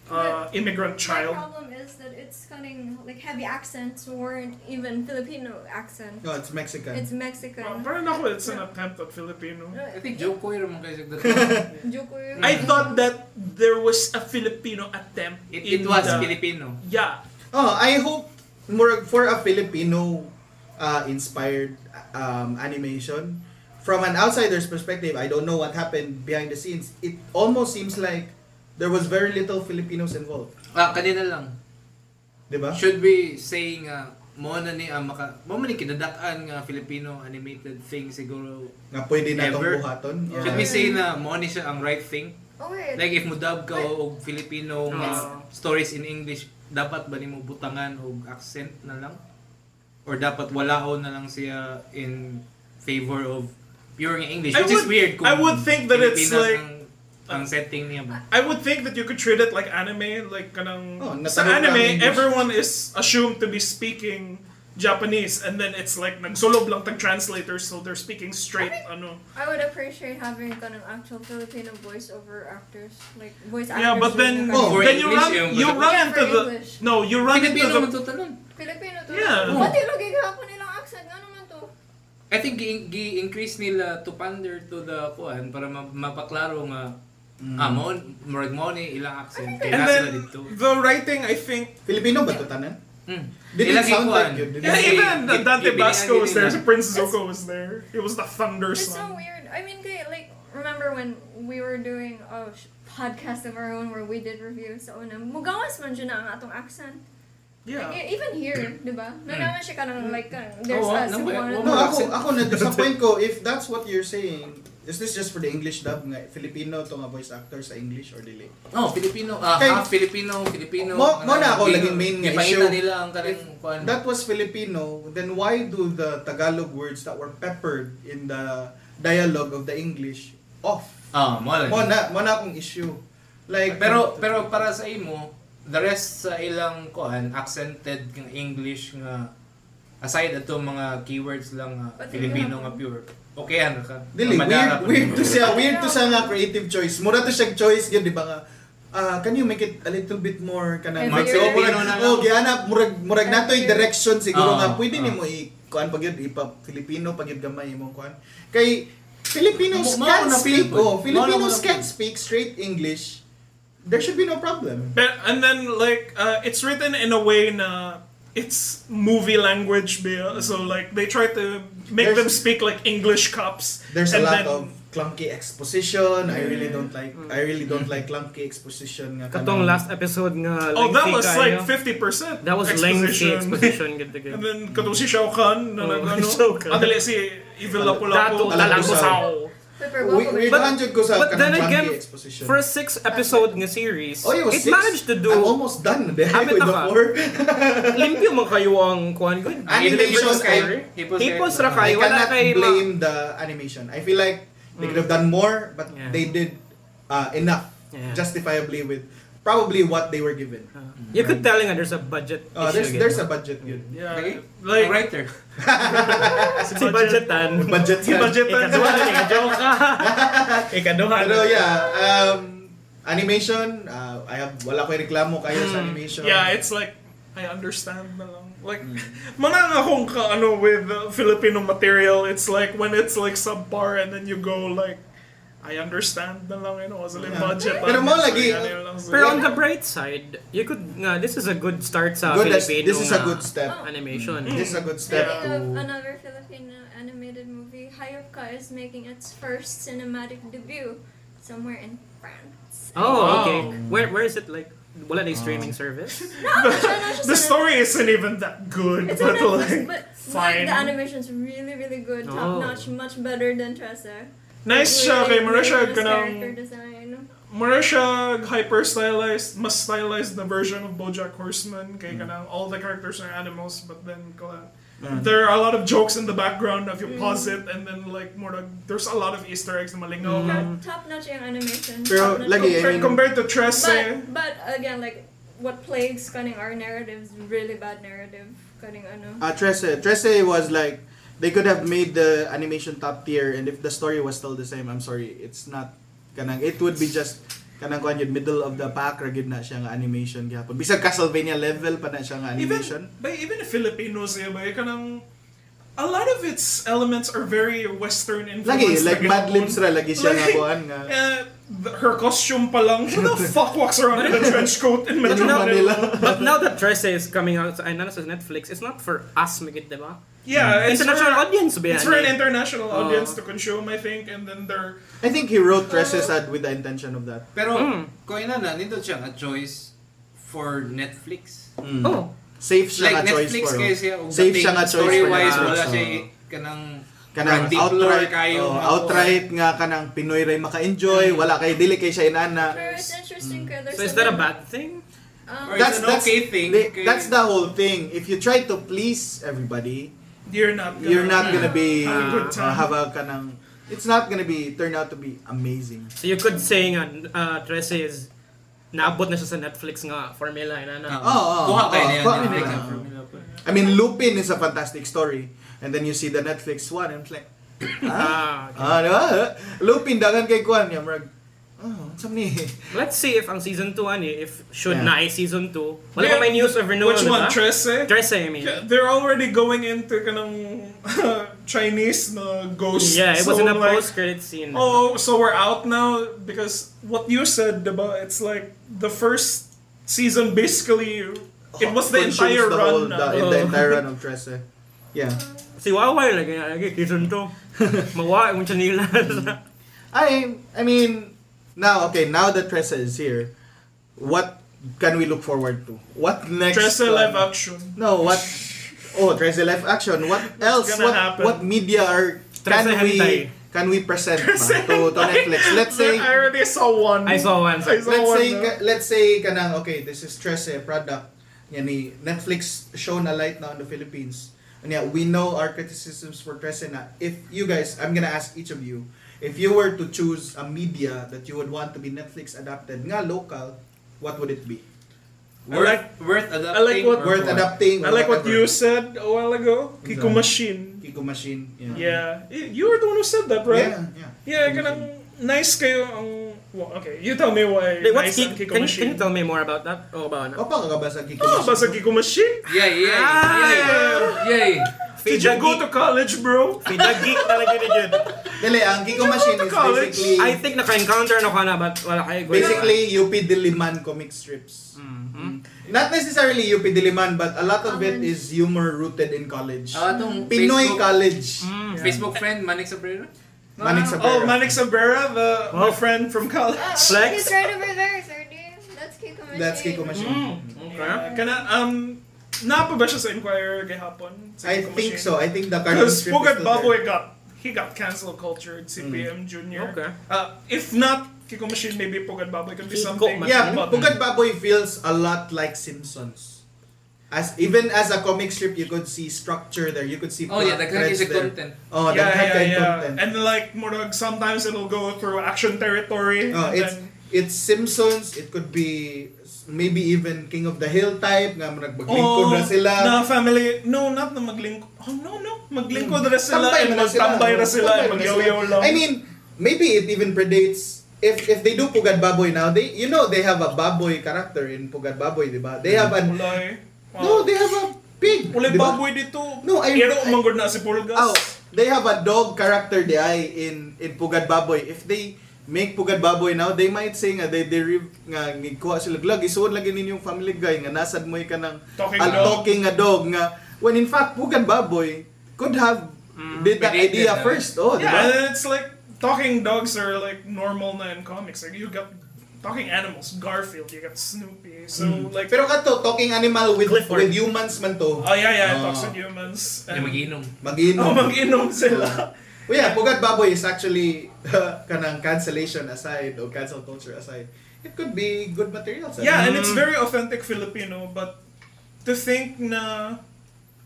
S2: uh, immigrant
S6: My
S2: child.
S6: problem is that it's cutting like heavy accents weren't even Filipino accent.
S3: No, it's Mexican.
S6: It's Mexican.
S2: Well, parang ako, it's an attempt at Filipino.
S6: Uh,
S7: I think joke ko yun mga kayo sa
S6: Jokoy.
S2: I thought that there was a Filipino attempt.
S7: It,
S2: in
S7: it was
S2: the-
S7: Filipino.
S2: Yeah.
S3: Oh, I hope more for a Filipino uh, inspired um, animation. From an outsider's perspective, I don't know what happened behind the scenes. It almost seems like there was very little Filipinos involved.
S7: Ah, kanina lang.
S3: Diba?
S7: Should be saying nga mo na ni ang maka mo man ni kinadakaan nga Filipino animated thing siguro.
S3: Nga pwede na itong
S7: Never.
S3: buhaton.
S7: Should we say na mo ni siya ang right thing?
S6: Oh wait.
S7: Like if mudab ka og Filipino nga
S6: Yes.
S7: stories in English, dapat ba nimo butangan og accent na lang? Or dapat walaon na lang siya in favor of pure nga English,
S2: I
S7: which is
S2: would-
S7: weird kung
S2: I would think that it's
S7: Pilipinas
S2: like-
S7: ang, ang setting niya ba?
S2: I would think that you could treat it like anime, like kanang
S3: Oh,
S2: sa
S3: natanong ka ang
S2: anime,
S3: English.
S2: everyone is assumed to be speaking Japanese and then it's like nagsulob lang tag translators so they're speaking straight ano.
S6: I would appreciate having an actual Filipino voiceover actors, like voice actors.
S2: Yeah, but then
S6: working on-
S3: Oh,
S7: For
S2: then you
S7: English,
S2: run
S7: yung-
S2: you run
S6: Yeah,
S2: into
S6: for
S2: the
S6: English.
S2: no you run into
S7: Pilipino man
S2: the
S7: to talan.
S6: Filipino to.
S2: Yeah.
S6: Pati lagi gihapon nilang accent nga naman to.
S7: I think gi- gi-increase nila to pander to the kuan para ma- mapaklaro nga ah mo murag mo ni ilang accent
S2: Mm. and
S7: kaya
S2: then
S7: sila dito.
S2: the writing I think
S3: Filipino ba to tanan?
S7: Mm.
S3: Did
S7: Ilang
S3: it sound
S7: ikuan?
S3: like yun? Did
S2: yeah,
S3: it-
S7: Kasi
S2: even
S7: gi-
S2: Dante
S7: gibinaan
S2: Basco
S7: yun eh.
S2: was
S7: nila.
S2: there, si Prince Zuko was there. It was the thunder
S6: It's so
S2: song.
S6: weird. I mean, kay, like, remember when we were doing a sh- podcast of our own where we did reviews sa una, mugawas man dyan na ang atong accent. Like,
S2: Yeah. Hmm. Oh,
S6: e- even here, di ba? Nanaman siya ka ng, like, ka ng- there's
S2: ah,
S7: Oo,
S6: us.
S7: naman.
S6: Cebuano.
S3: No, ako, ako na disappoint ko if that's what you're saying. Is this just for the English dub nga Filipino to nga voice actor sa English or dili?
S7: Oh, Filipino. Ah,
S3: Kay-
S7: half Filipino, Filipino.
S3: Mo- mo na ako
S7: Filipino.
S3: laging main nga
S7: Ipakita
S3: issue.
S7: nila ang kanang kuan.
S3: That was Filipino, then why do the Tagalog words that were peppered in the dialogue of the English off?
S7: Ah, mo lang.
S3: Mo na, mo na akong issue. Like
S7: Pero pero para sa imo, the rest sa ilang kuan accented ng English nga aside ato mga keywords lang nga
S6: But
S7: Filipino
S6: yeah.
S7: nga pure. Okay ano ka?
S3: Dili,
S7: Madara
S3: weird,
S7: pa
S3: weird
S7: rin.
S3: to siya, weird to siya nga creative choice. Mura to siya choice yun, di ba nga? ah can you make it a little bit more kana
S6: Every
S3: mag
S6: year.
S3: oh, murag,
S7: Filipino na
S3: oh
S7: lang.
S3: gihanap murag murag natoy
S6: Every year.
S3: direction siguro
S7: Ah,
S3: nga pwede
S7: ah.
S3: ni mo i kuan pag yun ipa Filipino pag yun gamay imong kuan kay Filipinos
S7: Mo- mo
S3: can
S7: na
S3: speak
S7: feel
S3: oh
S7: po. Mo na
S3: Filipinos
S7: mo na
S3: can
S7: feel.
S3: speak straight English there should be no problem
S2: But, and then like uh, it's written in a way na it's movie language ba so like they try to make them
S3: There's-
S2: speak like English cops.
S3: there's a
S2: and
S3: lot
S2: then,
S3: of clunky exposition I really
S7: Mm.
S3: don't like I really don't like clunky exposition nga
S1: Katong
S3: kanang-
S1: last episode nga
S2: Oh, that
S1: lengthy
S2: was
S1: kayo.
S2: like 50%.
S1: That was lengthy exposition gid gid.
S2: And then, katong si Shao Kahn, na
S1: Oh,
S2: nag, ano,
S1: Shao Kahn.
S2: adali si Evil
S1: Dato
S2: Lapu-Lapu.
S1: talagusaw.
S6: Pepper
S3: we,
S6: Boko,
S3: we
S6: but-
S3: but, ko sa
S1: But then
S3: kanang
S1: again,
S3: clunky exposition
S1: for a six episode nga series,
S3: Oh, it was six?
S1: managed to do
S3: I'm almost done. Dahil
S1: Hapit na
S3: with the
S1: ka.
S3: four.
S1: limpyo man kayo ang kuan good.
S3: Animation,
S7: Hipos kay-
S3: I,
S7: hipos kay-
S1: Hipos ra
S3: I
S1: kayo wala
S3: cannot
S1: kay ma-
S3: blame the animation. I feel like they could have done more, but
S1: Yeah.
S3: they did uh, enough,
S1: Yeah. Uh,
S3: justifiably with probably what they were given.
S1: You could tell nga there's a budget
S3: Uh, there's
S1: issue.
S3: there's a budget yun.
S2: Yeah.
S7: Okay?
S2: Like,
S7: Ang writer.
S1: si budgetan.
S3: Budget
S2: Si
S3: yan.
S2: budgetan.
S1: Ikaduha, ikaduha ka. Ikaduha.
S3: Pero yeah, um, animation, uh, I have, wala ko reklamo kayo
S1: Hmm.
S3: sa animation.
S2: Yeah, it's like, I understand na lang. Like,
S3: Mm.
S2: manang akong ka, ano, with uh, Filipino material, it's like, when it's like subpar and then you go like, I understand na lang, you know, as a
S3: Yeah.
S2: budget.
S3: Pero
S2: ah,
S3: mo
S2: so,
S3: lagi,
S2: yan, yun lang, so-
S1: Pero on the bright side, you could nga this is a good start sa
S3: good, that's-
S1: Filipino.
S3: this is a
S1: nga
S3: good step.
S1: animation.
S3: This is a good step
S6: Speaking of
S2: Oh.
S3: to...
S6: another Filipino animated movie, Hayop Ka is making its first cinematic debut somewhere in France.
S1: Oh,
S2: Wow. Oh.
S1: okay. Where where is it like wala na yung streaming service?
S6: No, siya Ah, na siya
S2: The
S6: sa-
S2: story isn't even that good,
S6: It's
S2: but
S6: on Netflix,
S2: like,
S6: but
S2: fine.
S6: like the animation's really, really
S1: Oh.
S6: good, top notch, much better than Tressa.
S2: nice siya kay Marisha, ganang,
S6: character design.
S2: Mura siya hyper stylized, mas stylized na version of BoJack Horseman kay
S3: Mm.
S2: kanang all the characters are animals but then kala, there are a lot of jokes in the background if you pause it and then like mura there's a lot of Easter eggs na malingaw.
S6: Top notch yung animation.
S3: Pero
S6: top-notch.
S3: lagi, Mm. I
S2: Compared,
S3: mean,
S2: compared to Tresse,
S6: But, but again, like what plagues cutting our narrative is really bad narrative. Cutting ano.
S3: Uh, Trece. Trece was like they could have made the animation top tier, and if the story was still the same, I'm sorry, it's not. Kanang it would be just kanang kuan yun, middle of the pack ra gid na siya nga animation gyapon. Bisag Castlevania level pa na siya nga
S2: even
S3: animation.
S2: by even Filipinos eh, by kanang a lot of its elements are very Western
S3: lagi
S2: influenced.
S3: like
S2: na
S3: Mad
S2: gihapon.
S3: Libs ra lagi siya nga
S2: Like,
S3: kuan nga.
S2: eh, th- her costume pa lang. Who the fuck walks around in a trench coat in Metro
S1: Manila.
S2: Manila?
S1: But now that Trece is coming out sa- ay nana sa Netflix, it's not for us magid, di ba?
S2: Yeah, it's
S1: International
S2: for-
S1: audience ba yan?
S2: It's for an international
S1: Oh.
S2: audience to consume, I think, and then they're
S3: I think he wrote Trece sad with the intention of that.
S7: Pero
S1: Mm.
S7: kung ina na nito siya nga choice for Netflix.
S1: Oh.
S3: Safe siya
S7: Like
S3: nga choice
S7: Netflix
S3: for.
S7: kaya siya og
S3: Safe
S7: dating
S3: siya nga choice for
S7: Story-wise
S3: Netflix,
S7: wala
S3: oh.
S7: siya eh, kanang
S3: kanang
S7: Practical
S3: outright
S7: kayo,
S3: oh,
S7: mga
S3: outright nga kanang Pinoy ray maka-enjoy, wala kay dili kay siya inana.
S6: Pero it's interesting
S3: Mm.
S6: kaya there's
S1: So is that a
S6: bit-
S1: bad thing?
S6: Um,
S7: Or
S3: That's-
S7: it's an
S3: that's-
S7: okay thing.
S3: They-
S7: kay-
S3: that's the whole thing. If you try to please everybody,
S2: you're not gonna,
S3: you're not gonna be
S2: Have a good
S3: uh,
S2: time.
S3: have a kanang. It's not gonna be turn out to be amazing.
S1: So you could say nga uh, Trece is naabot na siya sa Netflix nga formula eh, na na.
S7: Ah,
S3: Oo, oo,
S7: kuha kayo
S3: oo,
S7: na yan.
S3: Oh, kuha
S7: Netflix
S3: nila.
S7: ang formula pa.
S3: I mean, Lupin is a fantastic story. And then you see the Netflix one, and it's like,
S1: Ah,
S3: ah,
S1: okay.
S3: ah, di ba? Lupin, dagan kay Kwan. Yung marag, oh, what's up ni?
S1: Let's see if ang season 2 ani, if should
S3: Yeah.
S1: na ay season 2. Wala
S2: Yeah.
S1: pa may news of renewal,
S2: Which one, Tresse?
S1: Tresa, I mean.
S2: Yeah, They're already going into kanang Chinese na ghost.
S1: Yeah, it was
S2: so
S1: in a
S2: like,
S1: post-credit scene.
S2: Oh, so we're out now because what you said about it's like the first season basically it was the
S3: Consumes
S2: entire
S3: the whole-
S2: run.
S3: The,
S2: now.
S3: the entire run of Tresse. Yeah.
S1: Si Wawa lagi lagi season 2. Mawa mo siya nila.
S3: I I mean now okay now that Tressa is here, what can we look forward to? What next?
S2: Tresse
S3: um,
S2: live action.
S3: No, what? Oh, Tressa live action. What else?
S2: gonna
S3: What
S2: happen?
S3: what media are can
S1: Tressa
S3: we
S1: hentai.
S3: can we present ba,
S2: Tresse
S3: to, to Netflix? Let's say
S2: I already saw one.
S1: I saw one.
S2: I saw
S3: let's
S2: one.
S3: say
S2: no?
S3: ka- let's say kanang okay this is Tressa product. Yani Netflix show na light now in the Philippines. And yeah, we know our criticisms for Tressa na. If you guys, I'm gonna ask each of you, if you were to choose a media that you would want to be Netflix adapted nga local, what would it be?
S7: Worth,
S2: like-
S7: worth
S2: I
S7: adapting.
S2: like what-
S7: or
S3: Worth
S7: what?
S3: adapting.
S2: I like what
S3: whatever.
S2: you said a while ago. Kiku
S3: Exactly.
S2: Machine.
S3: Kiko Machine. Yeah.
S2: Yeah. Y- You were the one who said that, right?
S3: Yeah. yeah.
S2: Yeah, kanang nice kayo ang... Well, okay, you tell me why
S1: Wait, what's
S2: nice ang
S1: Kiko,
S2: Kiko
S1: can, you-
S2: Machine.
S1: can you tell me more about that? Oh, ba na?
S3: Opa ka ba sa Kiko
S2: Ah,
S3: Machine?
S2: basa Kiko Machine?
S7: Yeah, yeah, yeah. Yay.
S2: Did you go to college, bro?
S1: Pinag-geek talaga ni Jed.
S3: Dili, ang Kiko Machine is
S2: college.
S3: basically,
S1: I think naka-encounter na ko na but wala kayo.
S3: basically UP Diliman comic strips. Mm.
S1: Mhm.
S3: Not necessarily UP Diliman, but a lot of it
S6: College.
S3: is humor rooted in college.
S7: Ah, itong
S3: Pinoy
S7: Facebook-
S3: college.
S7: Facebook friend, Manic Sabrina?
S3: Manix
S2: Oh, Manix Sabrera, the my
S1: Well-
S2: friend from college.
S6: Oh,
S1: Flex.
S6: He's right over there, sir, dude. That's Kiko Machine.
S3: That's Kiko Machine.
S1: Hmm, Okay.
S2: Yeah. Kana, um, napa ba siya sa Inquirer gahapon? Sa
S3: I
S2: Kiko
S3: think
S2: Machine?
S3: so. I think the cartoon
S2: Because
S3: strip is
S2: Pugat
S3: still there. Mm.
S2: Baboy got he got cancel cultured CPM Junior.
S1: Okay.
S2: Uh, if not Kiko Machine, maybe Pugat Baboy can be
S1: Kiko
S2: something.
S1: Machine.
S3: Yeah,
S2: but-
S3: Pugat Baboy feels a lot like Simpsons. As even as a comic strip, you could see structure there. You could see
S7: Oh yeah,
S3: plot
S7: the guy is
S3: threads
S7: a
S3: there.
S7: content.
S3: Oh,
S2: yeah,
S3: that kind
S2: yeah,
S3: of
S2: yeah.
S3: content.
S2: And like Murag, sometimes it'll go through action territory.
S3: Oh,
S2: and
S3: it's
S2: then,
S3: it's Simpsons. It could be s- maybe even King of the Hill type. Nga nagbaglingkod
S2: oh,
S3: na sila.
S2: na family. No, not na maglingko. Oh, no, no. Maglingko na sila. and
S3: Hmm. Tambay na sila.
S2: magtambay na sila.
S3: Tambay
S2: And
S3: na sila.
S2: magyaw-yaw lang.
S3: I mean, maybe it even predates if if they do Pugad Baboy now, they you know they have a baboy character in Pugad Baboy, di ba? They
S2: Hmm.
S3: have an
S2: Ulay.
S3: No, they have a pig.
S2: Ulay
S3: di
S2: Oh.
S3: ba?
S2: baboy dito.
S3: No, I-
S2: Pero
S3: I-
S2: umanggod na si Pulgas.
S3: Oh, they have a dog character di ay in in Pugad Baboy. If they make Pugad Baboy now, they might say nga they they re, nga nigkuha sila glag isuod lagi ninyong family guy nga nasad mo ka ng
S2: Talking
S3: a
S2: dog.
S3: talking a dog nga when in fact Pugad Baboy could have did that
S7: Predated
S3: idea
S7: na.
S3: first. Oh,
S2: Mm,
S3: di ba?
S2: Yeah, and it's like talking dogs are like normal na in comics. Like you got talking animals, Garfield, you got Snoopy. So like
S3: Hmm. Pero kato, talking animal with
S1: Clifford.
S3: with humans man to.
S2: Oh yeah, yeah, it
S3: Oh.
S2: talks with humans.
S7: Yung mag-inom.
S3: Mag-inom.
S2: Oh, mag-inom sila.
S3: Well, yeah, Pugat Baboy is actually kanang cancellation aside or cancel culture aside. It could be good material. sa-
S2: Yeah, and it's very authentic Filipino, but to think na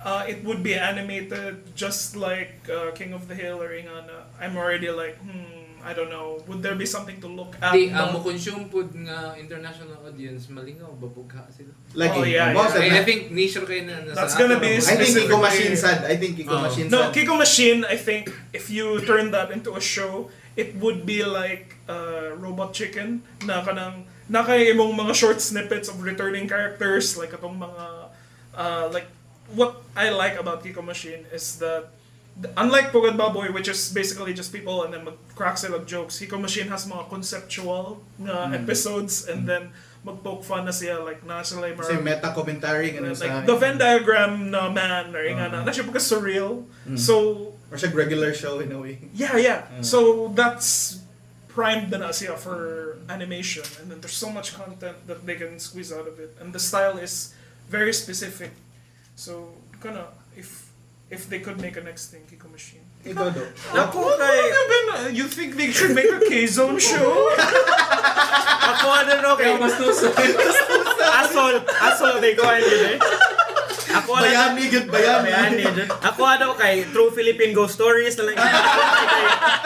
S2: uh, it would be animated just like uh, King of the Hill or Ingana, I'm already like, hmm, I don't know. Would there be something to look at?
S7: Di,
S2: na-
S7: ang mo-consume po nga international audience, malingaw, babugha sila.
S3: Like,
S2: Oh, yeah,
S3: most
S2: yeah.
S3: of
S7: I, I
S3: that-
S7: think nature kayo na nasa
S2: That's gonna be
S3: I
S7: ato.
S3: think Kiko
S2: specifically-
S3: Machine sad. I think Kiko
S7: Oh.
S3: Machine
S2: No,
S3: sad.
S2: Kiko Machine, I think if you turn that into a show, it would be like uh, Robot Chicken na kanang na kay imong mga short snippets of returning characters like atong mga uh, like what I like about Kiko Machine is that unlike Pugad Baboy which is basically just people and then mag-crack sila og jokes Kiko Machine has mga conceptual na episodes and then mag-poke fun na siya like na sila yung
S3: Kasi
S2: mga-
S3: meta commentary ganun sa Uh-huh.
S2: like the Venn diagram na man or yung ano, na siya pagka surreal.
S3: Mm.
S2: So
S3: or siya regular show in a way.
S2: yeah, yeah.
S3: Mm.
S2: So that's primed na na siya for animation and then there's so much content that they can squeeze out of it and the style is very specific. So kinda if if they could make a next thing Kiko Machine.
S3: Ikaw do.
S2: Naku, kay- you think they should make a K-Zone show?
S1: Ako ano no kay mas asol asol they go and yun eh. Ako ano
S3: Bayani, good bayani.
S1: Bayani, dyan. Ako ano kay True Philippine Ghost Stories na lang.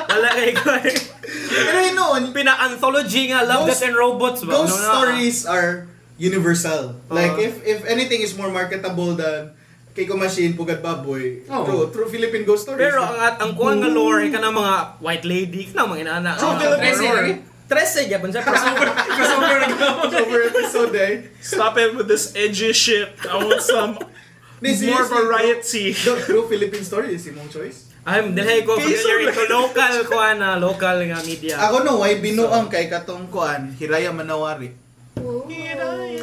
S1: Wala kay ko. eh.
S3: Pero you know, and
S1: Pina-anthology nga Love,
S3: Ghost-
S1: Death and Robots ba?
S3: ghost
S1: Ano na?
S3: stories are universal. Like
S2: Oh.
S1: Uh-huh.
S3: if if anything is more marketable than kay ko machine pugad baboy.
S2: Oh.
S7: Oo.
S3: True, true Philippine ghost stories.
S1: Pero
S2: uh,
S1: ang at ang kuha nga lore ka na mga white lady ka na mga inana.
S2: oh,
S3: True
S1: Ah,
S3: Philippine
S7: Trece,
S3: lore.
S7: lagi.
S1: Trece gyapon siya crossover crossover.
S3: Crossover episode eh.
S2: Stop it with this edgy shit. I want some
S3: Ni,
S2: more
S3: seriously,
S2: variety.
S3: True, true Philippine stories, imong choice.
S1: I'm dili ko
S2: Kaysa-
S1: familiar ko local ko na local nga media.
S3: Ako no, why binuang kay katong kuan, Hiraya Manawari.
S6: Whoa.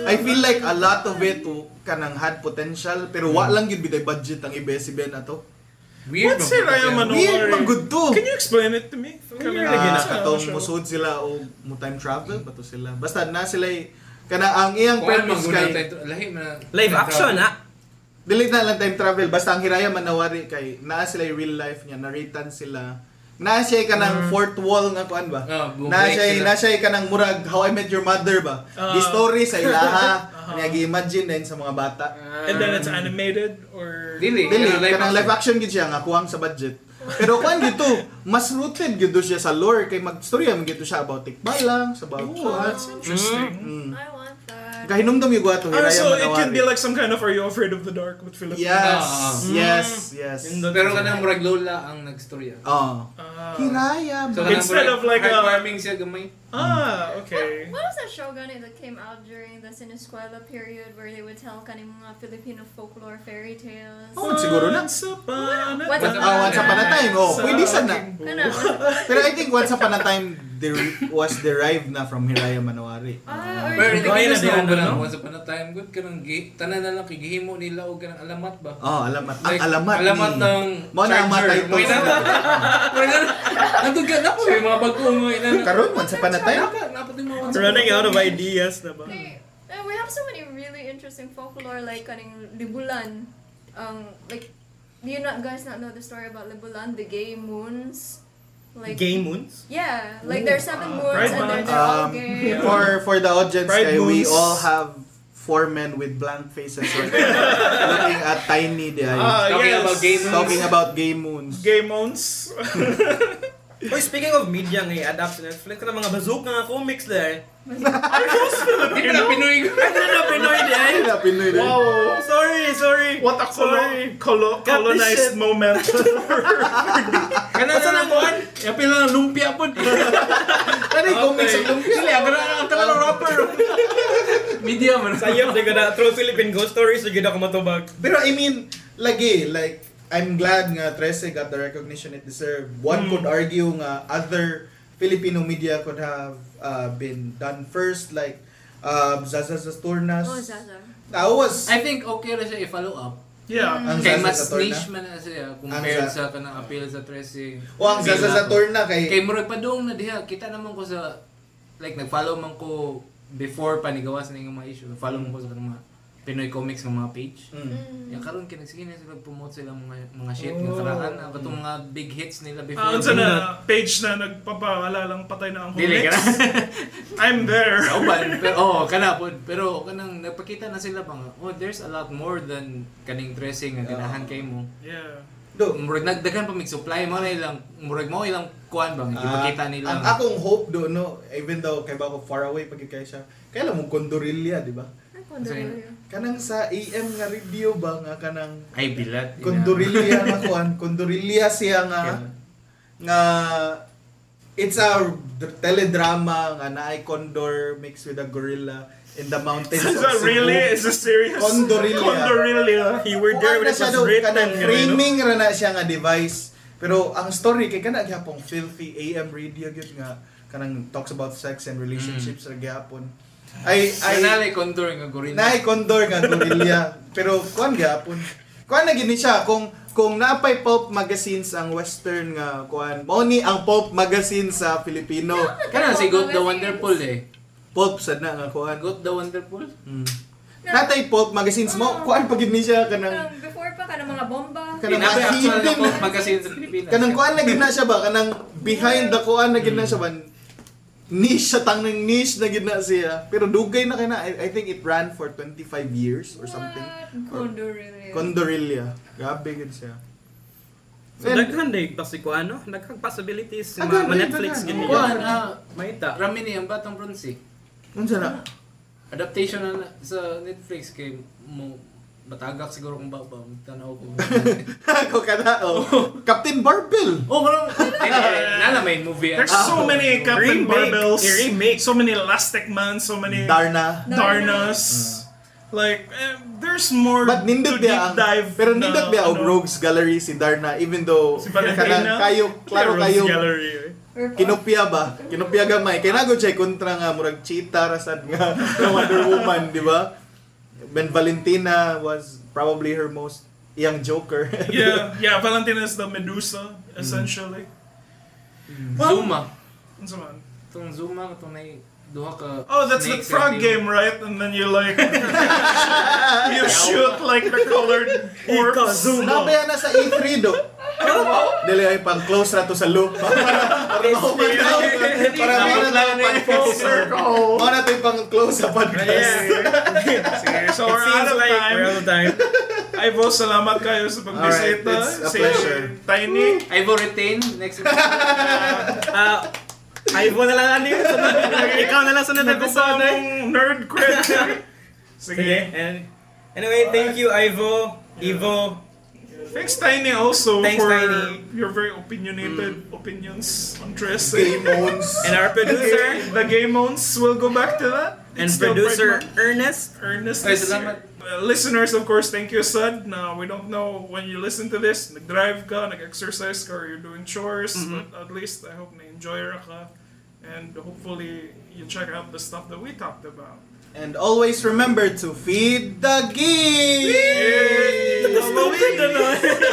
S3: I feel like a lot of it w- kanang had potential pero wa lang gid bitay budget ang ABS-CBN ato.
S7: Weird
S2: What's
S7: ba-
S2: Hiraya Manowari?
S3: Weird man good to.
S2: Can you explain it to me? Kami
S3: Ah,
S2: sa
S3: katong
S2: show.
S3: musud sila o mo time travel ba to sila. Basta na sila kana ang iyang
S7: Kung ano
S3: premise
S7: magulang
S3: kay
S7: tayo, lahi man na-
S1: Live action ah. ha.
S3: dili na lang time travel basta ang Hiraya Manawari kay naa sila yung real life niya naritan sila naa siya yung kanang fourth wall nga kuan ba
S2: Oh,
S7: Ah, bubreak
S3: naa siya
S7: sila.
S3: naa siya yung kanang murag how I met your mother ba
S2: Ah.
S3: the story sa ilaha
S2: Uh-huh.
S3: niya gi-imagine din sa mga bata
S2: And then it's animated
S1: ah.
S2: or...
S7: Dili,
S3: Dili,
S7: kanang live
S3: kanang live action
S7: action.
S3: gid siya nga kuwang sa budget. Pero kuan gito, mas rooted gito siya sa lore kay magstorya man gito siya about tikbalang, sa about
S2: Oh, that's
S1: Hmm.
S2: interesting.
S6: I want that.
S3: Kahinomdom yung guwato,
S2: Ah,
S3: Hiraya
S2: so it
S3: Manawari.
S2: can be like some kind of Are You Afraid of the Dark with Philip.
S3: Yes,
S7: Ah.
S3: yes, yes.
S2: Mm.
S7: Pero kanang murag lola ang nagstorya.
S3: Oh.
S2: Ah.
S3: Hiraya
S7: So
S3: man.
S7: kanang
S2: Instead
S7: murag
S2: of like a-
S7: heartwarming siya gamay.
S2: Ah, okay.
S6: What was that shogun that came out during the Sinisquela period where they would tell kani mga Filipino folklore fairy tales?
S3: Oh, siguro na.
S2: Once upon a
S6: What's
S2: time.
S3: Ah, once upon a time. Oh,
S2: Sa-
S3: pwede sana.
S6: Kana.
S3: Pero I think once upon a time der- was derived na from Hiraya Manawari.
S6: Ah, or
S7: Pero
S1: Gaya
S7: hindi
S1: na
S7: ko
S1: diyan,
S7: na ba lang
S1: ano?
S7: once upon a time good kanang gi tanan na lang kigihimo nila og kanang alamat ba.
S3: Oh, alamat. Ang
S7: Like,
S3: alamat.
S7: alamat
S3: ni-
S7: ng
S3: Mao na ang
S7: charger.
S3: matay to.
S7: Wait, Nandugan ano, na po yung mga bagong mga inano.
S3: Karon once upon a time.
S7: Dapat, dapat yung mga once upon a
S2: Running
S7: time.
S2: out of ideas na ba?
S6: they, uh, we have so many really interesting folklore like kaning Libulan. Um, like, do you not guys not know the story about Libulan, the gay moons? Like,
S1: Gay moons.
S6: Yeah, like there's seven moons
S2: Pride
S6: and they're,
S2: Month.
S6: they're all
S3: Um,
S6: gay.
S3: for for the audience,
S2: Pride
S3: kay, we
S2: moons.
S3: all have four men with blank faces right now, looking at tiny the
S2: Ah, yes.
S7: Talking about gay moons.
S3: talking about gay moons.
S2: Gay moons.
S1: Oy, speaking of media nga adapt sa Netflix na mga bazooka nga comics eh. there.
S7: Hindi na Pinoy ko.
S1: Ano na Pinoy di ay?
S3: Ay, napinoy din.
S2: wow.
S1: Sorry, sorry.
S2: What a colo-
S1: Sorry.
S2: colo-
S1: Cut this shit.
S2: colonized moment.
S7: Kanang
S1: Basta lang, Juan.
S7: Yung pila ng lumpia po.
S3: Ano yung comics ang lumpia?
S7: Sili, ang ang talagang rapper. Media man.
S1: Sayop di gada true Philippine ghost stories di gada ko matubag.
S3: Pero I mean, lagi, like, I'm glad nga Trece got the recognition it deserved.
S7: Mm.
S3: One could argue nga other Filipino media could have uh, been done first, like uh, Zaza Zasturnas.
S6: Oh, Zaza.
S3: That was
S7: I think okay na siya i-follow up.
S2: yeah.
S3: ang Zaza
S7: Kay mas niche
S3: Saturna.
S7: man na siya
S3: Ang
S7: compared
S3: sa-
S7: sa kanang appeal sa 13.
S3: O ang Zaza Saturna
S7: Kay murag pa doong na diha, kita naman ko sa like nag-follow man ko before pa nigawas na yung mga issue. Follow man ko sa kanang mga Pinoy comics ng mga page.
S3: Mm.
S7: Yung karon kay nagsige na sila promote sila mga mga shit
S3: Oh.
S7: ng karaan, ang katong mga big hits nila before.
S2: Ah, unsa na page na nagpapawala lang patay na ang
S7: Dili ka na.
S2: comics. I'm there.
S7: Sa uban, pero oh, kana po. Pero kanang nagpakita na sila bang oh, there's a lot more than kaning dressing nga
S3: Ah.
S7: ganahan kay mo.
S2: Yeah.
S3: Do,
S7: Murag nagdagan pa mig supply mo na ilang murag mo ilang kuan bang ipakita
S3: Ah,
S7: nila.
S3: Ang akong hope do no, even though kay bako far away pag kay siya. Kaya lang mo Condorilla, di ba? Kanang sa AM nga radio ba nga kanang
S7: ay bilat. ina.
S3: Condorilla nga kuan, Condorilla siya nga nga it's a d- teledrama nga naay condor mixed with a gorilla in the mountains
S2: Is
S3: of
S2: that
S3: Cebu.
S2: really? Is this serious?
S3: Condorilla.
S2: Condorilla. You were there
S3: Kuan
S2: when
S3: na
S2: it
S3: ano siya
S2: was
S3: daw,
S2: written.
S3: kanang
S2: you know?
S3: framing ra na siya nga device. Pero ang story kay kana gyapon filthy AM radio gyud nga kanang talks about sex and
S2: Mm.
S3: relationships ra gyapon. Ay ay
S7: ay nalay contour nga gorilla.
S3: naay condor nga gorilla pero kuan gyapon. Kuan na gini siya kung kung naapay pulp magazines ang western nga kuan mao ni ang pulp magazine sa Filipino.
S7: Kana si God the Wonderful eh.
S3: Pulp sad na nga kuan.
S7: God the Wonderful.
S3: Mm. Natay pulp magazines mo kuan pag gid ni siya kanang
S6: Um, before pa, kanang mga bomba.
S3: Kanang
S7: Kinapay
S3: mga
S7: actual na
S3: hidden-
S7: po magazine sa Pilipinas.
S3: Kanang kuan na gid na siya ba? Kanang behind the kuan na gid na siya ba? Niche sa tang ng niche na gid na siya. Pero dugay na kay na. I, I think it ran for 25 years or something.
S6: Condorilla.
S3: Condorilla. Grabe gid siya.
S1: So daghan day pa si ko ano, daghang possibilities sa
S3: Agad,
S1: mga Netflix
S3: daghan.
S1: gini.
S7: kuan ah
S1: Maita.
S7: rami ni ang batang bronze eh.
S3: unsa na?
S7: adaptation na na- sa Netflix kay mo Matagak siguro kung baba. Tanaw ko.
S3: Ako ka na, oh. Captain Barbell!
S7: oh, parang, eh, nala may movie. ah.
S2: There's so many
S1: Remake.
S2: Captain Barbells.
S1: I-remake.
S2: So many Elastic Man. So many
S3: Darna.
S2: Darnas. Like, eh, there's more to
S3: But nindot
S2: deep
S3: biya ang,
S2: dive.
S3: pero
S2: na,
S3: nindot biya
S2: ano,
S3: og Rogues Gallery si Darna even though
S2: Si
S3: kana-
S2: Valentina.
S3: kayo, klaro
S2: Rogues
S3: kayo,
S2: Gallery. eh.
S3: kinopya ba? Kinopya gamay. Kaya nago siya kontra nga murag cheetah rasad nga nga Wonder Woman, di ba? Ben Valentina was probably her most young Joker.
S2: Yeah, yeah, Valentina is the Medusa,
S3: Mm.
S2: essentially.
S7: Zuma.
S2: Ano sa man?
S7: Itong Zuma, itong may duha ka
S2: Oh, that's the
S7: snakes
S2: frog
S7: and
S2: game, right? And then you like you shoot like the colored corpse.
S3: Sabi yan na sa E3 do.
S2: Ano
S3: Dili ay pang close na to sa loop. Para para makumataw. Para
S7: Dapat
S3: para
S7: lang eh.
S3: pang circle. Mga na tayo pang close sa podcast.
S2: Sige, so we're out of time.
S1: time.
S2: Ay, boss, salamat kayo sa pagbisita.
S3: Alright, it's a
S2: Si
S3: pleasure.
S2: Tiny.
S7: Ivo Retain, next week.
S1: Ah, Ay, mo na lang ano yun. sunod. Ikaw na lang sunod na episode. eh.
S2: Nagkasabang nerd cred.
S1: Sige.
S2: Sige.
S1: And, anyway, thank you, Ivo. Ivo.
S2: Thanks, Tiny, also
S1: Thanks,
S2: for
S1: Tiny. Mm.
S2: your very opinionated opinions on dress.
S3: Game owns.
S1: And our producer.
S2: The game owns. We'll go back to that.
S1: and
S2: It's still
S1: producer,
S2: Pride
S1: Ernest.
S2: Month. Ernest.
S7: Ay,
S2: this
S7: salamat.
S2: year. Uh, listeners, of course, thank you, Sad. Now, we don't know when you listen to this, nag-drive ka, nag-exercise ka, or you're doing chores,
S1: Mm-hmm.
S2: but at least I hope na-enjoy ra ka. And hopefully, you check out the stuff that we talked about.
S3: And always remember to feed the geek!
S2: Yay! Halloween!